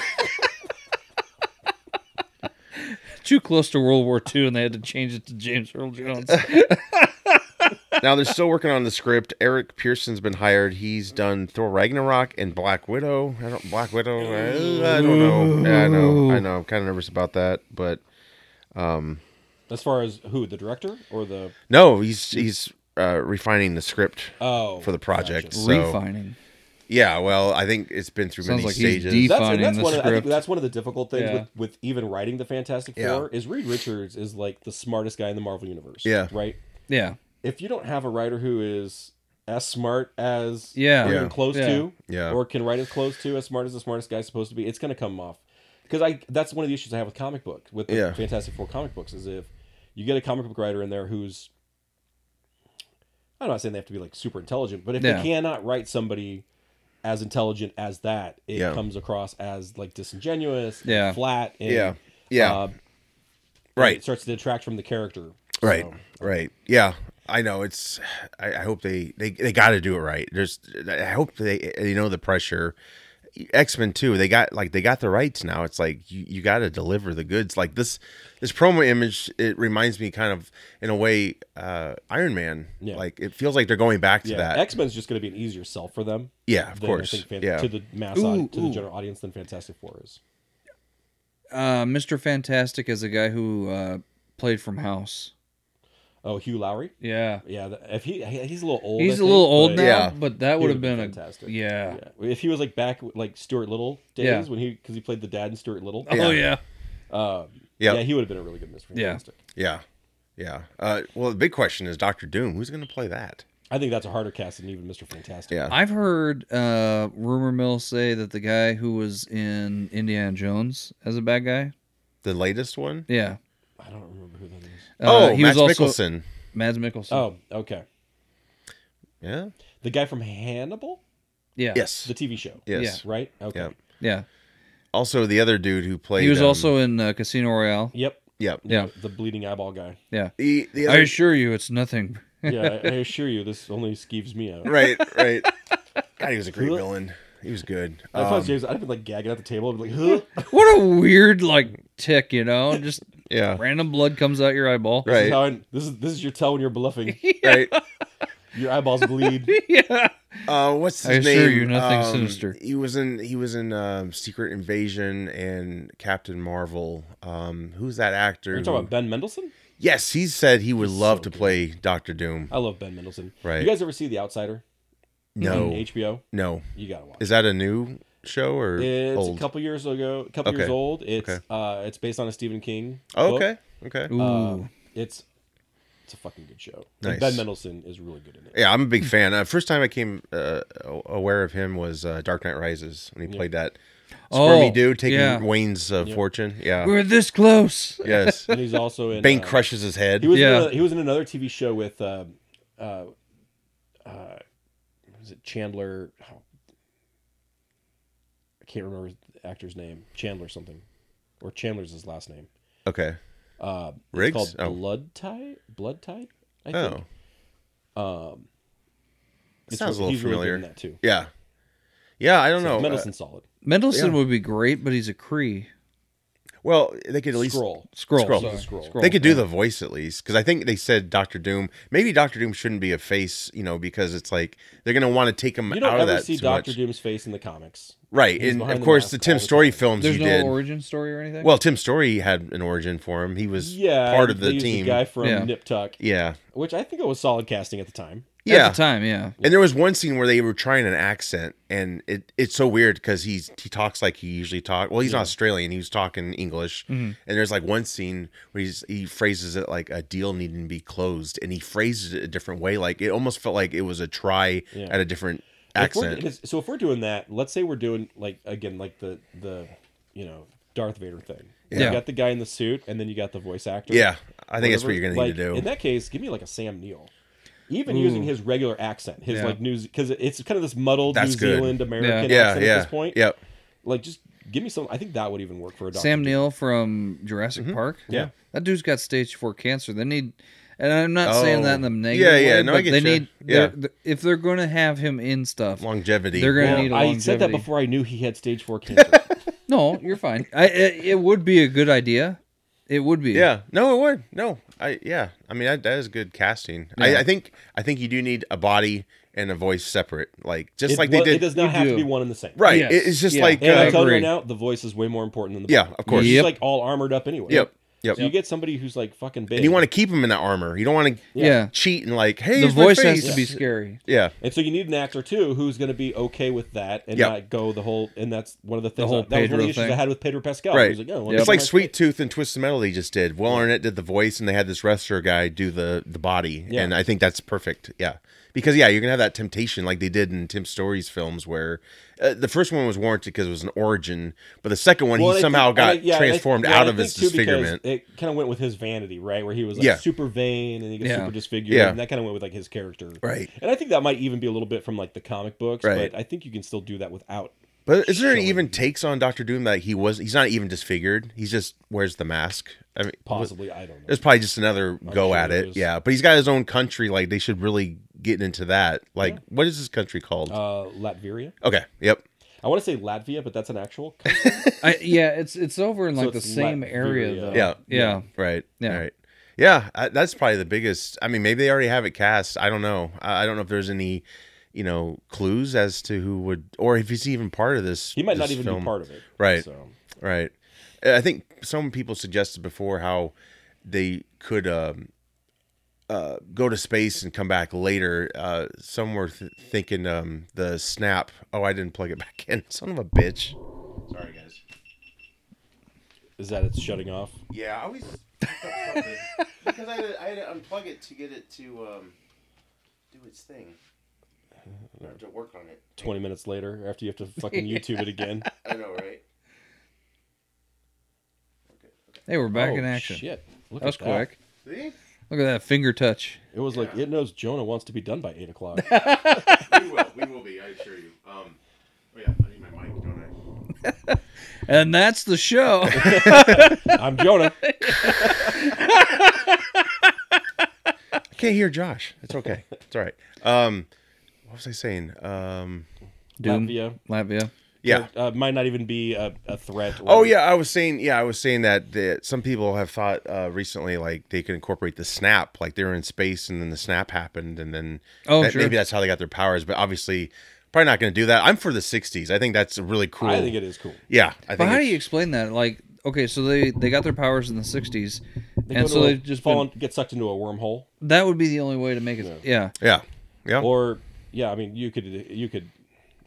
B: Too close to World War II, and they had to change it to James
A: [LAUGHS]
B: Earl Jones.
A: now they're still working on the script. Eric Pearson's been hired. He's done Thor Ragnarok and Black Widow. I don't Black Widow. I, I don't know. Yeah, I know. I know. I'm kind of nervous about that, but
C: As far as who, the director or the
A: no, he's he's uh, refining the script.
C: oh
A: For the project.
C: gotcha.
A: So-
B: Refining.
A: Yeah, well, I think it's been through
B: Sounds
A: many
B: like he's
A: stages.
B: deep.
C: That's,
B: Refining
C: that's
B: the
C: one. Of, I think
B: script.
C: that's one of the difficult things
B: Yeah.
C: with, with even writing the Fantastic
A: Yeah.
C: Four is Reed Richards is like the smartest guy in the Marvel universe.
A: Yeah.
C: right.
B: Yeah.
C: If you don't have a writer who is as smart as
B: Yeah.
C: or
A: Yeah.
C: close
B: Yeah.
C: to,
A: Yeah.
C: or can write as close to as smart as the smartest guy's supposed to be, it's going to come off. Because I that's one of the issues I have with comic book with the
A: Yeah.
C: Fantastic Four comic books is if you get a comic book writer in there who's I'm not saying they have to be like super intelligent, but if
B: Yeah.
C: they cannot write somebody as intelligent as that, it
A: Yeah.
C: comes across as like disingenuous, and
B: Yeah.
C: flat, and,
A: Yeah, yeah,
C: uh,
A: right.
C: It starts to detract from the character,
A: Right.
C: So,
A: Right. Yeah. I know it's. I, I hope they they, they got to do it right. There's. I hope they you know the pressure. X Men Two. They got like they got the rights now. It's like you, you got to deliver the goods. Like this this promo image. It reminds me kind of in a way uh Iron Man.
C: Yeah.
A: Like it feels like they're going back to
C: yeah,
A: that.
C: X Men's just going to be an easier sell for them.
A: yeah. Of
C: than,
A: course.
C: I think, fan-
A: yeah.
C: to the mass
B: Ooh,
C: aud- to
B: ooh.
C: the general audience than Fantastic Four is.
B: Uh, Mr. Fantastic is a guy who uh, played from House.
C: Oh, Hugh Lowry.
B: Yeah.
C: Yeah, th- if he he- he's a little old. I
B: He's a
C: think,
B: little old
C: but
B: now,
A: Yeah.
B: but
C: he
B: that would have
C: would've
B: been, a
C: fantastic.
B: yeah.
C: Yeah. if he was like back with, like Stuart Little days
B: Yeah.
C: when he because he played the dad in Stuart Little.
B: Oh
A: Yeah.
B: yeah.
C: Um,
A: Yeah.
C: yeah, he would have been a really good Mister
B: Yeah.
C: Fantastic.
A: yeah. Yeah. Uh, well, the big question is Doctor Doom. Who's going to play that?
C: I think that's a harder cast than even Mister Fantastic.
A: Yeah.
B: I've heard uh, rumor mill say that the guy who was in Indiana Jones as a bad guy.
A: The latest one.
B: Yeah.
C: I don't remember who that is.
A: oh,
B: Uh,
A: Max Mickelson.
B: Mads Mikkelsen.
C: Oh, okay,
A: Yeah.
C: the guy from Hannibal,
B: yeah.
A: Yes.
C: the TV show.
A: yes.
C: Right. Okay.
A: Yeah.
B: Yeah.
A: Also, the other dude who played
B: He was
A: um,
B: also in uh, Casino Royale.
C: Yep.
A: yep.
B: Yeah.
C: The bleeding
B: [LAUGHS]
C: eyeball guy.
B: Yeah.
A: The, the
B: I
A: other,
B: assure you, it's nothing. [LAUGHS]
C: Yeah, I, I assure you, this only skeeves me out.
A: right,
B: [LAUGHS]
A: right. God, he was a great
C: Who-
A: villain. He was good.
C: I thought
A: Um,
C: James. I'd have been like gagging at the table. I'd be like, huh?
B: What a weird like tick, you
A: [LAUGHS]
B: know? Just
A: yeah,
B: random blood comes out your eyeball.
A: Right.
B: [LAUGHS]
C: This is how I, this is this is your tell when you're bluffing.
A: right.
C: Your eyeballs bleed.
B: [LAUGHS] yeah.
A: Uh, what's his
B: I
A: name?
B: assure you, nothing
A: Um,
B: sinister.
A: He was in he was in um, Secret Invasion and Captain Marvel. Um, who's that actor?
C: You're talking
A: who-
C: about Ben Mendelsohn.
A: yes, he said he would love
C: so
A: to
C: good. Uh,
A: play Doctor Doom.
C: I love Ben Mendelsohn.
A: Right.
C: You guys ever see The Outsider?
A: No,
C: On HBO.
A: no.
C: You gotta watch.
A: Is that a new show or
C: it's
A: old?
C: a couple years ago. A couple
A: Okay.
C: years old. It's
A: Okay.
C: uh, it's based on a Stephen King.
A: Oh,
C: book.
A: okay, okay.
B: Ooh.
C: Um, it's it's a fucking good show.
A: Nice.
C: And ben Mendelsohn is really good in it.
A: Yeah, I'm a big fan. Uh, first time I came uh, a- aware of him was uh, Dark Knight Rises when he played that squirmy
B: Oh,
A: dude taking
B: yeah.
A: Wayne's uh, fortune. Yeah,
B: We were this close.
C: [LAUGHS]
A: yes.
C: And he's also in.
A: Bane
C: uh,
A: crushes his head.
C: He was
B: Yeah.
C: in a, he was in another TV show with uh, uh, uh, was it Chandler? oh, I can't remember the actor's name. Chandler something, or Chandler's his last name.
A: okay.
C: Uh,
A: Riggs?
C: It's called
A: Oh.
C: Blood Tide. Blood Tide. I
A: Oh,
C: think. Um, it's
A: sounds a
C: really-
A: little
C: he's
A: familiar.
C: Really good in that too.
A: yeah, yeah. I don't
C: So,
A: know. Uh,
C: Mendelsohn's solid.
B: Mendelsohn
A: Yeah.
B: would be great, but he's a Cree.
A: Uh, well, they could at least
C: Scroll.
B: Scroll.
A: Skrull.
B: sorry.
C: Skrull.
B: Skrull,
A: they could do
B: yeah.
A: the voice at least because I think they said Doctor Doom. Maybe Doctor Doom shouldn't be a face, you know, because it's like they're gonna want to take him
C: You
A: out
C: don't
A: of
C: ever
A: that
C: see
A: too
C: Doctor
A: much.
C: Doom's face in the comics.
A: Right,
C: He's
A: and
C: behind
A: of
C: the
A: course
C: mask
A: the Tim
C: all the
A: Story
C: time.
A: films
B: There's
A: he
B: no
A: did.
B: origin story or anything.
A: Well, Tim Story had an origin for him. He was
C: Yeah,
A: part of
C: they
A: the
C: used
A: team.
C: guy from
B: Yeah.
C: Nip Tuck,
A: Yeah,
C: which I think it was solid casting at the time.
A: Yeah.
B: At the time, yeah.
A: And there was one scene where they were trying an accent, and it, it's so weird because he's he talks like he usually talk. Well, he's not Australian; he was talking English.
C: Mm-hmm.
A: And there's like one scene where he's he phrases it like a deal needing to be closed, and he phrases it a different way. Like it almost felt like it was a try
C: Yeah.
A: at a different
C: If we're-
A: accent.
C: 'cause- so if we're doing that, let's say we're doing like again, like the the you know Darth Vader thing.
B: Yeah.
C: You got the guy in the suit, and then you got the voice actor.
A: Yeah, I think that's what
C: whatever.
A: you're gonna
C: like,
A: need to do.
C: In that case, give me like a Sam Neill. Even
B: Ooh.
C: using his regular accent, his
B: Hmm. Yeah.
C: like New because it's kind of this muddled
A: That's
C: New
A: good.
C: Zealand American
A: yeah,
C: accent
A: yeah,
C: at this point.
A: yep.
C: Like just give me some. I think that would even work for a doctor.
B: Sam Neill from Jurassic
A: Mm-hmm.
B: Park.
C: Yeah.
B: That dude's got stage four cancer. They need, and I'm not saying that in the
A: Oh.
B: negative
A: Yeah, yeah,
B: way,
A: no, I
B: but
A: get
B: they
A: you.
B: need,
A: Yeah.
B: they're- th- if they're going to have him in stuff,
A: Longevity.
B: They're gonna
C: Well,
B: need a
C: I said that
B: longevity.
C: before I knew he had
A: [LAUGHS]
C: stage four cancer.
B: no, you're fine. I, it, it would be a good idea. It would be.
A: Yeah. No, it would. No. I yeah. I mean that, that is good casting. I,
B: Yeah.
A: I think I think you do need a body and a voice separate. Like just
C: It
A: like
C: wa-
A: they
C: It
A: did.
C: does not
B: You
C: have to
B: do.
C: be one and the same.
A: right.
B: Yes.
A: it- it's just
B: Yeah.
A: like
C: And
B: I
C: I'm
A: uh,
C: telling you right
B: agree.
C: now, the voice is way more important than the
A: Yeah,
C: body.
A: of course.
C: She's
B: Yep.
C: like all armored up anyway.
A: Yep. Yep.
C: So you get somebody who's like fucking big.
A: And you want to keep him in that armor. You don't want to
B: Yeah.
A: cheat and like, hey,
B: The
A: it's my
B: voice has
A: face.
B: to be scary.
A: Yeah.
C: And so you need an actor too who's going to be okay with that and
A: Yep.
C: not go the whole. And that's one of the things.
B: whole
C: that was one of the
B: Pedro
C: issues I
B: thing.
C: had with Pedro Pascal.
A: Right.
C: He's like, oh, well,
A: It's
C: that's
A: like
C: my-
A: Sweet Tooth and Twisted Metal they just did. Will Arnett did the voice and they had this wrestler guy do the the body.
C: Yeah.
A: And I think that's perfect. Yeah. Because yeah, you're going to have that temptation like they did in Tim Story's films where uh, the first one was warranted because it was an origin, but the second one
C: Well, and
A: he
C: I
A: somehow
C: think- and
A: got
C: I- yeah, and I-
A: transformed
C: yeah, and
A: out
C: I
A: of his
C: think, too, because
A: disfigurement.
C: It kind of went with his vanity, right? Where he was like
A: Yeah.
C: super vain and he gets
B: Yeah.
C: super disfigured.
A: Yeah.
C: And that kind of went with like his character.
A: Right.
C: And I think that might even be a little bit from like the comic books,
A: Right.
C: but I think you can still do that without.
A: But is there
C: showing-
A: even takes on Doctor Doom that he was he's not even disfigured. He's just wears the mask. I mean
C: Possibly, I don't know.
A: It's probably just another go
C: sure
A: at
C: it
A: it.
C: is.
A: Yeah. But he's got his own country. Like they should really get into that. Like what is this country called?
C: Uh, Latveria.
A: okay. Yep.
C: I want to say Latvia, but that's an actual. country.
B: I, yeah, it's it's over in
C: So
B: like the
C: it's
B: same
C: Latveria.
B: area though.
A: Yeah.
B: yeah,
A: Right.
B: Yeah.
A: All right. Yeah. I, that's probably the biggest. I mean, maybe they already have it cast. I don't know. I, I don't know if there's any, you know, clues as to who would, or if he's even part of this.
C: He might not
A: this
C: even
A: film.
C: be part of it.
A: Right.
C: So.
A: Right. I think some people suggested before how they could um, uh, go to space and come back later. Uh, some were th- thinking um, the snap. Oh, I didn't plug it [LAUGHS] back in. Son of a bitch. Sorry, guys.
C: Is that it's shutting off?
A: Yeah, I always because I had, to, I had to unplug it to get it to um, do its thing. Or to work on it.
C: 20 minutes later after you have to fucking
A: [LAUGHS]
C: YouTube it again.
A: I know, right?
B: Hey, we're back
C: Oh,
B: in action.
C: Shit. Look
B: That was
C: at
B: quick.
A: See?
B: Look at that finger touch.
C: It was like, it knows Jonah wants to be done by
A: [LAUGHS]
C: 8 o'clock.
A: We will. We will be. I assure you. Um. Oh yeah, I need my mic, don't I?
B: And that's the
C: [LAUGHS]
B: show.
C: I'm Jonah.
A: can't hear Josh.
B: [LAUGHS]
A: It's okay. It's all right. Um, what was I saying? Um,
B: Doom.
C: Latvia.
B: Latvia.
A: yeah.
C: Uh, might not even be a, a threat. or-
A: Oh yeah, I was saying. Yeah, I was saying that the, some people have thought uh, recently like they could incorporate the snap, like they were in space and then the snap happened, and then
B: Oh,
A: that-
B: sure.
A: maybe that's how they got their powers. But obviously, probably not going to do that. I'm for the '60s. I think that's a really cool.
C: I think it is cool.
A: yeah, I
B: But
A: think.
B: how do
A: it's-
B: you explain that? Like, okay, so they they got their powers in the '60s,
C: go
B: and
C: to
B: so
C: a-
B: they've just
C: fall
B: been,
C: in- get sucked into a wormhole.
B: that would be the only way to make it. Yeah,
A: Yeah. Yeah.
C: Or, yeah, I mean, you could, you could,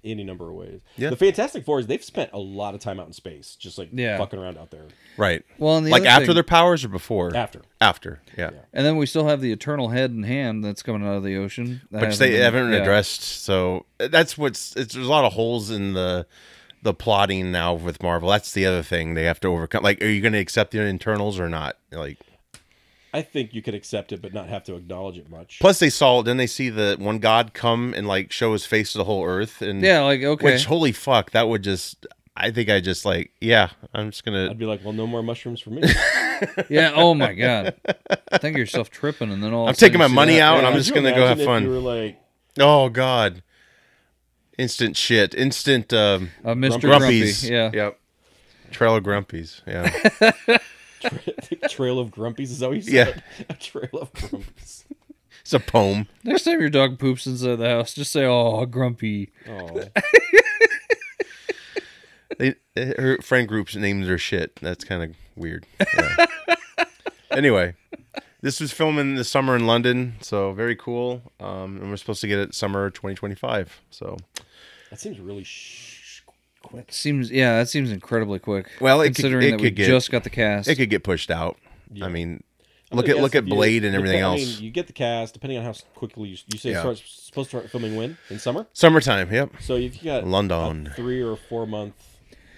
C: any number of ways.
A: Yeah.
C: The Fantastic Four is they've spent a lot of time out in space, just like
B: Yeah.
C: fucking around out there.
A: right.
B: Well, and the
A: like
B: other
A: after
B: thing-
A: their powers or before?
C: After.
A: After. Yeah.
B: and then we still have the eternal head and hand that's coming out of the ocean, That
A: which they
B: been-
A: haven't
B: yeah.
A: addressed. So uh, that's what's it's, there's a lot of holes in the the plotting now with Marvel. That's the other thing they have to overcome. Like, are you going to accept the internals or not? Like,
C: I think you could accept it, but not have to acknowledge it much.
A: plus they saw didn't they see the one God come and like show his face to the whole earth and
B: Yeah, like okay,
A: which holy fuck that would just I think I just like yeah I'm just gonna
C: I'd be like, well, no more mushrooms for me.
B: yeah. Oh my god, think of yourself tripping, and then all of
A: I'm
B: a sudden
A: taking
B: you
A: my
B: see
A: money [LAUGHS]
B: that.
A: out and I'm
C: Could
A: just
C: you
A: gonna go
C: imagine
A: have
C: if
A: fun.
C: You were like,
A: oh god instant shit instant um,
B: Uh, Mr. Grumpy,
A: grumpies
B: yeah.
A: yep trail of grumpies yeah. [LAUGHS]
C: [LAUGHS] Trail of Grumpies. Is that what you said? [LAUGHS]
A: Yeah.
C: A Trail of Grumpies.
A: It's a poem.
B: Next time your dog poops inside the house, just say, "Oh, grumpy."
C: Oh,
A: They, eh, her
C: [LAUGHS]
A: friend groups names their shit. That's kind of weird. Yeah. anyway, this was filming this summer in London, so very cool. Um, and we're supposed to get it summer 2025. So
C: That seems really sh- quick.
B: Seems yeah, that seems incredibly quick.
A: Well, it could-
B: considering
A: it
B: that we
A: could get-
B: just got the cast,
A: it could get pushed out.
C: Yeah.
A: I mean,
C: I'm
A: look
C: gonna
A: at look
C: guess
A: at
C: if you-
A: Blade and
C: if-
A: everything
C: I mean,
A: else.
C: you get the cast depending on how s- quickly you you say it
A: Yeah.
C: starts supposed to start filming when in summer.
A: Summertime. Yep.
C: So if you got
A: London.
C: a three or four month.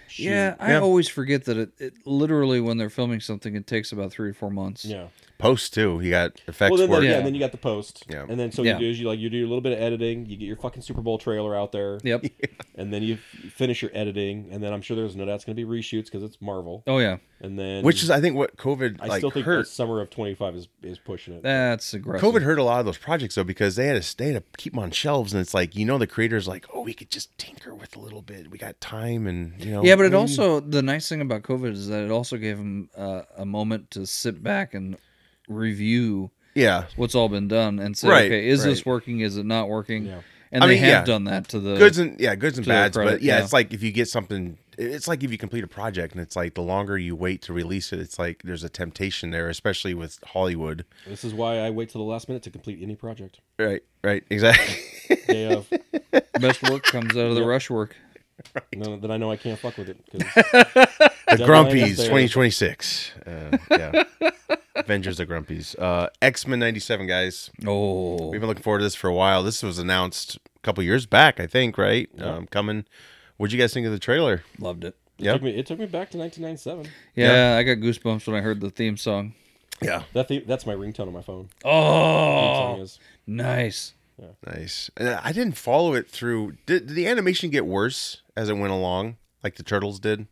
C: shoot-
B: yeah, I
A: Yeah.
B: always forget that it, it literally when they're filming something, it takes about three to four months.
C: Yeah.
A: Post too. He got effects
C: Well, then,
A: work.
C: yeah.
B: Yeah.
C: and then you got the post.
A: Yeah.
C: And then so
B: Yeah.
C: you do is you like you do a little bit of editing. You get your fucking Super Bowl trailer out there.
A: [LAUGHS]
B: Yep.
C: And then you f- finish your editing, and then I'm sure there's no doubt it's going to be reshoots because it's Marvel.
B: Oh yeah,
C: And then
A: Which is, I think, what COVID
C: I
A: like
C: still think
A: hurt.
C: the summer of 25 is is pushing it.
B: that's aggressive.
A: COVID hurt a lot of those projects though because they had to stay to keep them on shelves, and it's like you know the creators like, oh, we could just tinker with a little bit. We got time, and you know.
B: Yeah, but it
A: we-
B: also the nice thing about COVID is that it also gave them uh, a moment to sit back and review
A: yeah.
B: what's all been done and say,
A: Right,
B: okay, is this
A: right.
B: working? Is it not working?
C: Yeah.
B: And
A: I
B: they
A: mean,
B: have
A: yeah.
B: done that to the
A: goods and yeah, goods and
B: to their
A: bads.
B: credit,
A: but yeah,
B: yeah.
A: it's like if you get something, it's like if you complete a project, and it's like the longer you wait to release it, it's like there's a temptation there, especially with Hollywood.
C: This is why I wait till the last minute to complete any project.
A: Right, right, exactly.
C: Day of,
B: [LAUGHS] best work comes out of the
C: Yep.
B: rush work.
C: no, then I know I can't fuck with it.
A: [LAUGHS]
C: 'cause-
A: [LAUGHS] the
C: Deadline is
A: Grumpies,
C: there.
A: 2026. Uh,
B: [LAUGHS]
A: yeah, Avengers, the Grumpies, uh, X Men '97, guys.
B: Oh,
A: We've been looking forward to this for a while. This was announced a couple years back, I think. Right, um, coming. What'd you guys think of the trailer?
B: loved it.
C: It,
A: Yep.
C: took me, it took me back to 1997.
B: Yeah, I got goosebumps when I heard the theme song.
A: Yeah,
C: That the, that's my ringtone on my phone. Theme song
B: Oh,
C: is-
B: nice.
A: Nice. And I didn't follow it through. Did, did the animation get worse as it went along, like the turtles did?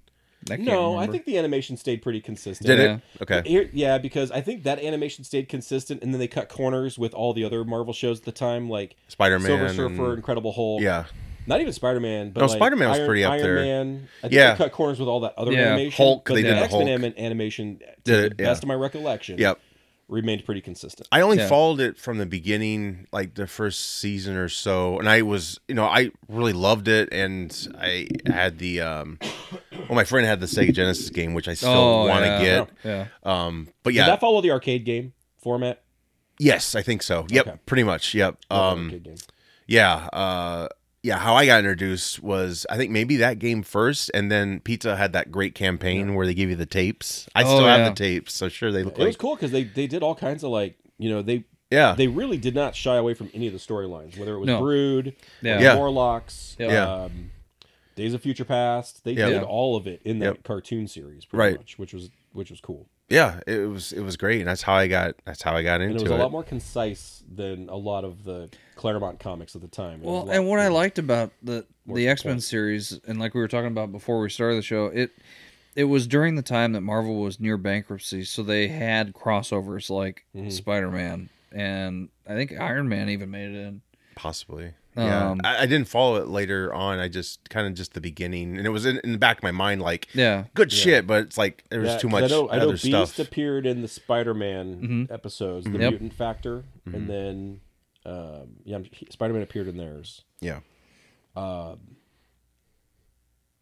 B: I can't
C: no, I
B: remember.
C: think the animation stayed pretty consistent.
A: Did
B: Yeah.
A: it? Okay.
C: Here, yeah, because I think that animation stayed consistent, and then they cut corners with all the other Marvel shows at the time, like
A: Spider Man.
C: Silver Surfer, Incredible Hulk.
A: yeah.
C: not even Spider Man, but
A: No,
C: like
A: Spider-Man was
C: Iron,
A: pretty up
C: Iron
A: there.
C: Man. I think
A: Yeah.
C: they cut corners with all that other
B: Yeah.
C: animation.
A: Hulk,
C: but
A: they
C: the
A: did the
C: X-Men
A: Hulk.
C: anim- animation. To
A: Did
C: the
A: it, yeah.
C: best of my recollection,
A: Yep.
C: remained pretty consistent.
A: I only
B: Yeah.
A: followed it from the beginning, like the first season or so, and I was, you know, I really loved it, and I had the, um, well, my friend had the Sega Genesis game, which I still
B: Oh,
A: want to
B: yeah.
A: get.
B: Yeah.
A: Um, but
C: Did
A: yeah,
C: that follow the arcade game format?
A: yes, I think so. Yep,
C: Okay.
A: pretty much. Yep.
C: Not
A: Um,
C: arcade game.
A: Yeah, uh, yeah. How I got introduced was I think maybe that game first, and then Pizza had that great campaign where they give you the tapes. I
B: Oh,
A: still
B: yeah.
A: have the tapes, so sure they look
C: it was
A: like Uh.
C: cool because they they did all kinds of like you know they
A: yeah,
C: they really did not shy away from any of the storylines, whether it was
B: No.
C: Brood,
B: Yeah.
A: Yeah.
C: Morlocks,
B: Yeah.
A: Yeah.
C: Um, Days of Future Past. They
A: Yeah.
C: did
B: Yeah.
C: all of it in that
A: Yep.
C: cartoon series, pretty
A: Right.
C: much, which was which was cool.
A: yeah. It was it was great, and that's how I got that's how I got
C: And
A: into
C: it
A: it.
C: was a lot more concise than a lot of the Claremont comics at the time. It was
B: Well,
C: a lot-
B: and what I liked about the
C: More
B: the
C: to the
B: X Men
C: point.
B: series, and like we were talking about before we started the show, it it was during the time that Marvel was near bankruptcy, so they had crossovers like
C: Mhm.
B: Spider Man and I think Iron Man even made it in.
A: Possibly, yeah.
B: Um,
A: I, I didn't follow it later on. I just kind of just the beginning, and it was in, in the back of my mind like
B: Yeah,
A: good
C: Yeah.
A: shit, but it's like there was
C: Yeah,
A: too
C: 'cause
A: much
C: I know, I know
A: other
C: Beast
A: stuff.
C: appeared in the Spider-Man
B: Mhm.
C: episodes, the
B: Mhm. Yep.
C: Mutant Factor,
A: Mm-hmm.
C: and then um, yeah, I'm- he- Spider-Man appeared in theirs.
A: yeah,
C: Um,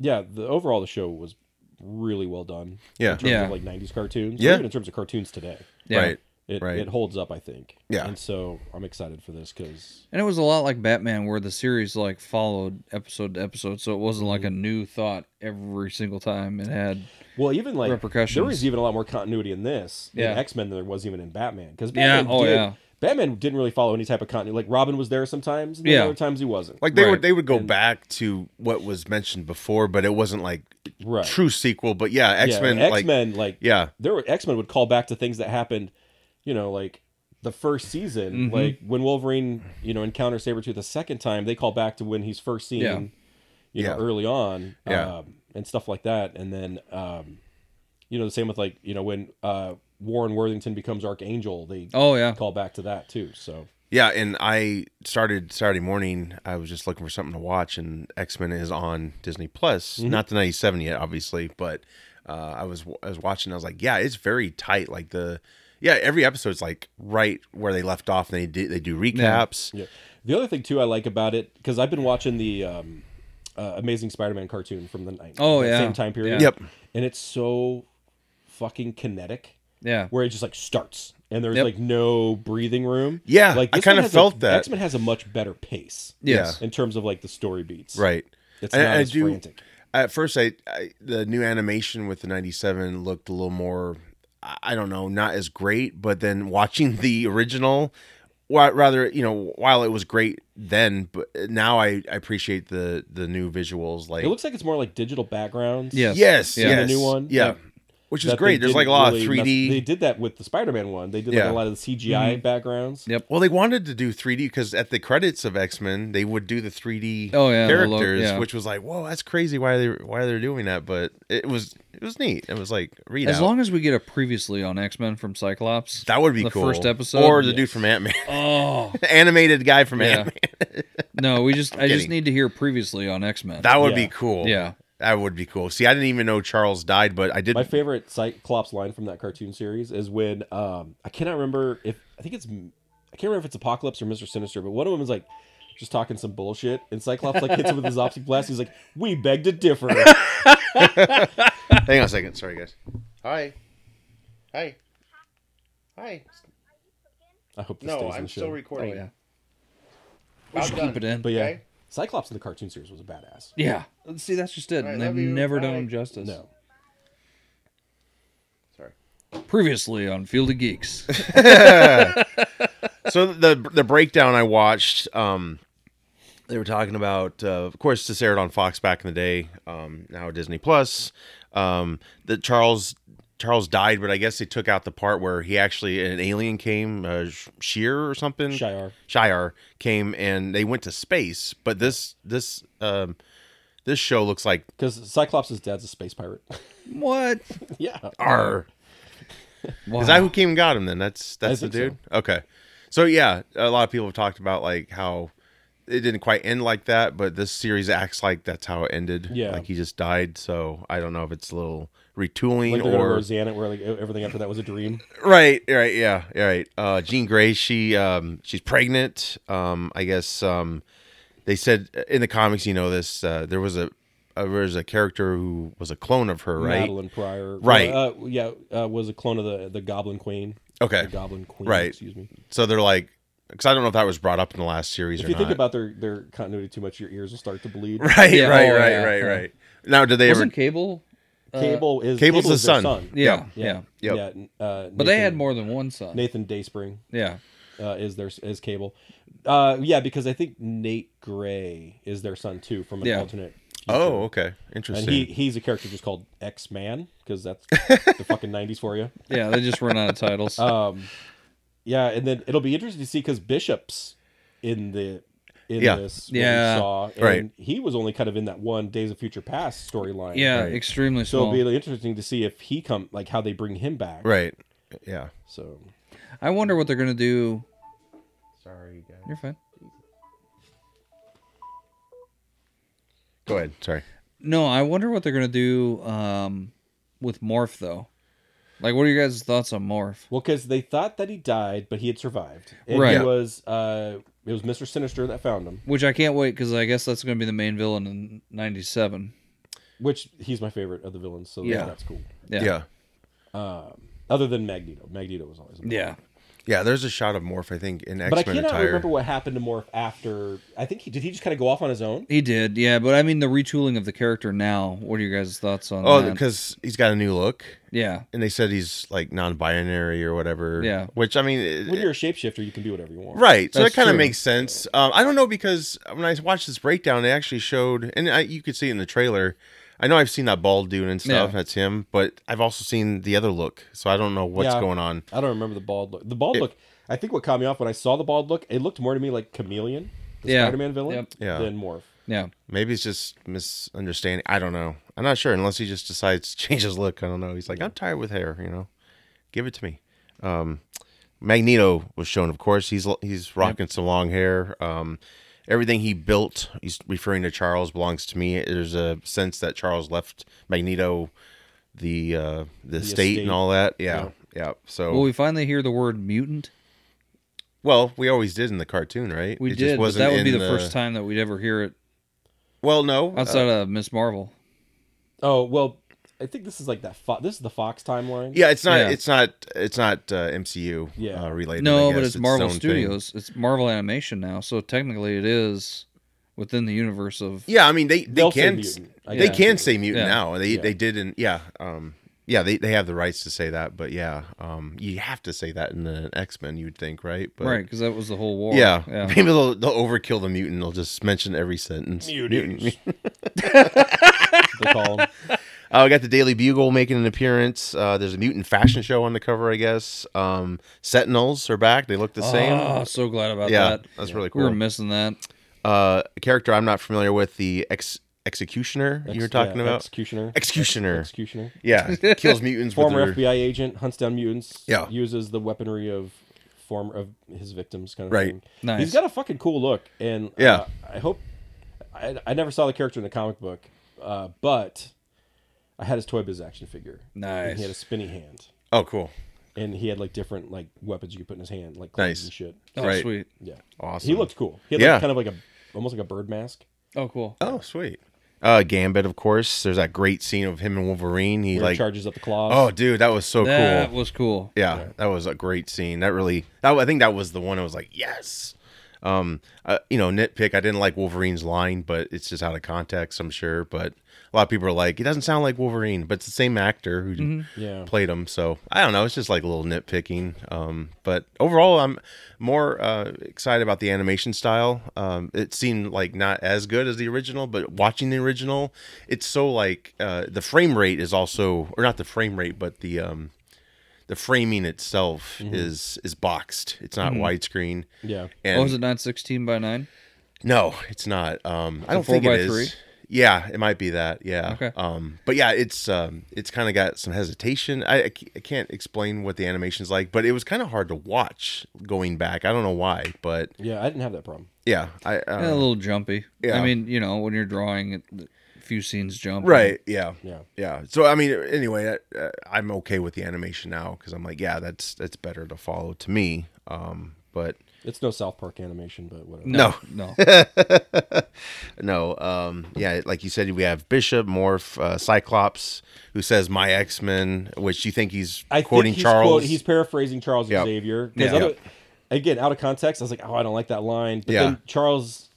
C: yeah, the overall the show was really well done.
A: Yeah.
C: in terms
B: Yeah.
C: of like '90s cartoons. or
A: Yeah.
C: even in terms of cartoons today,
B: yeah.
A: right.
C: it
A: Right.
C: it holds up, I think.
A: Yeah.
C: and so I'm excited for this because
B: And it was a lot like Batman, where the series like followed episode to episode, so it wasn't like a new thought every single time. It had
C: Well, even like there
B: Repercussions.
C: was even a lot more continuity in this
B: Yeah.
C: in X Men than there was even in Batman because
B: Yeah,
C: Batman
B: oh,
C: did,
B: yeah.
C: Batman didn't really follow any type of continuity. Like Robin was there sometimes, and then
B: Yeah.
C: other times he wasn't.
A: Like they
B: Right.
A: would they would go
C: And-
A: back to what was mentioned before, but it wasn't like
C: right,
A: true sequel. But yeah, X Men
C: X
A: like
C: Men, like,
A: yeah,
C: there were X Men would call back to things that happened, you know, like the first season,
B: Mhm.
C: like when Wolverine, you know, encounters Sabretooth the second time, they call back to when he's first seen,
B: Yeah.
C: you
A: Yeah.
C: know, early on,
A: Yeah.
C: um, and stuff like that, and then, um, you know, the same with like you know when uh, Warren Worthington becomes Archangel, they
B: oh yeah,
C: call back to that too. So
A: Yeah, and I started Saturday morning. I was just looking for something to watch, and X Men is on Disney Plus.
C: Mm-hmm.
A: Not the '97 yet, obviously, but uh, I was I was watching. I was like, yeah, it's very tight. Like the yeah, every episode's like right where they left off. And they do, they do recaps.
C: yeah. The other thing too I like about it because I've been watching the um, uh, Amazing Spider-Man cartoon from the night.
B: Oh, yeah.
C: same time period.
B: Yeah.
A: Yep.
C: and it's so fucking kinetic
B: yeah,
C: where it just like starts and there's
B: Yep.
C: like no breathing room.
A: Yeah,
C: like
A: I kinda felt that.
C: X Men has a much better pace
B: Yes.
C: in terms of like the story beats.
A: Right.
C: it's
A: I-
C: not
A: I
C: as
A: do-
C: frantic.
A: At first, I, I the new animation with the '97 looked a little more, I I don't know, not as great. But then watching the original, wh- rather you know, while it was great then, but now I, I appreciate the the new visuals. Like
C: It looks like it's more like digital backgrounds.
B: Yeah.
A: yes,
B: Yeah.
A: yes,
C: The new one?
A: yeah,
C: Yeah.
A: which
C: that
A: is
C: they
A: great. There's
C: didn't
A: like a lot
C: really
A: of
C: mess-
A: 3D.
C: They did that with the Spider-Man one. They did
A: Yeah.
C: like a lot of the CGI
B: Mm-hmm.
C: backgrounds.
B: Yep.
A: Well, they wanted to do 3D because at the credits of X Men, they would do the 3D
B: Oh, yeah, the
A: characters,
B: lo- yeah.
A: which was like, whoa, that's crazy. Why they why they're doing that? But it was it was neat. It was like read
B: As long as we get a previously on X Men from Cyclops.
A: that would be
B: the
A: cool.
B: first episode,
A: or the
B: yes.
A: dude from Ant [LAUGHS] Man,
B: Oh
A: animated guy from
B: Yeah.
A: Ant Man.
B: no, we just I just
A: Kidding.
B: need to hear previously on X Men.
A: [LAUGHS] That would
C: Yeah.
A: be cool.
B: Yeah.
A: that would be cool. See, I didn't even know Charles died, but I did.
C: My favorite Cyclops line from that cartoon series is when um, I cannot remember if I think it's I can't remember if it's Apocalypse or Mister Sinister, but one of them is like just talking some bullshit, and Cyclops like hits him with
A: [LAUGHS]
C: his optic blast. He's like, "We beg to differ."
A: Hang on a second. Sorry, guys. Hi, hi, hi.
C: I hope this stays in the show.
B: Oh
A: recording.
B: yeah. We should
A: done.
B: keep it in.
C: but yeah,
A: Okay.
C: Cyclops in the cartoon series was a badass.
B: yeah. See, that's just it.
A: All right,
B: and they've
A: love you.
B: never done
A: Bye.
B: him justice.
C: No,
A: Sorry.
B: Previously on Field of Geeks.
A: [LAUGHS] so the the breakdown I watched, um, they were talking about, uh, of course, this aired on Fox back in the day. Um, now Disney Plus. Um, that Charles Charles died, but I guess they took out the part where he actually an alien came, uh, Sh- Sheer or something.
C: Shiar.
A: Shire came and they went to space, but this this um, this show looks like
C: because Cyclops' dad's a
A: [LAUGHS]
C: space pirate. Uh,
B: what?
C: yeah,
A: R.
B: Wow.
A: Is that who came and got him? Then that's that's
C: I
A: the
C: think so.
A: dude. Okay, so yeah, a lot of people have talked about like how it didn't quite end like that, but this series acts like that's how it ended.
C: Yeah.
A: like he just died. So I don't know if it's a little
C: like
A: retooling
C: the
A: or
C: Rosanna, where like e-, everything after that was a dream.
A: right, right, yeah, right. Uh, Jean Grey, she um, she's pregnant. Um, I guess um, they said uh, in the comics, you know, this uh, there was a. Uh, there was a character who was a clone of her, [LAUGHS] right?
C: Madeline Pryor,
A: Right.
C: Uh, yeah, uh, was a clone of the the Goblin Queen.
A: Okay.
C: the Goblin Queen.
A: Right.
C: Excuse me.
A: So they're like, because I don't know if that was brought up in the last series
C: If
A: or
C: you
A: not.
C: think about their their continuity too much, your ears will start to
A: [LAUGHS]
C: bleed.
A: Right,
B: Yeah,
A: right,
B: oh,
A: right,
B: yeah.
A: right, right. Now, did they
B: Wasn't
A: ever?
B: Cable? uh,
C: Cable is
A: Cable's
C: Cable
A: the
C: is their
A: son.
B: Yeah.
A: Yeah.
B: Yeah.
A: Yep.
C: Yeah, uh,
B: But they
C: Nathan-
B: had more than one son.
C: Nathan Dayspring
B: Yeah.
C: uh, is their is Cable. Uh, yeah, because I think Nate Gray is their son too from an
B: Yeah.
C: alternate. future.
A: Oh, okay,
C: And
A: interesting.
C: he, he's a character just called X Man because
A: [LAUGHS]
C: that's the fucking nineties for you.
B: Yeah. They just run out of
C: [LAUGHS]
B: titles.
C: Um, yeah, and then it'll be interesting to see because Bishop's in the in
A: Yeah.
C: this what we
B: Yeah.
C: saw, and
A: Right.
C: He was only kind of in that one Days of Future Past storyline.
B: yeah.
A: right.
B: Extremely
C: So it'll
B: small.
C: be really interesting to see if he come like how they bring him back.
A: right, yeah.
C: So
B: I wonder what they're gonna do.
A: Sorry, guys.
B: You're fine.
A: Go ahead. Sorry.
B: No, I wonder what they're gonna do um, with Morph though. Like, what are your guys' thoughts on Morph?
C: well, because they thought that he died, but he had survived. And
B: Right.
C: He was uh, it was Mister Sinister that found him,
B: Which I can't wait because I guess that's gonna be the main villain in '97.
C: which he's my favorite of the villains. So
B: Yeah.
C: that's cool.
B: Yeah.
A: yeah,
C: Um, other than Magneto, Magneto was always. the
B: Yeah.
A: yeah. There's a shot of Morph, I think, in X
C: But I
A: Men
C: cannot
A: attire.
C: remember what happened to Morph after. I think he did. He just kind of go off on his own.
B: He did, yeah, but I mean the retooling of the character now. What are your guys' thoughts on?
A: Oh,
B: that?
A: because he's got a new look,
B: yeah,
A: and they said he's like non-binary or whatever.
B: Yeah.
A: Which I mean, it-
C: When you're a shapeshifter, you can be whatever you want.
A: Right. So
B: That's
A: that kind of
B: true.
A: makes sense. Um, I don't know because when I watched this breakdown, it actually showed, and I, you could see it in the trailer. I know I've seen that bald dude and stuff.
B: Yeah.
A: That's him. But I've also seen the other look. So I don't know what's
C: Yeah.
A: going on.
C: I don't remember the bald look. The bald
A: It-
C: look. I think what caught me off when I saw the bald look, it looked more to me like Chameleon, the
B: Yeah.
C: Spider-Man villain,
B: Yep.
A: Yeah.
C: than Morph.
B: yeah,
A: Maybe it's just misunderstanding. I don't know. I'm not sure unless he just decides to [LAUGHS] change his look. I don't know. He's like, I'm tired with hair. You know, give it to me. Um, Magneto was shown, of course. He's he's rocking some long hair. Um, everything he built, he's referring to Charles, belongs to me. There's a sense that Charles left Magneto the uh, the, state
C: estate.
A: and all that. Yeah, yeah. So
B: Well, we finally hear the word mutant.
A: well, we always did in the cartoon, right?
B: We
A: It just
B: did, but
A: wasn't
B: that would
A: in
B: be the, first time that we'd ever hear it
A: Well, no, uh,
B: outside of Miss Marvel.
C: Oh well, I think this is like that. Fo- this is the Fox timeline.
A: Yeah, it's not.
B: Yeah.
A: It's not. It's not uh, MCU
C: Yeah.
A: uh, related. I
B: No,
A: guess.
B: but it's
A: its
B: Marvel
A: own thing.
B: Studios. It's Marvel Animation now, so technically it is within the universe of.
A: Yeah, I mean they they
C: They'll say
A: can
C: mutant. I
A: they
C: guess.
A: can say mutant
B: Yeah.
A: now. They
C: Yeah.
A: they did in yeah um yeah they, they have the rights to say that. But yeah, um you have to say that in an X Men, you'd think, right? But,
B: Right, because that was the whole war.
A: Yeah,
B: yeah.
A: maybe they'll, they'll overkill the mutant. They'll just mention every sentence.
C: Mutants.
A: Mutant.
C: [LAUGHS]
A: [LAUGHS]
C: They call 'em.
A: Uh, we got the Daily Bugle making an appearance. Uh, there's a mutant fashion show on the cover, I guess. Um, Sentinels are back. They look the same.
B: Oh, so glad about
A: yeah,
B: that.
A: that's really
B: We
A: cool.
B: were missing that.
A: uh, a character I'm not familiar with, the ex- executioner you were
C: Ex-
A: talking
C: yeah,
A: about.
C: executioner.
A: executioner.
C: Executioner.
A: yeah, kills mutants.
C: Former
A: with their-
C: FBI agent hunts down mutants.
A: Yeah.
C: Uses the weaponry of former of his victims, kind of
A: Right.
C: thing.
B: Nice.
C: He's got a fucking cool look, and uh,
A: Yeah.
C: I hope. I, I never saw the character in the comic book, uh, but I had his Toy Biz action figure. And
B: Nice.
C: he had a spinny hand,
A: Oh, cool.
C: and he had like different like weapons you could put in his hand, like clubs
A: Nice.
C: and shit.
B: oh,
A: Right.
B: sweet.
C: Yeah.
A: Awesome.
C: He looked cool. He had
A: Yeah.
C: like, kind of like a almost like a bird mask.
B: Oh, cool.
A: Oh, sweet. Uh, Gambit, of course. There's that great scene of him and Wolverine. He
C: Where he
A: like,
C: charges up the claws.
A: oh, dude, that was so cool.
B: That was cool.
A: yeah, that was a great scene. That really, that, I think that was the one I was like, yes. Um, uh, you know, nitpick. I didn't like Wolverine's line, but it's just out of context, I'm sure. But a lot of people are like, it doesn't sound like Wolverine, but it's the same actor who
B: Mm-hmm.
C: Yeah.
A: played him. So I don't know. It's just like a little nitpicking. Um, but overall, I'm more uh, excited about the animation style. Um, it seemed like not as good as the original, but watching the original, it's so like uh, the frame rate is also, or not the frame rate, but the um, the framing itself is is boxed. It's not widescreen.
C: Yeah.
A: And
B: Oh, was it not 16 by 9?
A: no, it's not. Um, I don't
B: four
A: think it
B: by
A: is.
B: three?
A: Yeah, it might be that. Yeah.
B: Okay.
A: Um, but yeah, it's um, it's kind of got some hesitation. I, I ca- I can't explain what the animation's like, but it was kind of hard to watch going back. I don't know why, but
C: Yeah. I didn't have that problem.
A: yeah, I
B: Yeah, a
A: uh,
B: little jumpy.
A: yeah.
B: I mean, you know, when you're drawing, it- a few scenes jump.
A: right. Yeah.
C: Yeah.
A: Yeah. So I mean, anyway, I, uh, I'm okay with the animation now because I'm like, yeah, that's that's better to follow to me. Um, but
C: It's no South Park animation, but whatever.
B: No. No.
A: [LAUGHS] no, um, yeah, like you said, we have Bishop, Morph, uh, Cyclops, who says "My X Men," which you think he's
C: I
A: quoting
C: think he's
A: Charles.
C: quote- he's paraphrasing Charles
A: Yep.
C: Xavier. 'Cause
B: Yeah.
C: other- Again, out of context, I was like, oh, I don't like that line. But
A: Yeah.
C: then Charles,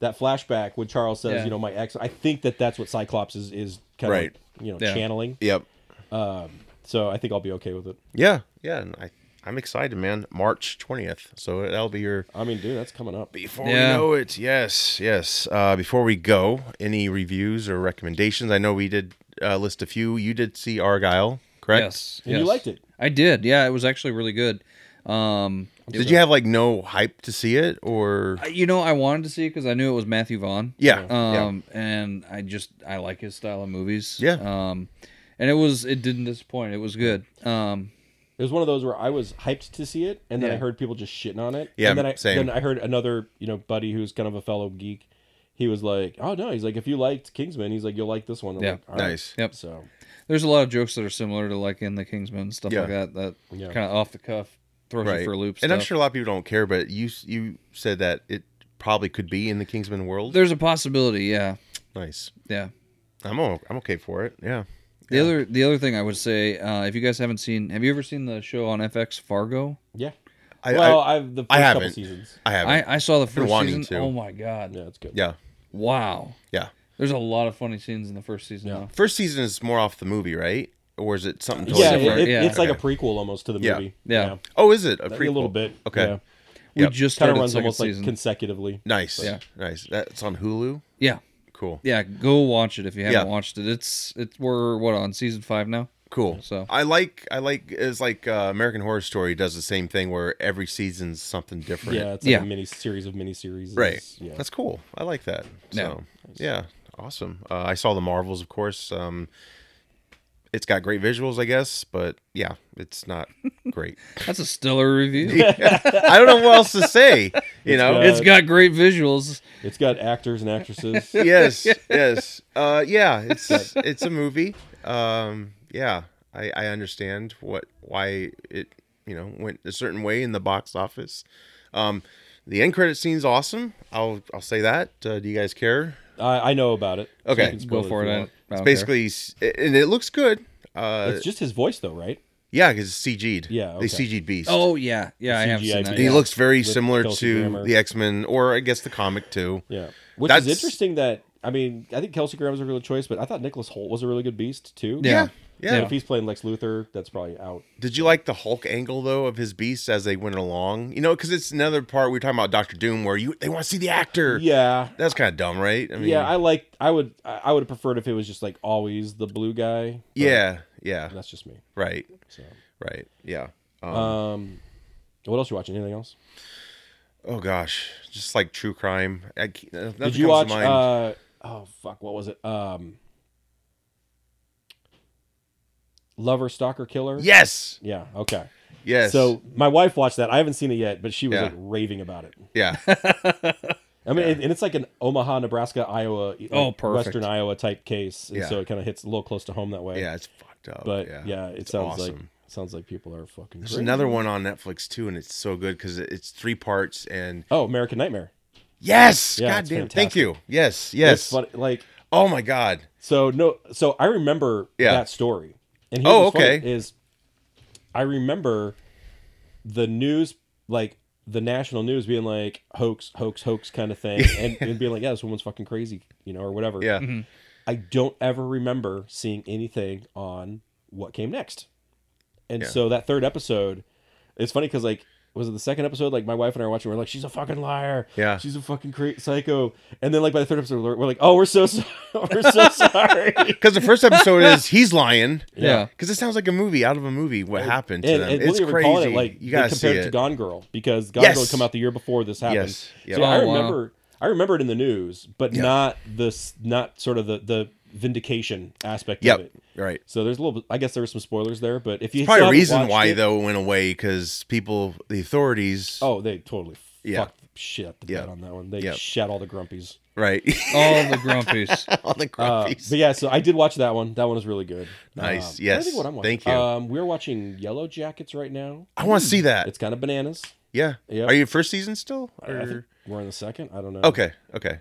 C: that flashback when Charles says,
B: Yeah.
C: you know, my ex, I think that that's what Cyclops is, is kind
A: Right.
C: of, you know,
B: Yeah.
C: channeling.
A: Yep.
C: So I think I'll be okay with it.
A: Yeah, yeah. And I, I'm excited, man. March twentieth, so that'll be your.
C: I mean, dude, that's coming up.
A: Before we
B: Yeah.
A: know it, yes, yes. Uh, before we go, any reviews or recommendations? I know we did uh, list a few. You did see Argyle, correct?
B: Yes.
C: And you
B: yes.
C: liked it.
B: I did. Yeah, it was actually really good. Um,
A: Did you have like no hype to see it, or
B: I- you know, I wanted to see it because I knew it was Matthew Vaughn.
A: yeah, yeah,
B: Um, and I just I like his style of movies.
A: Yeah.
B: Um, and it was it didn't disappoint. It was good. Um,
C: It was one of those where I was hyped to see it, and then I
B: Yeah.
C: heard people just shitting on it.
A: Yeah,
C: and then I
A: same.
C: then I heard another you know buddy who's kind of a fellow geek. He was like, "Oh no," he's like, "If you liked Kingsman, he's like, you'll like this one." I'm
B: Yeah.
C: like, "All right."
A: nice.
B: Yep.
C: So
B: there's a lot of jokes that are similar to like in the Kingsman and stuff
A: Yeah.
B: like that. That
C: Yeah.
B: kind of off the cuff throws you for a loop.
A: And I'm
B: stuff.
A: sure a lot of people don't care, but you you said that it probably could be in the Kingsman world.
B: there's a possibility. Yeah.
A: nice.
B: Yeah.
A: I'm o- I'm okay for it. Yeah.
B: The other the other thing I would say, uh, if you guys haven't seen, have you ever seen the show on FX Fargo?
C: yeah.
A: I,
C: well, I, have the first
A: I
C: couple
A: haven't.
C: seasons.
A: I, I haven't.
B: I, I saw the first
A: wanting
B: season.
A: to.
B: Oh my god!
C: Yeah, it's good.
A: yeah.
B: Wow,
A: Yeah.
B: there's a lot of funny scenes in the first season.
C: Yeah.
B: though.
A: First season is more off the movie, right? Or is it something
C: Yeah,
A: totally
C: it-
A: different?
C: it-
B: Yeah.
C: it's like
A: Okay.
C: a prequel almost to the
A: Yeah.
C: movie.
B: Yeah.
A: Oh, is it a
C: Maybe
A: prequel?
C: a little bit.
A: Okay.
C: yeah.
B: We
A: Yep.
B: just
C: kind
B: started
C: of
B: runs
C: runs
B: second
C: almost
B: season.
C: like consecutively.
A: Nice.
B: Yeah.
A: Nice. That's on Hulu.
B: yeah,
A: Cool.
B: yeah. Go watch it if you haven't
A: Yeah.
B: watched it. It's it's we're what on season five now.
A: Cool.
B: So-
A: I like I like it's like uh, American Horror Story does the same thing where every season's something different.
C: Yeah, it's like
B: Yeah.
C: a mini series of mini series.
A: Right.
C: Yeah.
A: That's cool. I like that. So,
B: Yeah.
A: yeah. Awesome. Uh, I saw the Marvels, of course. Um, it's got great visuals, I guess, but yeah, it's not
B: [LAUGHS]
A: great. [LAUGHS]
B: That's a stellar review.
A: I don't know what else to say. You know,
C: good.
B: It's got great visuals.
C: it's got actors and
A: [LAUGHS]
B: [LAUGHS]
C: actresses.
A: yes, yes, uh, yeah. It's it's a movie. Um, yeah, I, I understand what why it you know went a certain way in the box office. Um, the end credit scene's awesome. I'll I'll say that. Uh, do you guys care?
C: I, I know about it. so
A: Okay.
C: you can spoil
B: Go for
C: if you
B: it.
C: want.
B: I
A: It's
B: don't
A: basically, s- and it looks good. Uh,
C: it's just his voice though, right?
A: yeah, because it's CG'd.
C: Yeah,
A: they
C: okay.
A: CG'd Beast.
B: care. Oh yeah, yeah, I have
C: CGI
B: seen that.
A: and he
C: yeah.
A: looks very
C: With
A: similar
C: Kelsey
A: to
C: Grammer.
A: the X Men, or I guess the comic too.
C: Yeah, which
A: That's-
C: is interesting. That I mean, I think Kelsey Graham was a real choice, but I thought Nicholas Holt was a really good Beast too.
B: Yeah.
A: yeah.
C: And if he's playing Lex Luthor, that's probably out.
A: Did you like the Hulk angle though of his Beast as they went along? You know, because it's another part we were talking about Doctor Doom where you they want to see the actor.
C: Yeah,
A: That's kind of dumb, right? I mean,
C: yeah. I like. I would. I I would have preferred if it was just like always the blue guy. but
A: yeah, yeah,
C: that's just me.
A: right,
C: So,
A: right, yeah. Um,
C: um, what else you watching? Anything else?
A: oh gosh, just like true crime. I, can't- nothing
C: Did you
A: comes
C: watch?
A: to mind.
C: Uh, oh fuck, what was it? Um, Lover, Stalker, Killer.
A: yes,
C: Yeah. Okay.
A: yes.
C: So my wife watched that. I haven't seen it yet, but she was
A: Yeah.
C: like raving about it.
A: yeah,
C: I mean, and- and it's like an Omaha, Nebraska, Iowa, e, like,
B: Oh, perfect.
C: Western Iowa type case, and
A: Yeah.
C: so it kind of hits a little close to home that way.
A: yeah, it's fucked up.
C: But
A: yeah,
C: yeah, it sounds like
A: awesome.
C: sounds like people are fucking.
A: There's
C: crazy.
A: another one on Netflix too, and it's so good because it's three parts. And
C: Oh, American Nightmare.
A: yes,
C: Yeah,
A: God
C: it's
A: goddamn, thank
C: fantastic.
A: you. Yes,
C: It's
A: yes.
C: funny, like
A: Oh my God.
C: So no, so I remember
A: Yeah.
C: that story. And
A: Oh,
C: what's funny
A: okay.
C: Is I remember the news, like the national news, being like hoax, hoax, hoax kind
A: [LAUGHS]
C: of thing, and, and being like, yeah, this woman's fucking crazy, you know, or whatever.
A: Yeah,
C: [LAUGHS] I don't ever remember seeing anything on what came next. And
A: Yeah.
C: so that third episode, it's funny because like was it the second episode? Like my wife and I were watching, we're like, she's a fucking liar.
A: Yeah.
C: she's a fucking cra- psycho. And then like by the third episode, we're, we're like, oh, we're so [LAUGHS] sorry. we're
A: [LAUGHS]
C: so sorry.
A: because the first episode is he's lying.
B: Yeah.
A: Because it sounds like a movie out of a movie. What happened to
C: And,
A: them?
C: and
A: it's
C: it's were calling
A: crazy.
C: it like
A: you
C: you
A: gotta
C: got
A: see
C: compared to
A: it.
C: Gone Girl because Gone Girl
A: Yes.
C: had come out the year before this happened.
A: Yes. Yep.
C: So I
B: Oh, wow.
C: remember, I remember it in the news, but
A: Yeah.
C: not this, not sort of the the vindication aspect
A: Yep.
C: of it.
A: Right.
C: So there's a little. bit I guess there were some spoilers there, but if you
A: It's probably a
C: haven't
A: reason
C: watched
A: why
C: it-
A: though it went away because people, the authorities.
C: Oh, they totally
A: Yeah.
C: fucked shit the
A: Yeah.
C: bed on that one. They
A: Yeah.
C: shat all the grumpies.
A: Right. [LAUGHS]
B: All the grumpies.
A: On the
C: Uh,
A: graphics.
C: but yeah, so I did watch that one. That one was really good.
A: [LAUGHS] Nice.
C: Um,
A: Yes.
C: I think what I'm watching.
A: Thank you.
C: Um, we're watching Yellow Jackets right now.
A: I want to see that.
C: hmm. It's kind of bananas.
A: yeah.
C: Yep.
A: Are you first season still?
C: I- I think
A: Or-
C: we're in the second. I don't know.
A: Okay. Okay.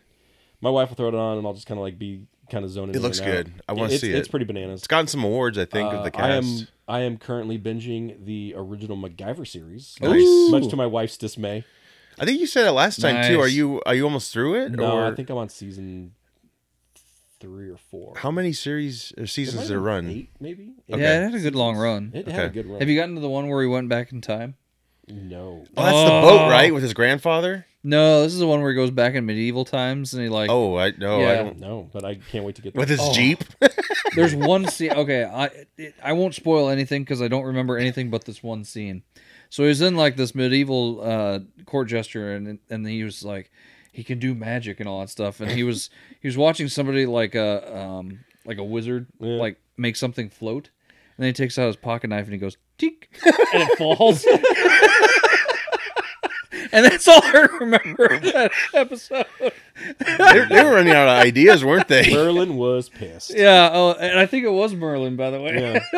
C: My wife will throw it on, and I'll just kind of like be kind of zoning.
A: It
C: in
A: looks
C: and out.
A: good. I wanna
C: It's-
A: see
C: It's
A: it.
C: pretty bananas.
A: It's gotten some awards, I think, of the
C: Uh, I
A: cast.
C: am I am currently binging the original MacGyver series.
A: Nice. Ooh.
C: Much to my wife's dismay.
A: I think you said it last time too. Are
B: Nice.
A: you are you almost through it?
C: No,
A: or
C: I think I'm on season three or four.
A: how many series or
C: It might
A: seasons
C: have
A: there
C: been
A: run?
C: Eight, maybe.
A: [LAUGHS] Okay.
B: Yeah, it had a good long run.
C: It had a
A: Okay.
C: good run.
B: Have you gotten to the one where he went back in time?
C: No.
A: Oh, that's the boat,
B: Oh.
A: right? With his grandfather.
B: No, this is the one where he goes back in medieval times and he like.
A: Oh, I no, I
B: Yeah.
A: don't.
C: No, but I can't wait to get
A: With his
C: [LAUGHS]
B: Oh.
A: jeep.
B: There's one scene. Okay, I it, I won't spoil anything because I don't remember anything but this one scene. So he's in like this medieval uh, court jester, and and he was like, he can do magic and all that stuff. And he was he was watching somebody like a um like a wizard
C: Yeah.
B: like make something float, and then he takes out his pocket knife and he goes tink, [LAUGHS] and it falls. [LAUGHS] and that's all I remember of that episode.
A: they, they were running out of ideas, weren't they?
C: Merlin was pissed.
B: Yeah. Oh, and I think it was Merlin, by the way.
A: [LAUGHS]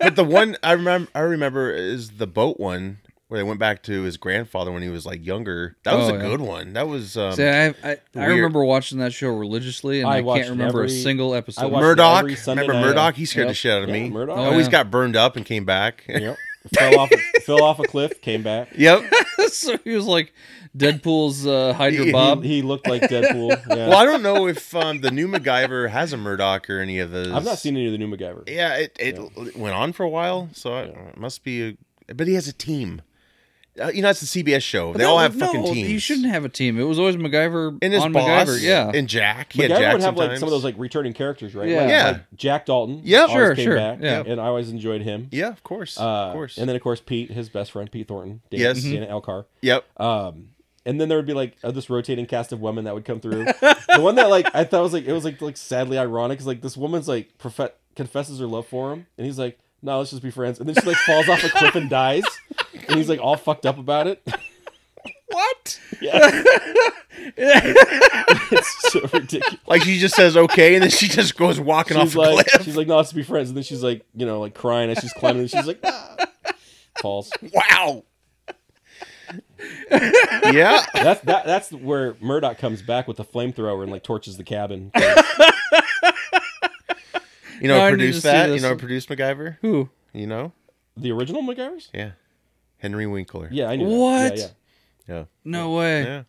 C: Yeah.
A: But the one I remember, I remember is the boat one where they went back to his grandfather when he was like younger. That was
B: Oh,
A: a
B: yeah.
A: good one. That was um,
B: [LAUGHS] See, I, I, I
A: weird.
B: remember watching that show religiously, and
C: I
B: I,
C: watched
B: can't remember
C: every-
B: a single episode.
C: I watched-
A: Murdoch.
C: every Sunday
A: Remember
C: night.
A: Murdoch? He scared the
B: Yep.
A: shit out of
C: Yeah,
A: me.
C: Murdoch.
A: I
B: Oh,
A: always
B: yeah.
A: got burned up and came back.
C: Yep. Fell off fell off a cliff, came back.
A: [LAUGHS] yep.
B: [LAUGHS] so he was like
A: [LAUGHS]
B: Deadpool's uh, Hydra
A: He-
B: Bob.
C: He, he looked like
A: [LAUGHS]
C: Deadpool. Yeah.
A: Well, I don't know if um, the new MacGyver has a Murdoch or any of those.
C: I've not seen any of the new MacGyver.
A: Yeah, it, it went on for a while, so I, it must be. A, but he has a team. Uh, you know, it's the CBS show. They
B: No,
A: all have
B: no,
A: fucking teams.
B: You shouldn't have a team. It was always MacGyver
A: And his
B: on
A: boss,
B: MacGyver. Yeah.
A: and Jack. He had
C: MacGyver
A: Jack
C: would have like
A: sometimes.
C: some of those like returning characters, right?
B: Yeah.
C: Like,
A: Yeah.
C: like Jack Dalton.
A: Yeah.
C: always
B: Sure,
C: came
B: sure,
C: Back,
B: yeah.
C: And I always enjoyed him.
A: Yeah, of course,
C: Uh,
A: of course.
C: And then of course Pete, his best friend Pete Thornton. Dana,
A: Yes. Mm-hmm.
C: Dana Elkar.
A: yep.
C: Um, and then there would be like uh, this rotating cast of women that would come through. the one that like I thought was like it was like like sadly ironic is like this woman's like profe- confesses her love for him, and he's like, "No, let's just be friends." And then she like falls off a cliff and dies, and he's like all fucked up about it. [LAUGHS]
B: What?
C: yeah, it's so ridiculous.
A: Like she just says okay, and then she just goes walking off
C: She's
A: a
C: like,
A: cliff.
C: she's like, "No, let's be friends," and then she's like, you know, like crying as she's climbing, and she's like, ah, falls.
A: [LAUGHS]
C: [LAUGHS]
A: Wow. yeah.
C: That's that, that's where Murdoch comes back with the flamethrower and like torches the cabin.
A: You know, who
B: No, I need to
A: produced
B: see
A: that. You know, who
B: this.
A: produced MacGyver.
B: Who?
A: You know,
C: The original MacGyver's?
A: yeah, Henry Winkler.
C: Yeah, I knew.
B: What?
C: That.
A: yeah,
B: No way.
A: yeah.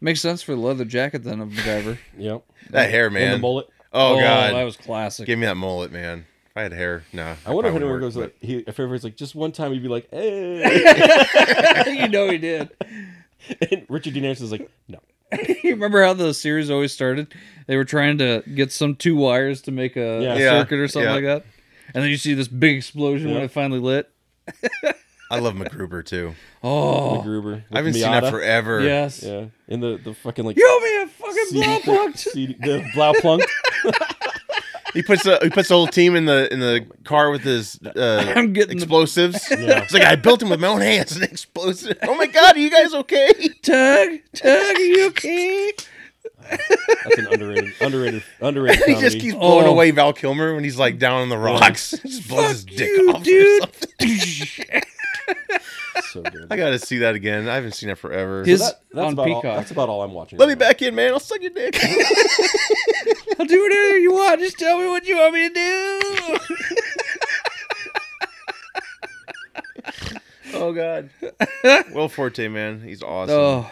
B: Makes sense for the leather jacket then of MacGyver.
C: Yeah, yeah.
A: That hair,
C: And the
A: man.
C: mullet.
A: oh, god,
B: that was classic. [LAUGHS]
A: give me that mullet, man. If I had hair, no.
C: I wonder if
A: probably
C: anyone
A: wouldn't,
C: goes
A: but-
C: like he. If everyone's like just one time, he'd be like,
B: [LAUGHS]
C: "Hey,"
B: you know he did.
C: and Richard Dean Anderson's like, "No."
B: you remember how the series always started? They were trying to get some two wires to make a,
C: Yeah.
B: a
A: Yeah,
B: circuit or something
A: yeah.
B: like that. And then you see this big explosion when
C: Yeah.
B: it finally lit.
A: I love MacGruber too.
C: [LAUGHS]
B: Oh,
C: MacGruber. with
A: I haven't seen
C: Miata.
A: that forever.
B: yes.
C: Yeah, in the the fucking like
B: You owe me a fucking
C: CD
B: blow
C: [LAUGHS]
A: [LAUGHS]
B: blocked.
C: CD the blau plunk.
A: He puts the he puts the whole team in the in the car with
C: [LAUGHS]
A: his uh,
B: [LAUGHS] I'm getting the
A: explosives.
C: Yeah.
A: It's like I built him with my own hands and explosive. Oh my god, are you guys okay? [LAUGHS]
B: tug. Tug, are you okay?
C: That's an underrated, underrated,
B: [LAUGHS]
C: underrated
A: he
C: comedy.
A: just keeps blowing
B: Oh.
A: away Val Kilmer when he's like down on the rocks. [LAUGHS] just blows his
B: Fuck
A: dick
B: you,
A: off. or
B: dude.
A: something.
B: [LAUGHS]
C: so good.
A: I gotta see that again. I haven't seen it forever.
B: His-
C: That- that's
B: On
C: about all,
B: Peacock.
C: that's about all I'm watching.
A: Let me back in, man. I'll suck your dick. [LAUGHS]
B: [LAUGHS] I'll do whatever you want. Just tell me what you want me to do.
A: [LAUGHS] oh god. Will Forte, man, he's awesome.
B: oh,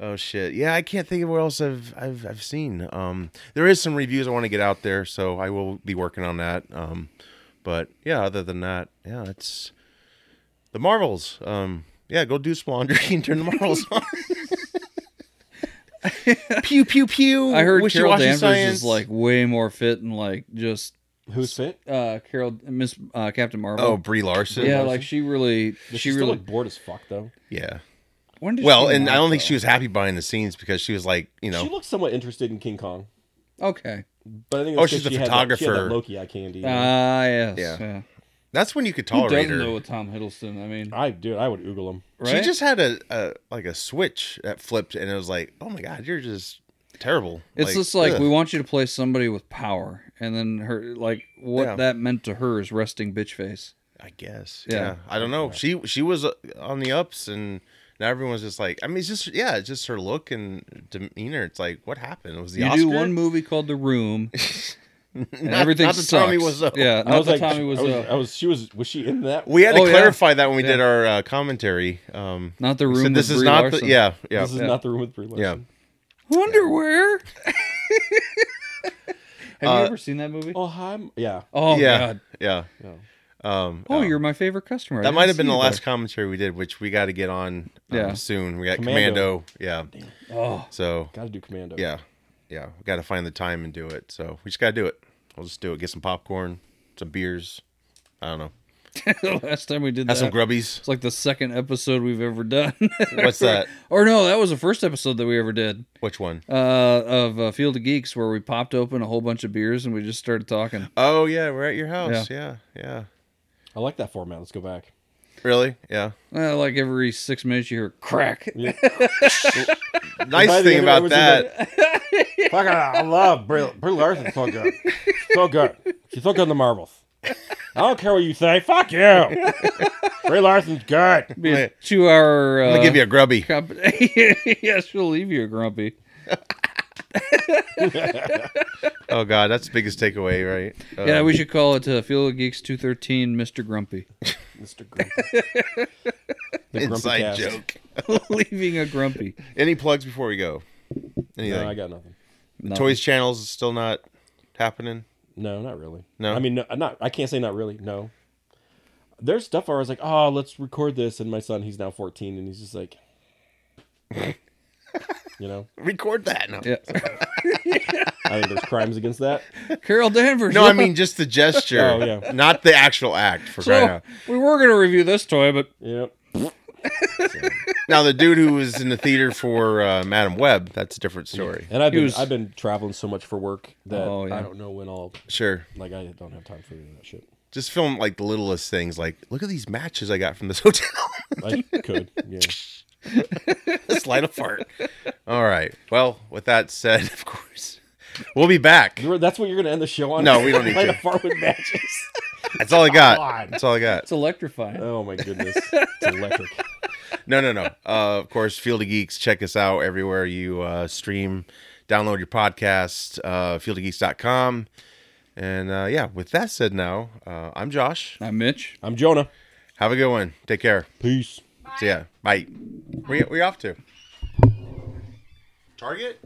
A: Oh shit! Yeah, I can't think of where else I've I've I've seen. Um, there is some reviews I want to get out there, so I will be working on that. Um, but yeah, other than that, yeah, it's the Marvels. Um, yeah, go do some laundry [LAUGHS] and turn the Marvels
B: [LAUGHS]
A: on. pew pew pew.
B: Oh, I heard Carol
A: Wishy-washy
B: Danvers
A: science.
B: is like way more fit and like just
C: Who's fit?
B: uh Carol Miss uh, Captain Marvel.
A: oh Brie Larson. Yeah,
B: yeah, like she really,
C: Does
B: she
C: she, still
B: really.
C: look bored as fuck though.
B: when did
A: Well,
B: she
A: and I
B: walk,
A: don't think
B: though?
A: she was happy behind the scenes because she was like, you
C: She
A: know,
C: looks somewhat interested in King Kong,
B: Okay.
C: but I think
A: Oh,
C: that's
A: she's
C: 'cause
A: the
C: she Had that, she had that
A: photographer.
C: Loki eye candy.
B: Ah, yes.
A: Yeah.
B: Yeah.
A: that's when you could
B: Who
A: tolerate
B: doesn't
A: her.
B: know with Tom Hiddleston? I mean,
C: I dude, I would oogle him.
B: right?
A: Uh, She just had a, a like a switch that flipped, and it was like, oh my god, you're just terrible.
B: it's just like
A: ugh.
B: we want you to play somebody with power, and then her like what
A: Yeah.
B: that meant to her is resting bitch face.
A: I guess. Yeah.
B: Yeah.
A: I don't know. She she was uh, on the ups, and now everyone's just like, I mean, it's just yeah, it's just her look and demeanor. It's like, what happened? It was the
B: you
A: Oscar.
B: do one movie called The
A: [LAUGHS]
B: Room, and
A: Not-
B: everything
A: not the
B: sucks.
A: Tommy Wiseau.
B: Yeah, not
C: I was
B: the
C: like,
B: Tommy was,
C: I was,
B: uh,
C: I was, she was, was she in that?
A: we had to
B: Oh, yeah.
A: clarify that when we did
B: Yeah.
A: our uh, commentary. Um,
B: not the
A: we
B: room.
A: said this
B: with
A: is
B: Brie
A: not
B: Larson.
A: the yeah yeah
C: this is
B: Yeah.
C: not the room with Brie Larson.
B: Underwear. [LAUGHS] Have
A: Uh,
B: you ever seen that movie?
C: Oh hi, m- yeah.
B: Oh
A: yeah
B: god.
A: yeah.
C: Yeah.
A: Um,
B: Oh,
A: uh,
B: you're my favorite customer. I
A: that
B: didn't
A: might have been
B: see
A: the
B: you
A: last commentary we did, which we got to get on um,
B: Yeah.
A: soon. We got Commando.
C: Commando.
A: Yeah.
B: there. Oh,
A: So
C: Got to do Commando.
A: Yeah. Yeah. We got to find the time and do it. So we just got to do it. We'll just do it. Get some popcorn, some beers. I don't know.
B: Oh, [LAUGHS] the last time we did
A: Have some
B: that.
A: grubbies.
C: [LAUGHS]
B: It's like the second episode we've ever done. [LAUGHS]
A: What's that?
B: Or no, that was the first episode that we ever did
A: Which one?
B: uh, of uh, Field of Geeks, where we popped open a whole bunch of beers and we just started talking.
A: Oh, yeah. We're at your house. Yeah. Yeah.
C: I like that format. Let's
A: [LAUGHS]
C: go back.
A: Really? [LAUGHS] Yeah.
B: Uh, like every six minutes, you hear crack.
C: Yeah.
A: Nice
C: the
A: thing
C: end of it,
A: about
C: was it
A: that.
C: Fuck, I I love Brie, Brie Larson. So good. So good. She's so good in the Marvels. I don't care what you say. Fuck you. Brie Larson's good.
B: Be a
A: Wait.
B: two-hour. Uh,
A: I'm going to give you a [LAUGHS] grubby.
B: comp- [LAUGHS] yes, she'll leave you a grumpy.
A: Oh, God. That's the biggest takeaway, right? Uh,
B: yeah, we should call it uh, Field of Geeks two thirteen, Mister Grumpy, [LAUGHS]
C: Mr. Grumpy. The Grumpy
A: Inside
C: cast.
A: joke.
B: leaving a grumpy.
A: Any plugs before we go? Anything?
C: No, I got nothing.
B: No.
A: Toys channels is still not happening.
C: No, not really.
A: No?
C: I mean, no, not. I can't say not really. No. There's stuff where I was like, oh, let's record this, and my son, he's now 14, and he's just like, [LAUGHS] you know,
A: Record that. No,
B: Yeah.
C: I think there's crimes against that.
B: Carol Danvers.
A: no I
B: [LAUGHS]
A: mean just the gesture.
C: Oh, yeah.
A: Not the actual act for crying
B: so
A: out.
B: we were going to review this toy, but
C: Yep.
A: Now the dude who was in the theater for uh, Madam Web, that's a different story.
C: And I've
B: He
C: been
B: was-
C: I've been traveling so much for work that
B: Oh, yeah.
C: I don't know when I'll
A: Sure.
C: like I don't have time for any of that shit.
A: Just film like the littlest things like look at these matches I got from this [LAUGHS] hotel.
C: I [LAUGHS] could. Yeah.
A: Slide apart. All right. Well, with that said, [LAUGHS] of course. We'll be back.
C: You're- That's what you're gonna end the show on.
A: No, we
C: [LAUGHS]
A: don't need
C: Light
A: to.
C: a fart with
B: [LAUGHS]
C: matches.
A: That's all I got.
C: God.
A: That's all I got.
B: it's electrifying.
A: Uh,
C: Oh my goodness, it's electric.
A: No, no, no. Uh, of course, Field of Geeks, check us out everywhere you uh, stream, download your podcast, uh, fieldofgeeks.com. And uh, yeah, with that said, now uh, I'm Josh.
B: I'm Mitch.
C: I'm Jonah.
A: Have a good one. Take care.
C: Peace.
A: See ya. Bye. Where we off to? Target.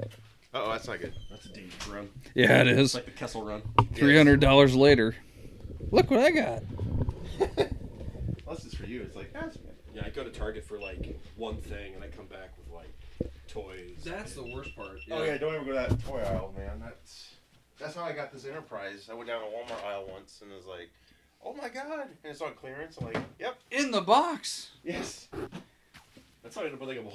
A: Oh, that's not good.
D: That's a dangerous run.
B: Yeah, it is.
D: It's like the Kessel run.
B: Three hundred dollars later. Look what I got.
A: Unless it's for you, it's like that's good.
C: Yeah, I go to Target for like one thing and I come back with like toys.
B: That's the worst part.
A: Oh yeah, don't ever go to that toy aisle, man. That's that's how I got this Enterprise. I went down to Walmart aisle once and was like, "Oh my god!" And it's on clearance. I'm like, "Yep,
B: In the box.
A: yes."
C: That's how I ended up with like a whole